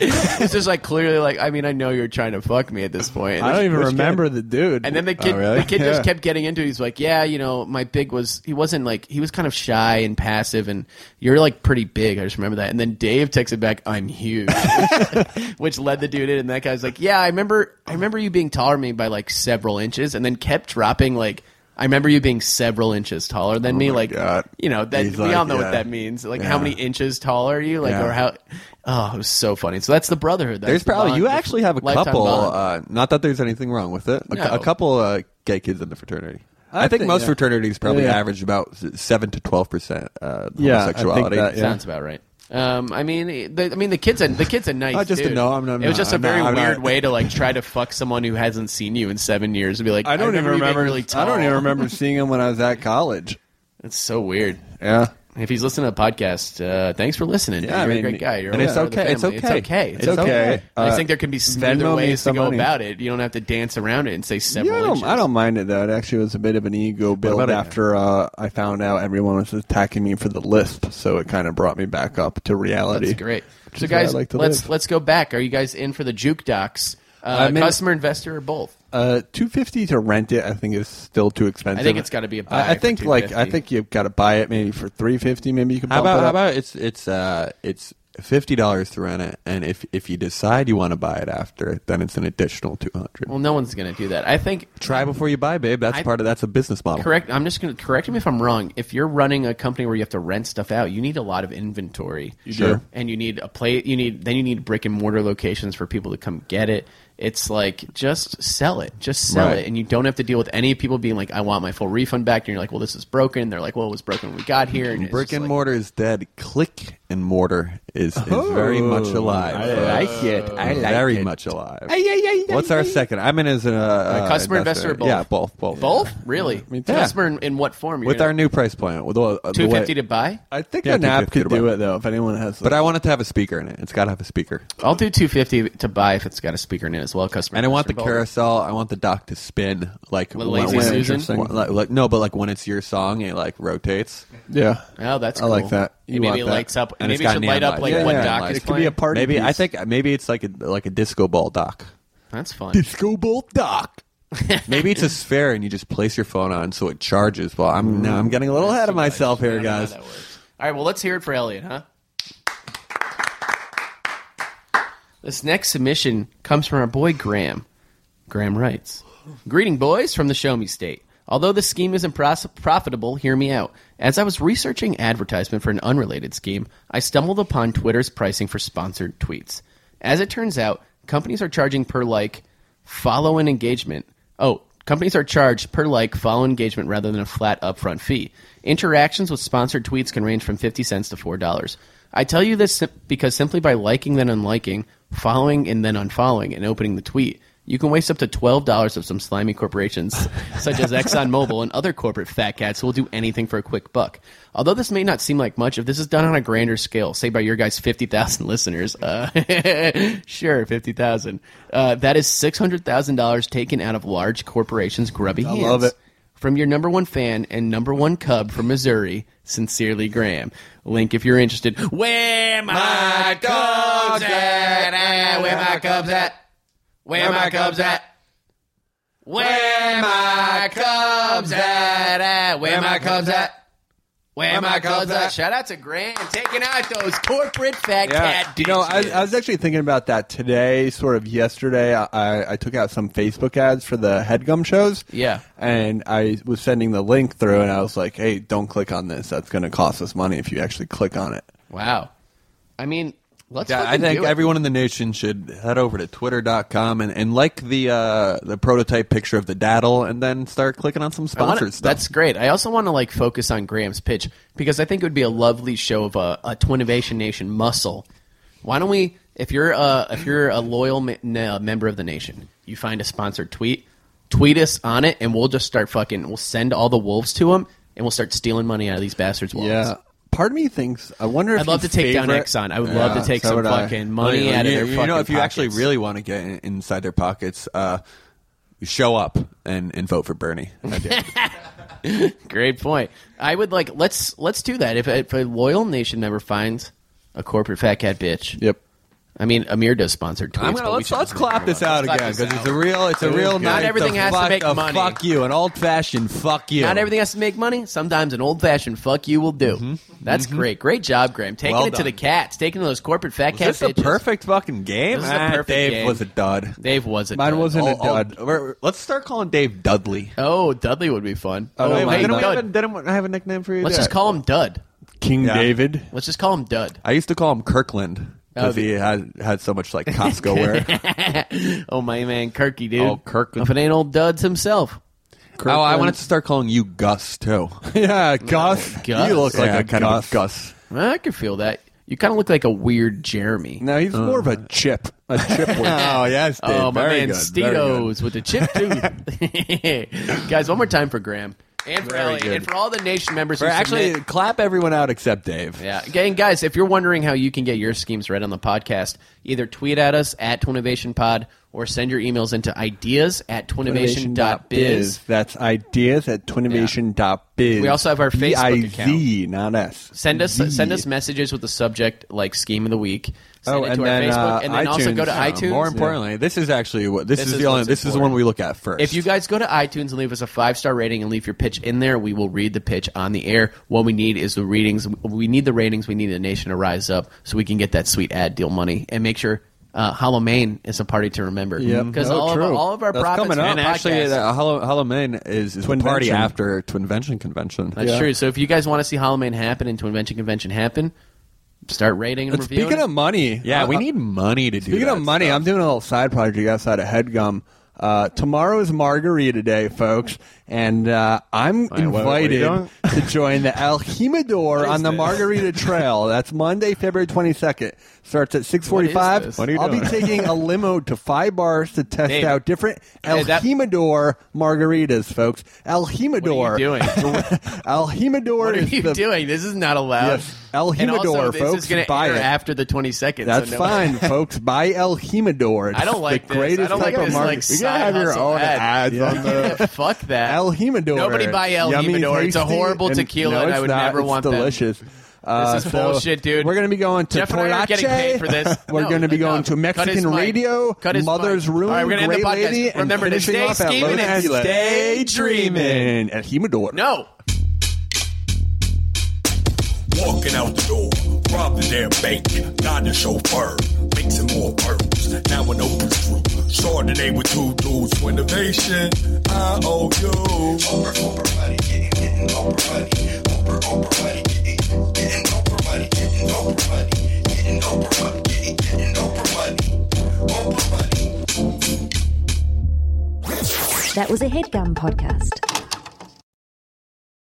Speaker 3: it's just like clearly, like I mean, I know you're trying to fuck me at this point. And
Speaker 4: I don't even
Speaker 5: Which
Speaker 4: remember the dude.
Speaker 3: and then the kid,
Speaker 5: Oh, really?
Speaker 3: the kid just
Speaker 5: Yeah.
Speaker 3: kept getting into. it. He's like, "Yeah, you know, my big was he wasn't like he was kind of shy and passive, and you're like pretty big. I just remember that." And then Dave texted back, "I'm huge," which led the dude in. And that guy's like, "Yeah, I remember, I remember you being taller than me by like several inches," and then kept dropping like. I remember you being several inches taller than me. Like,
Speaker 5: Oh God.
Speaker 3: you know, that
Speaker 5: He's
Speaker 3: we
Speaker 5: like,
Speaker 3: all know
Speaker 5: yeah.
Speaker 3: what that means. Like, how
Speaker 5: Yeah.
Speaker 3: many inches tall are you? Like,
Speaker 5: Yeah.
Speaker 3: or how? Oh, it was so funny. So that's the brotherhood. That's
Speaker 5: There's
Speaker 3: the
Speaker 5: probably
Speaker 3: bond,
Speaker 5: you
Speaker 3: the
Speaker 5: actually have a
Speaker 3: lifetime
Speaker 5: couple.
Speaker 3: bond.
Speaker 5: Uh, not that there's anything wrong with it. A, cou-
Speaker 3: No.
Speaker 5: a couple uh, gay kids in the fraternity. I, think,
Speaker 4: think-
Speaker 5: most
Speaker 4: yeah.
Speaker 5: fraternities probably
Speaker 4: Yeah.
Speaker 5: average about s- seven to twelve percent uh,
Speaker 4: Yeah, I think
Speaker 5: homosexuality.
Speaker 4: that, yeah.
Speaker 3: Sounds about right. Um, I mean, the, I mean, the kids are the kids are nice.
Speaker 5: Oh, just a
Speaker 3: dude.
Speaker 5: no, I'm not-
Speaker 3: It was just a
Speaker 5: I'm not-
Speaker 3: very
Speaker 5: I'm not-
Speaker 3: weird way to like try to fuck someone who hasn't seen you in seven years and be like,
Speaker 4: I don't even
Speaker 3: you being
Speaker 4: remember.
Speaker 3: Really tall.
Speaker 4: I don't even remember seeing him when I was at college.
Speaker 3: It's so weird.
Speaker 4: Yeah.
Speaker 3: If he's listening to the podcast, uh, thanks for listening.
Speaker 4: I
Speaker 3: Yeah, You're
Speaker 4: mean,
Speaker 3: a great guy. You're
Speaker 5: and
Speaker 3: a
Speaker 5: it's
Speaker 3: part of the
Speaker 5: okay, it's
Speaker 3: family.
Speaker 5: okay.
Speaker 3: It's okay.
Speaker 5: It's okay.
Speaker 3: I
Speaker 4: Uh,
Speaker 3: just think there can be
Speaker 4: Venmo
Speaker 3: smoother
Speaker 4: me
Speaker 3: ways to
Speaker 4: some
Speaker 3: go
Speaker 4: money.
Speaker 3: about it. You don't have to dance around it and say several
Speaker 4: Yeah, I don't,
Speaker 3: inches.
Speaker 4: I don't mind it though. It actually was a bit of an ego build
Speaker 5: about it?
Speaker 4: after uh, I found out everyone was attacking me for the lisp, so it kind of brought me back up to reality.
Speaker 3: That's great.
Speaker 4: Which
Speaker 3: So
Speaker 4: is where I
Speaker 3: guys,
Speaker 4: like to
Speaker 3: let's
Speaker 4: live.
Speaker 3: let's go back. Are you guys in for the juke docs? Uh,
Speaker 4: I'm in-
Speaker 3: customer, investor, or both?
Speaker 4: Uh, two fifty to rent it, I think is still too expensive.
Speaker 3: I think it's gotta be a buy
Speaker 4: I, I
Speaker 3: for
Speaker 4: think like I
Speaker 3: $250.
Speaker 4: think you've got to buy it maybe for three fifty. Maybe you can.
Speaker 5: How
Speaker 4: bump
Speaker 5: about
Speaker 4: it
Speaker 5: how
Speaker 4: up.
Speaker 5: about it's it's uh, it's fifty dollars to rent it, and if if you decide you want to buy it after, then it's an additional two hundred.
Speaker 3: Well, no one's going to do that. I think
Speaker 5: Try before you buy, babe. That's
Speaker 3: I-
Speaker 5: part of that's a business model.
Speaker 3: correct. I'm just going to correct me if I'm wrong. If you're running a company where you have to rent stuff out, you need a lot of inventory. You
Speaker 5: Sure. do.
Speaker 3: and you need a play. You need then you need brick and mortar locations for people to come get it. It's like just sell it, just sell
Speaker 5: Right.
Speaker 3: it, and you don't have to deal with any people being like, "I want my full refund back," and you're like, "Well, this is broken." They're like, "Well, it was broken when we got here." And it's
Speaker 5: Brick
Speaker 3: just
Speaker 5: and
Speaker 3: like-
Speaker 5: mortar is dead. Click and mortar is, is
Speaker 3: Oh.
Speaker 5: very much alive.
Speaker 4: Oh. I like it. I like
Speaker 5: very
Speaker 4: it.
Speaker 5: much alive.
Speaker 4: ay, ay,
Speaker 5: What's
Speaker 4: ay.
Speaker 5: our second? I'm in as a uh,
Speaker 3: customer, investor, both?
Speaker 5: Yeah, both, both,
Speaker 3: Both really?
Speaker 5: Yeah.
Speaker 3: Customer in, in what form?
Speaker 5: With our new price point, with all- uh, the
Speaker 3: two
Speaker 5: way-
Speaker 3: fifty to buy,
Speaker 4: I think
Speaker 5: Yeah,
Speaker 4: an app
Speaker 5: 250
Speaker 4: could
Speaker 5: to
Speaker 4: do
Speaker 5: buy.
Speaker 4: it though. If anyone has,
Speaker 5: But I want it to have a speaker in it. It's got to have a speaker,
Speaker 3: I'll do two fifty to buy if it's got a speaker in it as well. Customer
Speaker 5: and I want the
Speaker 3: investor, both.
Speaker 5: carousel. I want the dock to spin like
Speaker 3: With Lazy
Speaker 5: when,
Speaker 3: Susan?
Speaker 5: when- like, like- no, but like when it's your song, it like rotates.
Speaker 4: yeah,
Speaker 3: Oh, that's
Speaker 4: I like
Speaker 3: cool.
Speaker 4: that.
Speaker 3: It
Speaker 4: You
Speaker 3: maybe
Speaker 4: want
Speaker 3: it
Speaker 4: that.
Speaker 3: lights up.
Speaker 5: And it's
Speaker 3: maybe it
Speaker 5: got
Speaker 3: should
Speaker 5: neon
Speaker 3: light up
Speaker 5: lights.
Speaker 3: like
Speaker 5: Yeah,
Speaker 3: what
Speaker 5: yeah,
Speaker 3: doc
Speaker 5: like-
Speaker 3: is
Speaker 4: it could be a
Speaker 3: playing.
Speaker 4: party.
Speaker 5: Maybe I
Speaker 4: piece.
Speaker 5: think maybe it's like a like a disco ball dock.
Speaker 3: That's fun.
Speaker 4: disco ball doc.
Speaker 5: Maybe it's a sphere, and you just place your phone on so it charges. Well, I'm now I'm getting a little ahead of myself
Speaker 3: I
Speaker 5: here,
Speaker 3: don't know how
Speaker 5: guys.
Speaker 3: that works. All right, well, let's hear it for Elliot, huh? This next submission comes from our boy Graham. Graham writes Greeting, boys, from the Show Me State. Although this scheme isn't pros- profitable, hear me out. As I was researching advertisement for an unrelated scheme, I stumbled upon Twitter's pricing for sponsored tweets. As it turns out, companies are charging per like, follow and engagement. Oh, companies are charged per like, follow engagement rather than a flat upfront fee. Interactions with sponsored tweets can range from 50 cents to $4. I tell you this sim- because simply by liking then unliking, following and then unfollowing and opening the tweet, You can waste up to $12 of some slimy corporations, such as ExxonMobil and other corporate fat cats who will do anything for a quick buck. Although this may not seem like much, if this is done on a grander scale, say by your guys' 50,000 listeners, uh, sure, 50,000, uh, that is $600,000 taken out of large corporations' grubby hands.
Speaker 4: love it.
Speaker 3: From your number one fan and number one cub from Missouri, sincerely Graham. Link if you're interested. Where my cubs at? Ah, Where my cubs at? Where my cubs at? Where my cubs at? Ah, Where my cubs at? Where my cubs at? Shout out to Graham taking out those corporate fat cat
Speaker 4: You
Speaker 3: dudes.
Speaker 4: know, I, I was actually thinking about that today, sort of yesterday. I- I, I took out some Facebook ads for the headgum shows.
Speaker 3: Yeah.
Speaker 4: And I was sending the link through, and I was like, hey, don't click on this. That's going to cost us money if you actually click on it.
Speaker 3: wow. I mean, let's.
Speaker 5: Yeah, I
Speaker 3: fucking
Speaker 5: think
Speaker 3: do it.
Speaker 5: everyone in the nation should head over to twitter.com and, and like the uh, the prototype picture of the daddle and then start clicking on some
Speaker 3: I wanna-
Speaker 5: sponsored stuff.
Speaker 3: That's great. I also want to like focus on Graham's pitch because I think it would be a lovely show of a, a Twinnovation Nation muscle. Why don't we? If you're a, if you're a loyal me- n- uh, member of the nation, you find a sponsored tweet, tweet us on it, and we'll just start fucking. We'll send all the wolves to them, and we'll start stealing money out of these bastards' wolves.
Speaker 4: Yeah. Part of me thinks, I wonder if
Speaker 3: I'd love
Speaker 4: you
Speaker 3: to take down
Speaker 4: favorite-
Speaker 3: Exxon. I would
Speaker 4: Yeah,
Speaker 3: love to take
Speaker 4: so
Speaker 3: some
Speaker 4: would I.
Speaker 3: fucking money
Speaker 5: Like,
Speaker 3: out of
Speaker 5: you,
Speaker 3: their
Speaker 5: you
Speaker 3: fucking
Speaker 5: know, if you
Speaker 3: pockets.
Speaker 5: actually really want to get in, inside their pockets, uh, show up and, and vote for Bernie. I did.
Speaker 3: Great point. I would like let's let's do that. If, if a loyal nation member finds a corporate fat cat bitch,
Speaker 4: Yep.
Speaker 3: I mean, Amir does sponsored tweets.
Speaker 5: I'm
Speaker 3: but
Speaker 5: gonna
Speaker 3: we
Speaker 5: let's
Speaker 3: should
Speaker 5: let's
Speaker 3: just
Speaker 5: clap
Speaker 3: make
Speaker 5: this
Speaker 3: it.
Speaker 5: out
Speaker 3: Let's
Speaker 5: again
Speaker 3: clap this
Speaker 5: because it's
Speaker 3: out.
Speaker 5: a real it's a real
Speaker 3: Not
Speaker 5: night
Speaker 3: everything has
Speaker 5: of
Speaker 3: to
Speaker 5: fuck-
Speaker 3: make
Speaker 5: of
Speaker 3: money.
Speaker 5: Fuck you, an old fashioned fuck you.
Speaker 3: Not everything has to make money. Sometimes an old fashioned fuck you will do. That's great. Great job, Graham. Taking
Speaker 5: Mm-hmm. Well
Speaker 3: it to
Speaker 5: done.
Speaker 3: the cats. Taking those corporate fat
Speaker 5: Is
Speaker 3: cat
Speaker 5: this a
Speaker 3: bitches.
Speaker 5: perfect fucking game?
Speaker 3: This is a
Speaker 5: Ah,
Speaker 3: perfect
Speaker 5: Dave
Speaker 3: game.
Speaker 5: was a dud.
Speaker 3: Dave wasn't.
Speaker 4: Mine
Speaker 3: done.
Speaker 4: wasn't
Speaker 5: All-
Speaker 4: a
Speaker 5: all-
Speaker 4: dud.
Speaker 5: we're- let's start calling Dave Dudley.
Speaker 3: Oh, Dudley would be fun. Oh,
Speaker 4: wait,
Speaker 3: wait,
Speaker 4: wait,
Speaker 5: didn't, we have
Speaker 3: Dud.
Speaker 5: a, didn't we have a nickname for you?
Speaker 3: Let's just
Speaker 5: Yeah.
Speaker 3: call him Dud.
Speaker 4: King
Speaker 5: Yeah.
Speaker 4: David.
Speaker 3: Let's just call him Dud.
Speaker 5: I used to call him Kirkland because
Speaker 3: Oh,
Speaker 5: he had had so much like Costco wear.
Speaker 3: Oh my man, Kirky dude.
Speaker 5: Oh, Kirk-
Speaker 3: If it ain't old Duds himself.
Speaker 5: oh, I
Speaker 4: Kirkland.
Speaker 5: wanted to start calling you Gus too.
Speaker 4: Yeah, Gus.
Speaker 3: Gus.
Speaker 4: You look like
Speaker 5: Yeah,
Speaker 4: a
Speaker 5: kind
Speaker 4: Gus.
Speaker 5: of a Gus.
Speaker 3: I can feel that. You kind of look like a weird Jeremy.
Speaker 4: No, he's more of a
Speaker 5: Uh.
Speaker 4: chip. A chip.
Speaker 5: Oh yes, Dave.
Speaker 3: Oh, my
Speaker 5: Very
Speaker 3: man,
Speaker 5: good, very good.
Speaker 3: Steedos with the chip tooth. Guys, one more time for Graham and for
Speaker 5: Very
Speaker 3: Ellie
Speaker 5: good.
Speaker 3: and for all the nation members.
Speaker 5: Or
Speaker 3: who
Speaker 5: actually,
Speaker 3: submit-
Speaker 5: clap everyone out except Dave.
Speaker 3: yeah. And guys, if you're wondering how you can get your schemes read on the podcast, either tweet at us at Twinnovation Pod or send your emails into ideas at twinnovation.biz.
Speaker 4: That's ideas at twinnovation.biz.
Speaker 3: We also have our Facebook account.
Speaker 4: B-I-Z, not S.
Speaker 3: Send us
Speaker 4: Z.
Speaker 3: send us messages with the subject like scheme of the week. Send
Speaker 4: Oh,
Speaker 3: it to
Speaker 4: and
Speaker 3: our
Speaker 4: then,
Speaker 3: Facebook
Speaker 4: uh,
Speaker 3: and then also
Speaker 4: iTunes.
Speaker 3: go to
Speaker 4: Yeah,
Speaker 3: iTunes.
Speaker 5: More importantly, this is actually what this,
Speaker 3: This
Speaker 5: is,
Speaker 3: is
Speaker 5: the only
Speaker 3: what's
Speaker 5: this is the one
Speaker 3: important.
Speaker 5: we look at first.
Speaker 3: If you guys go to iTunes and leave us a five star rating and leave your pitch in there, we will read the pitch on the air. What we need is the readings. We need the ratings. We need the nation to rise up so we can get that sweet ad deal money and make sure uh, Hollow Maine is a party to remember.
Speaker 4: Yep.
Speaker 3: because
Speaker 4: Oh,
Speaker 3: all, of our-
Speaker 4: true.
Speaker 3: all of our
Speaker 4: That's
Speaker 3: profits
Speaker 4: coming
Speaker 3: from
Speaker 4: up.
Speaker 5: Mm-hmm. and
Speaker 3: the
Speaker 5: actually,
Speaker 3: podcast-
Speaker 5: uh, Hollow, Hollow Main is, is a party
Speaker 4: Twinvention.
Speaker 5: after Twinvention Convention.
Speaker 3: that's
Speaker 4: yeah.
Speaker 3: true. So if you guys want to see Hollow Maine happen and Twinvention Convention happen, start rating and
Speaker 4: And
Speaker 3: reviewing.
Speaker 4: speaking
Speaker 3: it.
Speaker 4: of money,
Speaker 5: Yeah,
Speaker 4: uh,
Speaker 5: we
Speaker 4: uh,
Speaker 5: need money to do.
Speaker 4: Speaking
Speaker 5: that
Speaker 4: of money,
Speaker 5: stuff.
Speaker 4: I'm doing a little side project outside of Headgum. Uh, tomorrow is Margarita Day, folks, and uh, I'm
Speaker 5: what- what are you
Speaker 4: invited
Speaker 5: doing?
Speaker 4: to join the El Jimador on the Margarita Trail. That's Monday, February 22nd. Starts at 6:45.
Speaker 3: this? What are you
Speaker 4: I'll be taking a limo to five bars to test
Speaker 3: Dave.
Speaker 4: out different El
Speaker 3: Hey, that-
Speaker 4: Jimador margaritas, folks. El Jimador.
Speaker 3: what are you doing?
Speaker 4: El Jimador
Speaker 3: What are
Speaker 4: is
Speaker 3: you
Speaker 4: the
Speaker 3: doing? This is not allowed.
Speaker 4: Yes. El
Speaker 3: and also,
Speaker 4: Jimador,
Speaker 3: this
Speaker 4: folks.
Speaker 3: is going to
Speaker 4: Buy
Speaker 3: air
Speaker 4: it.
Speaker 3: after the 22nd.
Speaker 4: That's
Speaker 3: so no-
Speaker 4: fine, folks. Buy El Jimador. It's
Speaker 3: I don't like
Speaker 4: the
Speaker 3: this.
Speaker 4: greatest
Speaker 3: I don't like
Speaker 4: type
Speaker 3: this,
Speaker 4: of market.
Speaker 3: like, side hustle ad.
Speaker 4: on the
Speaker 3: Fuck that.
Speaker 4: El Jimador.
Speaker 3: Nobody buy El
Speaker 4: Yummy,
Speaker 3: Jimador. It's a
Speaker 4: tasty,
Speaker 3: horrible
Speaker 4: and-
Speaker 3: tequila,
Speaker 4: No,
Speaker 3: and I
Speaker 4: it's
Speaker 3: would
Speaker 4: not.
Speaker 3: never
Speaker 4: it's
Speaker 3: want that.
Speaker 4: delicious. Uh,
Speaker 3: This is
Speaker 4: so
Speaker 3: bullshit, dude.
Speaker 4: We're gonna be going to
Speaker 3: Jeff and I aren't getting
Speaker 4: Torache.
Speaker 3: paid for this.
Speaker 4: we're
Speaker 3: No,
Speaker 4: gonna be
Speaker 3: enough.
Speaker 4: going to
Speaker 3: Cut his
Speaker 4: Mexican
Speaker 3: mic.
Speaker 4: radio,
Speaker 3: Cut his
Speaker 4: Mother's
Speaker 3: mic.
Speaker 4: Room,
Speaker 3: All right, we're gonna end the
Speaker 4: Great
Speaker 3: podcast.
Speaker 4: Lady, and
Speaker 3: Remember to
Speaker 4: finishing
Speaker 3: stay
Speaker 4: off at
Speaker 3: scheming
Speaker 4: Los
Speaker 3: and
Speaker 4: Angeles.
Speaker 3: stay dreaming.
Speaker 4: El Jimador.
Speaker 3: No.
Speaker 2: Walking out the door, robbing their bank, got the chauffeur, mixing more pearls. Now an open group, Chardonnay with two dudes for innovation. I owe you. Oprah, Oprah money, getting, getting Oprah money. Oprah, Oprah money, getting, getting Oprah money, getting Oprah money, getting Oprah money, getting, getting Oprah money. Oprah money.
Speaker 1: That was a headgum podcast.